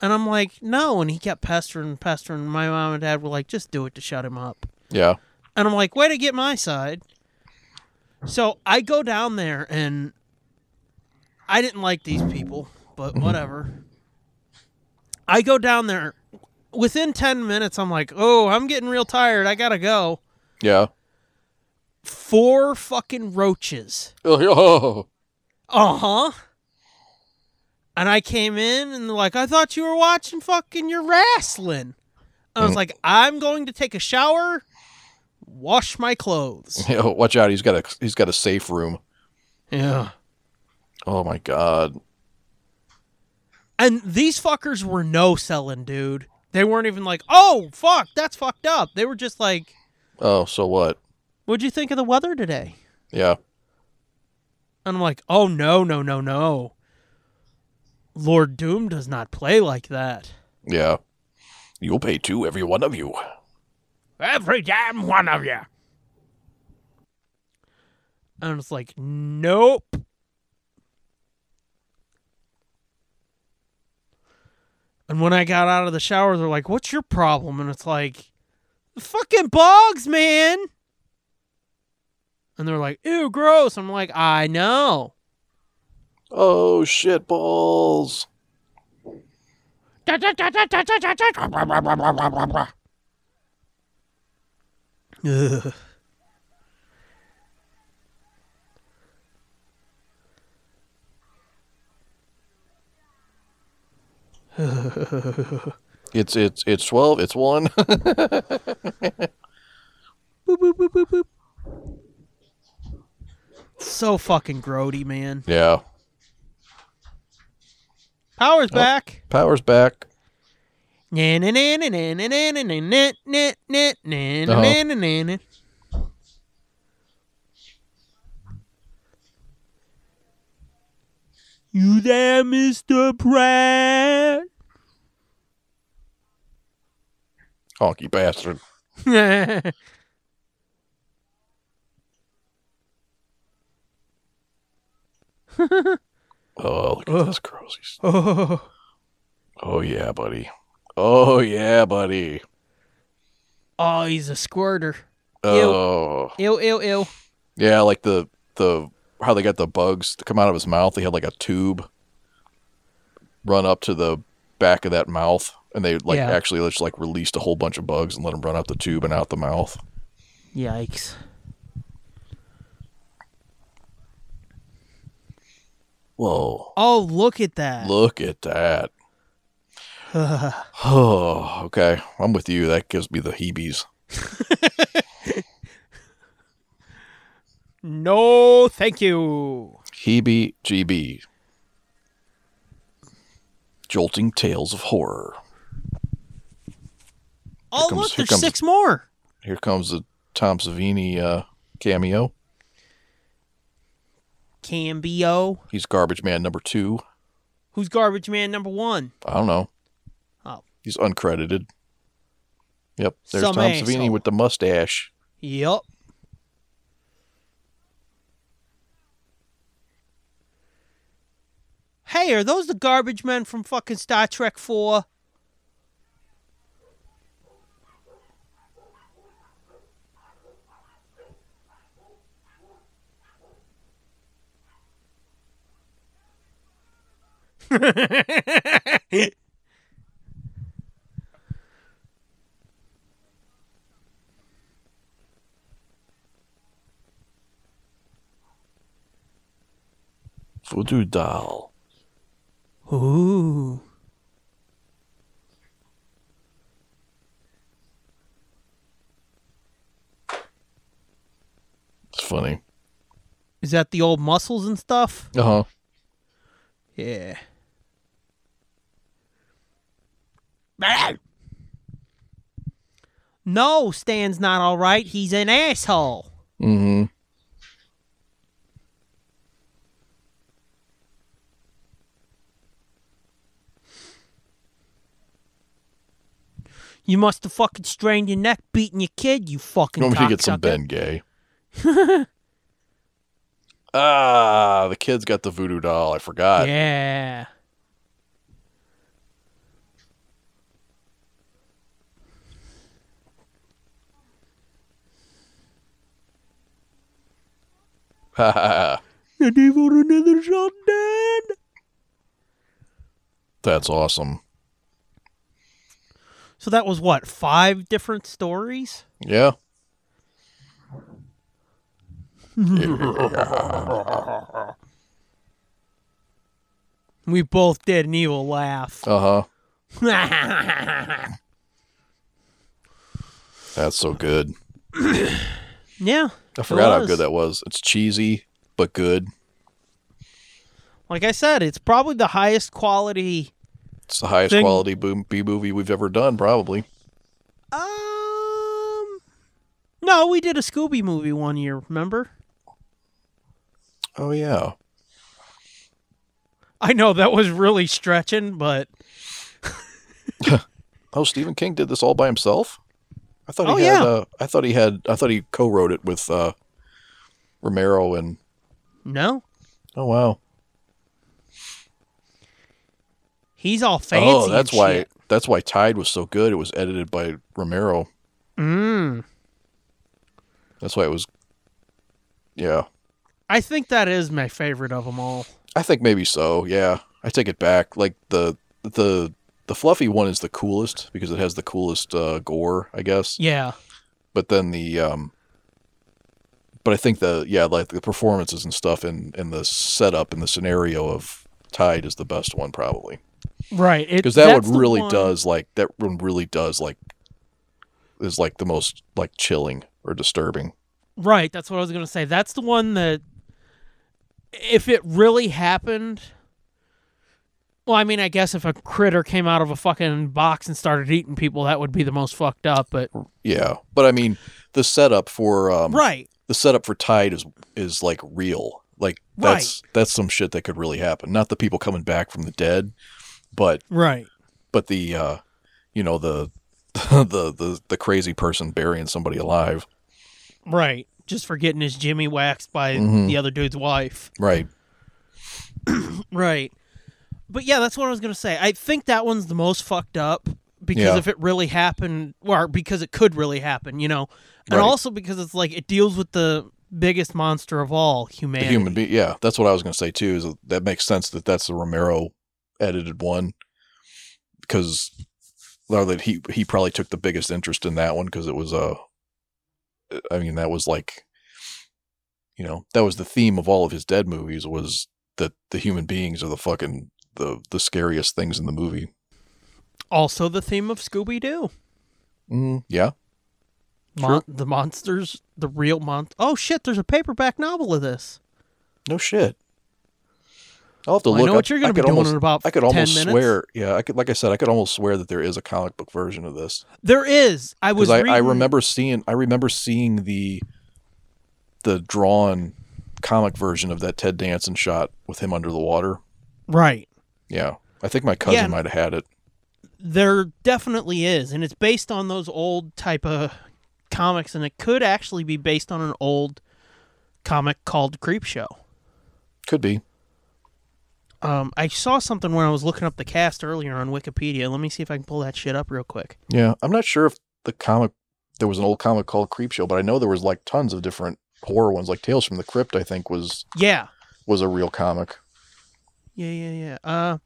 and i'm like no and he kept pestering and pestering my mom and dad were like just do it to shut him up
Yeah.
and I'm like, way to get my side. So I go down there and I didn't like these people, but whatever. I go down there. Within 10 minutes, I'm like, oh, I'm getting real tired. I got to go.
Yeah.
Four fucking roaches.
[LAUGHS] Oh,
Uh huh. And I came in and they're like, I thought you were watching fucking your wrestling. I was like, I'm going to take a shower, wash my clothes.
yeah. Watch out. He's got a he's got a safe room.
Yeah.
Oh my god.
And these fuckers were no selling, dude. They weren't even like, oh, fuck, that's fucked up. They were just like,
Oh, so what?
what'd you think of the weather today?
Yeah.
And I'm like, oh, no, no, no, no. Lord Doom does not play like that.
Yeah. You'll pay two, every one of you.
Every damn one of you. And it's like, nope. And when I got out of the shower, they're like, what's your problem? And it's like, the fucking bugs, man. And they're like, ew, gross. I'm like, I know.
Oh shit balls.
Ugh.
It's it's it's twelve, it's one. [LAUGHS]
Boop, boop, boop, boop, boop. So fucking grody, man.
yeah.
Power's back.
Power's back.
Na na na na na na na na na na na na na na na na na. You there, Mr. Pratt?
Honky bastard. Oh, look at this gross. He's-
[LAUGHS] oh.
Oh yeah, buddy. Oh yeah, buddy.
oh, he's a squirter.
Oh.
Ew, ew, ew.
Yeah, like the the how they got the bugs to come out of his mouth. They had like a tube run up to the back of that mouth, and they like
Yeah.
actually just like released a whole bunch of bugs and let them run out the tube and out the mouth.
Yikes.
Whoa!
Oh, look at that.
Look at that. [SIGHS] oh, okay. I'm with you. That gives me the heebies.
No, thank you.
Heebie GB. Jolting tales of horror.
Oh,
comes-
look,
here
there's
comes-
six more.
Here comes the Tom Savini uh, cameo.
Cambio.
He's garbage man number two.
Who's garbage man number one?
I don't know.
Oh.
He's uncredited. Yep. There's
Some
Tom
asshole.
Savini with the mustache.
Yep. Hey, are those the garbage men from fucking Star Trek 4?
Voodoo doll.
[LAUGHS] Ooh.
It's funny.
Is that the old muscles and stuff?
Uh huh.
Yeah. No, Stan's not all right. He's an asshole.
Mm
You must have fucking strained your neck beating your kid, you
hmm.
fucking
You want me to get
cocksucker.
some
[LAUGHS]
Ben Gay? ah, the kid's got the voodoo doll. I forgot.
Yeah. And he wrote another shot, Dad.
That's awesome.
So that was what, five different stories?
Yeah.
We both did an evil laugh.
Uh huh. Oh.
[LAUGHS] yeah.
That's so good. I
it
forgot how
was.
good that was. It's cheesy, but good.
Like I said, it's probably the highest quality.
It's the highest
Thing-
quality boom B movie we've ever done, probably.
Um. No, we did a Scooby movie one year, remember?
Oh yeah.
I know that was really stretching, but
Oh, Stephen King did this all by himself. I thought he
Oh,
had.
yeah.
Uh, I thought he had. I thought he co-wrote it with uh, Romero and.
no.
Oh wow.
He's all fancy.
oh, that's
and
why.
shit.
That's why Tide was so good. It was edited by Romero.
Mm.
That's why it was. Yeah,
I think that is my favorite of them all.
I think maybe so. Yeah, I take it back. Like the the the fluffy one is the coolest because it has the coolest uh, gore, I guess.
Yeah.
but then the um but i think the yeah like the performances and stuff and and the setup and the scenario of tide is the best one probably
Right.
because that one really does like that one really does like is like the most like chilling or disturbing
Right, that's what I was going to say. That's the one that if it really happened Well, I mean, I guess if a critter came out of a fucking box and started eating people, that would be the most fucked up, but
yeah but i mean the setup for um
Right.
the setup for tide is is like real like that's that's some shit that could really happen not the people coming back from the dead but
Right.
but the uh you know the [LAUGHS] the the the crazy person burying somebody alive
Right. Just for getting his Jimmy waxed by
Mhm.
the other dude's wife.
right
Right. But yeah, that's what I was gonna say. I think that one's the most fucked up because
Yeah.
if it really happened, or because it could really happen, you know, and
Right.
also because it's like it deals with the biggest monster of all,
the
humanity.
human being yeah that's what i was going to say too is that makes sense that that's the romero edited one because or that he he probably took the biggest interest in that one because it was uh, I mean that was like you know that was the theme of all of his dead movies was that the human beings are the fucking the the scariest things in the movie
Also, the theme of Scooby Doo,
mm, yeah
Mon- the monsters, the real mon. Oh shit! There's a paperback novel of this.
No shit. I'll have to
Well, I
look.
know what you're gonna
I could
be doing
almost,
in about
I could
10
almost
minutes.
swear. Yeah, I could. Like I said, I could almost swear that there is a comic book version of this
There is. I was.
because I, I
reading-
remember seeing. I remember seeing the the drawn comic version of that Ted Danson shot with him under the water.
Right.
Yeah, I think my cousin
Yeah.
might have had it.
There definitely is, and it's based on those old type of comics, and it could actually be based on an old comic called Creep Show.
Could be.
Um, I saw something when I was looking up the cast earlier on Wikipedia. Let me see if I can pull that shit up real quick.
Yeah, I'm not sure if the comic there was an old comic called Creepshow, but I know there was like tons of different horror ones. Like Tales from the Crypt, I think was
Yeah,
was a real comic.
Yeah, yeah, yeah. Uh,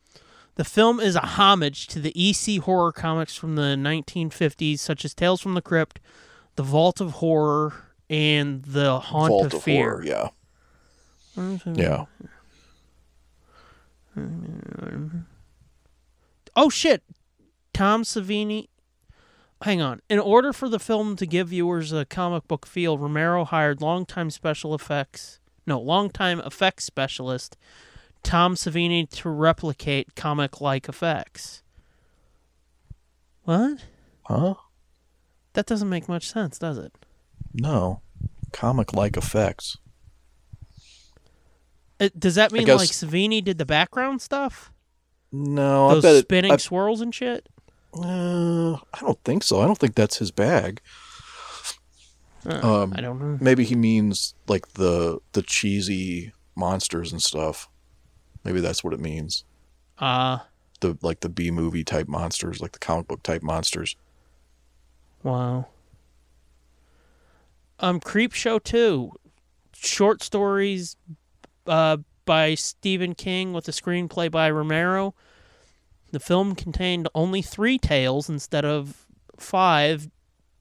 the film is a homage to the EC horror comics from the 1950s, such as Tales from the Crypt, The Vault of Horror, and The Haunt
Vault
of,
of
Fear. Mm-hmm.
Horror. Yeah. Yeah.
Oh shit. Tom Savini. Hang on. In order for the film to give viewers a comic book feel, Romero hired longtime special effects, no, longtime effects specialist Tom Savini to replicate comic-like effects. What?
Huh?
That doesn't make much sense, does it?
No. Comic like effects.
it does that mean
guess-
like Savini did the background stuff?
No, Oh, I bet
Those
it-
spinning
I,
swirls and shit?
uh, I don't think so. I don't think that's his bag.
Uh,
Um,
I don't know.
Maybe he means like the the cheesy monsters and stuff. Maybe that's what it means.
Uh
The like the B movie type monsters, like the comic book type monsters.
Wow. Um, Creep Show Two, short stories, uh, by Stephen King with a screenplay by Romero. The film contained only three tales instead of five,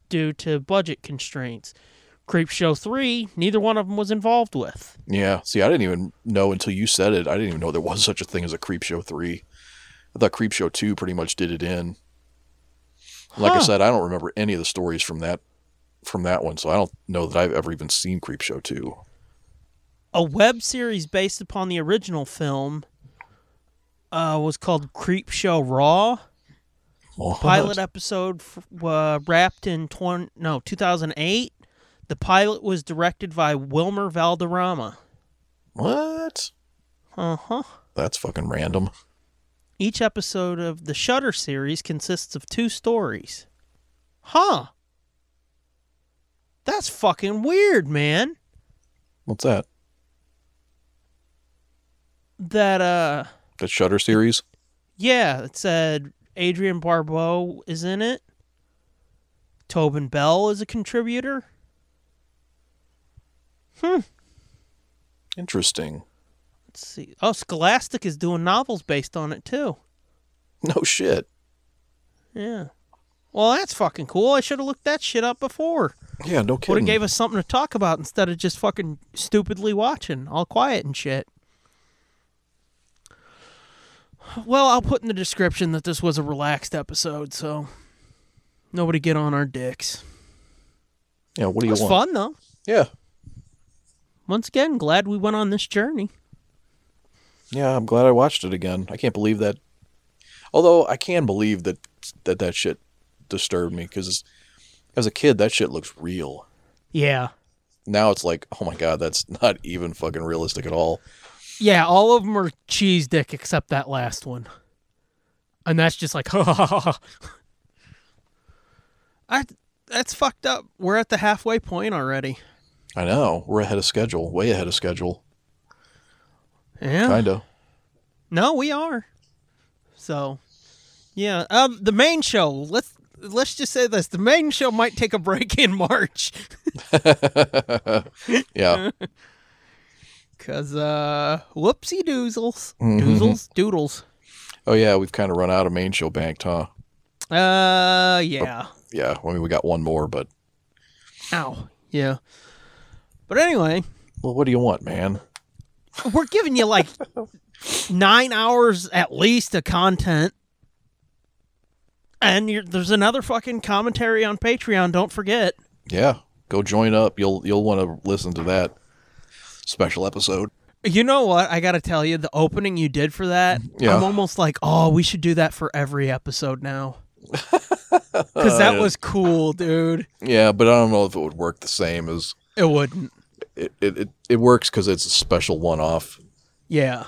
due to budget constraints. Creep Show Three, neither one of them was involved with.
Yeah. See, I didn't even know until you said it. I didn't even know there was such a thing as a Creep Show three. I thought Creep Show two pretty much did it in. Like I
Huh.
said, I don't remember any of the stories from that from that one, so I don't know that I've ever even seen Creep Show two.
A web series based upon the original film uh, was called Creep Show Raw.
What?
pilot episode f- uh, wrapped in 20, no 2008 the pilot was directed by wilmer valderrama
What?
uh-huh
That's fucking random.
each episode of the shutter series consists of two stories huh that's fucking weird man
What's that?
that uh
That Shutter series?
yeah it said adrian barbeau is in it tobin bell is a contributor
Interesting.
let's see oh scholastic is doing novels based on it too
No shit.
Yeah. Well, that's fucking cool. I should have looked that shit up before.
Yeah, no
Would
kidding.
have gave us something to talk about instead of just fucking stupidly watching, all quiet and shit. Well, I'll put in the description that this was a relaxed episode, so nobody get on our dicks.
yeah, what
It
do you
was
want?
fun though.
Yeah.
Once again, glad we went on this journey.
Yeah, I'm glad I watched it again. I can't believe that. Although I can believe that that, that shit disturbed me because as a kid, that shit looks real.
Yeah.
Now it's like, oh my God, that's [LAUGHS] not even fucking realistic at all.
Yeah, all of them are cheese dick except that last one. And that's just like, [LAUGHS] I, that's fucked up. We're at the halfway point already.
I know. We're ahead of schedule, way ahead of schedule.
Yeah.
Kind of.
No, we are. So, yeah. Um, the main show. Let's let's just say this: the main show might take a break in March
[LAUGHS] Yeah.
because uh, whoopsie doozles, doozles, doodles.
oh, yeah, we've kind of run out of main show banked, huh?
Uh, yeah.
Yeah. I mean, we got one more, but
Ow. Yeah. But anyway.
well, what do you want, man?
we're giving you like nine hours at least of content. And you're, there's another fucking commentary on Patreon. Don't forget.
Yeah, go join up. You'll you'll want to listen to that special episode.
You know what? I got to tell you, the opening you did for that,
Yeah.
I'm almost like, oh, we should do that for every episode now. Because that was cool, dude.
Yeah, but I don't know if it would work the same as
It wouldn't.
it. It it, it works because it's a special one off.
Yeah.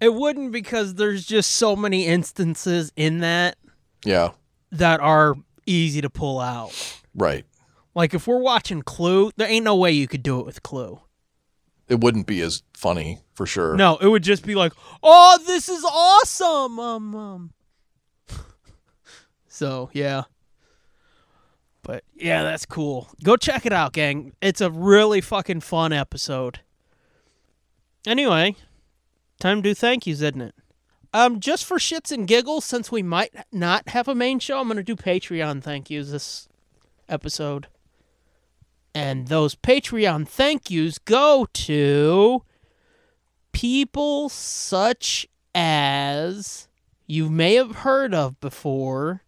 It wouldn't because there's just so many instances in that
Yeah,
that are easy to pull out.
right.
Like if we're watching Clue, there ain't no way you could do it with Clue.
It wouldn't be as funny for sure.
No, it would just be like, "Oh, this is awesome." Um, um. [LAUGHS] So, yeah. But yeah, that's cool. Go check it out, gang. It's a really fucking fun episode. Anyway, Time to do thank yous, isn't it? Um, just for shits and giggles, since we might not have a main show, I'm gonna do Patreon thank yous this episode. And those Patreon thank yous go to people such as you may have heard of before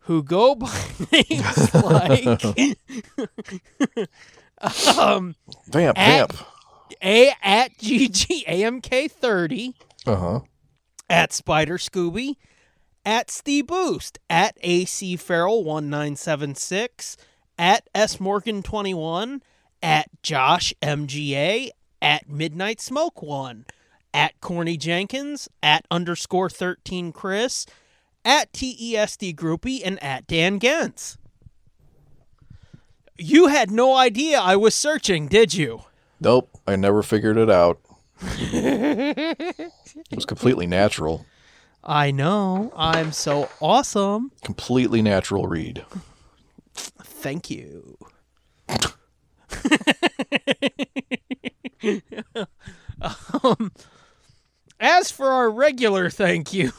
who go by [LAUGHS] names like um
Vamp,
At-
vamp.
a at GGAMK30,
Uh huh.
at Spider Scooby, at Steve Boost, at AC Farrell 1976, at S Morgan 21, at Josh MGA, at Midnight Smoke 1, at Corny Jenkins, at underscore 13 Chris, at TESD Groupie, and at Dan Gens. You had no idea I was searching, did you?
Nope. I never figured it
[LAUGHS]
out. it was completely natural.
I know. I'm so awesome.
Completely natural read.
Thank you. [LAUGHS] um, as for our regular thank you,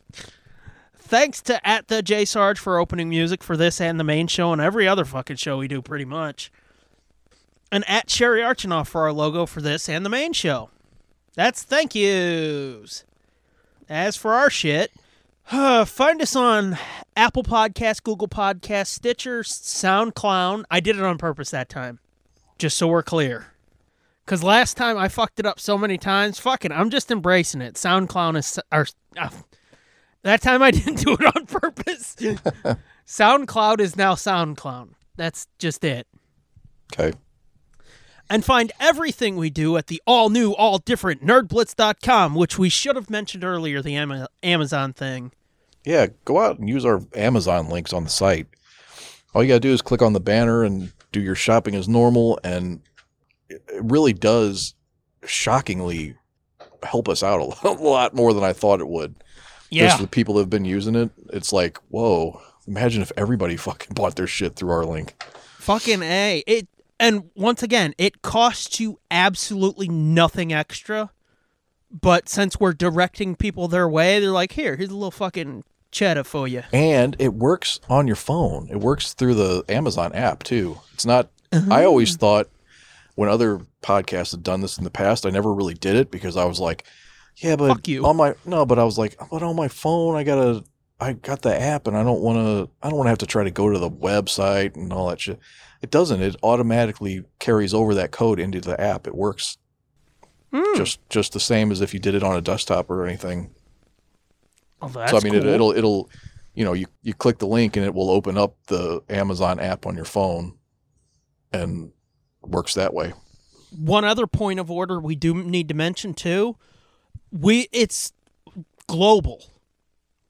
[LAUGHS] thanks to at the J Sarge for opening music for this and the main show and every other fucking show we do, pretty much. And at Sherry Archinoff for our logo for this and the main show. That's thank yous. As for our shit, uh, find us on Apple Podcast, Google Podcast, Stitcher, SoundCloud. I did it on purpose that time, just so we're clear. Cause last time I fucked it up so many times. Fucking, I'm just embracing it. SoundCloud is or uh, that time I [LAUGHS] didn't do it on purpose. SoundCloud is now SoundCloud. That's just it
Okay.
and find everything we do at the all new, all different nerdblitz.com, which we should have mentioned earlier the Ama- Amazon thing.
Yeah, go out and use our Amazon links on the site. All you got to do is click on the banner and do your shopping as normal. And it it really does shockingly help us out a [LAUGHS] lot more than I thought it would. Just for the people that have been using it, it's like, whoa, imagine if everybody fucking [LAUGHS] bought their shit through our link.
Fucking A. It and once again, it costs you absolutely nothing extra. But since we're directing people their way, they're like, here, here's a little fucking cheddar for you.
And it works on your phone. It works through the Amazon app too. It's not I
Oh.
always thought when other podcasts had done this in the past, I never really did it because I was like, yeah, but
Fuck you.
on my no, but I was like, but on my phone I got to I got the app and I don't want to I don't want to have to try to go to the website and all that shit. It doesn't. It automatically carries over that code into the app. It works
Hmm.
just just the same as if you did it on a desktop or anything
Oh, that's
so I mean,
cool.
it, it'll it'll you know you you click the link and it will open up the Amazon app on your phone, and works that way.
one other point of order we do need to mention too we it's global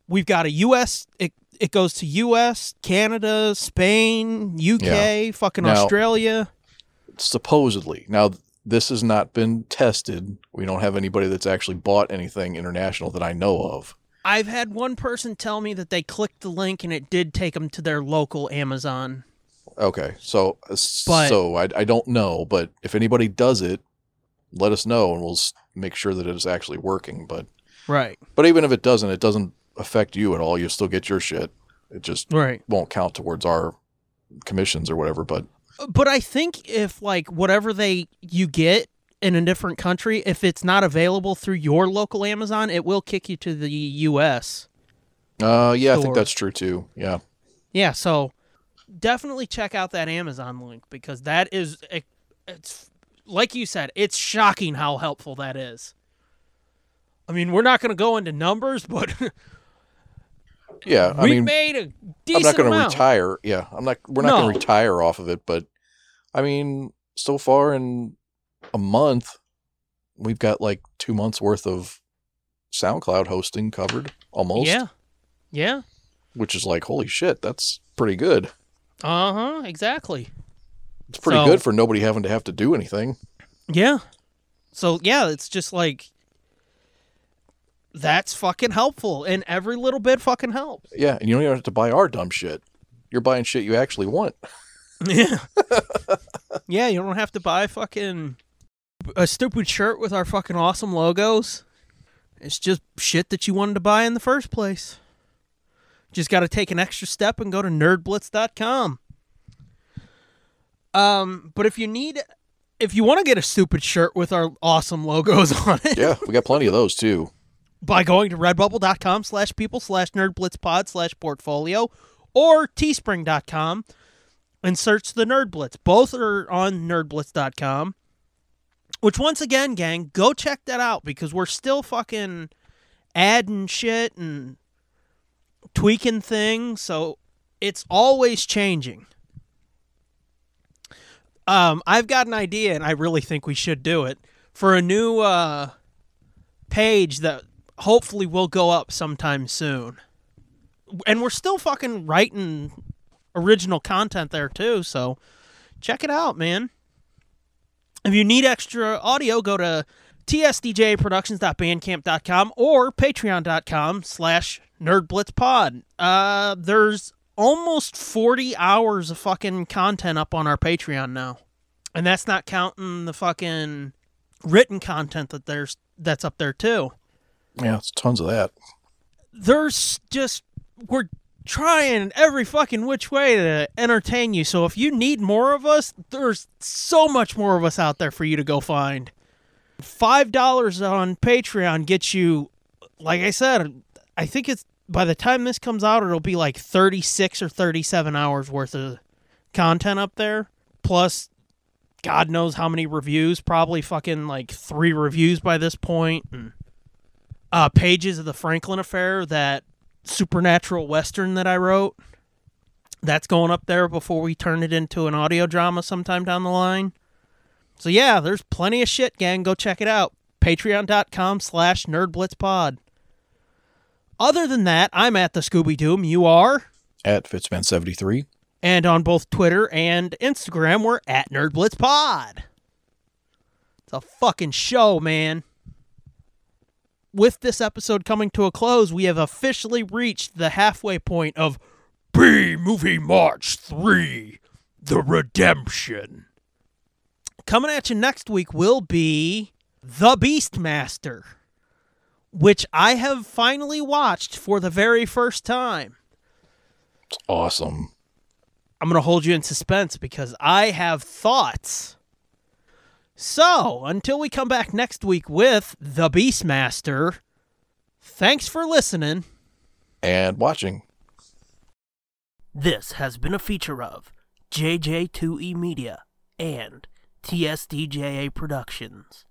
we've got a us it, it goes to us canada spain uk
Yeah.
fucking
Now-
australia
Supposedly, now th- this has not been tested. We don't have anybody that's actually bought anything international that I know of.
i've had one person tell me that they clicked the link and it did take them to their local amazon
Okay, so s-
But-
so I I don't know, but if anybody does it, let us know and we'll s- make sure that it's actually working. But
right
but even if it doesn't, it doesn't affect you at all. You still get your shit. It just
right
won't count towards our commissions or whatever. But
Uh, but i think if like whatever they you get in a different country if it's not available through your local amazon it will kick you to the us
uh, yeah, I
Store.
think that's true too. Yeah,
Yeah, so definitely check out that Amazon link because that is it- it's like you said, it's shocking how helpful that is. I mean, we're not going to go into numbers, [LAUGHS] but
yeah. I
we
mean,
made a
I'm
decent
not going to
amount.
retire. Yeah, I'm not. We're not
No.
going to retire off of it. But I mean, so far in a month, we've got like two months worth of SoundCloud hosting covered almost.
Yeah. Yeah.
which is like holy shit. That's pretty good.
Uh-huh, exactly.
It's pretty
So-
good for nobody having to have to do anything.
Yeah. So yeah, it's just like that's fucking helpful and every little bit fucking
[LAUGHS]
helps.
Yeah, and you don't even have to buy our dumb shit. You're buying shit you actually want.
[LAUGHS] Yeah. yeah, you don't have to buy fucking a stupid shirt with our fucking awesome logos. It's just shit that you wanted to buy in the first place. Just got to take an extra step and go to nerdblitz.com. Um, but if you need if you want to get a stupid shirt with our awesome logos [LAUGHS] on it,
Yeah, [LAUGHS] we got plenty of those too.
by going to redbubble.com slash people slash nerdblitzpod slash portfolio or teespring.com and search the nerdblitz both are on nerdblitz.com which once again gang go check that out because we're still fucking adding shit and tweaking things so it's always changing um, i've got an idea and i really think we should do it for a new uh, page that hopefully will go up sometime soon. And we're still fucking writing original content there too, so check it out, man. If you need extra audio, go to tsdjproductions.bandcamp.com or patreon.com slash nerdblitzpod. Uh, there's almost 40 hours of fucking content up on our Patreon now. And that's not counting the fucking written content that there's that's up there too.
Yeah, it's tons of that.
There's just we're trying every fucking which way to entertain you. So if you need more of us, there's so much more of us out there for you to go find. Five dollars on Patreon gets you, like I said, I think it's by the time this comes out, it'll be like thirty six or thirty seven hours worth of content up there. Plus, God knows how many reviews, probably fucking like three reviews by this point, and uh, pages of the Franklin affair, that supernatural western that I wrote. That's going up there before we turn it into an audio drama sometime down the line. So yeah, there's plenty of shit, gang. Go check it out. Patreon.com slash nerdblitzpod. Other than that, I'm at the Scooby Doom. You are?
At Fitzman73.
And on both Twitter and Instagram, we're at NerdblitzPod. It's a fucking show, man. With this episode coming to a close, we have officially reached the halfway point of B Movie March 3 The Redemption. Coming at you next week will be The Beastmaster, which I have finally watched for the very first time.
It's awesome.
I'm going to hold you in suspense because I have thoughts. So, until we come back next week with The Beastmaster, thanks for listening.
And watching.
This has been a feature of E JJ2E Media and TSDJA Productions.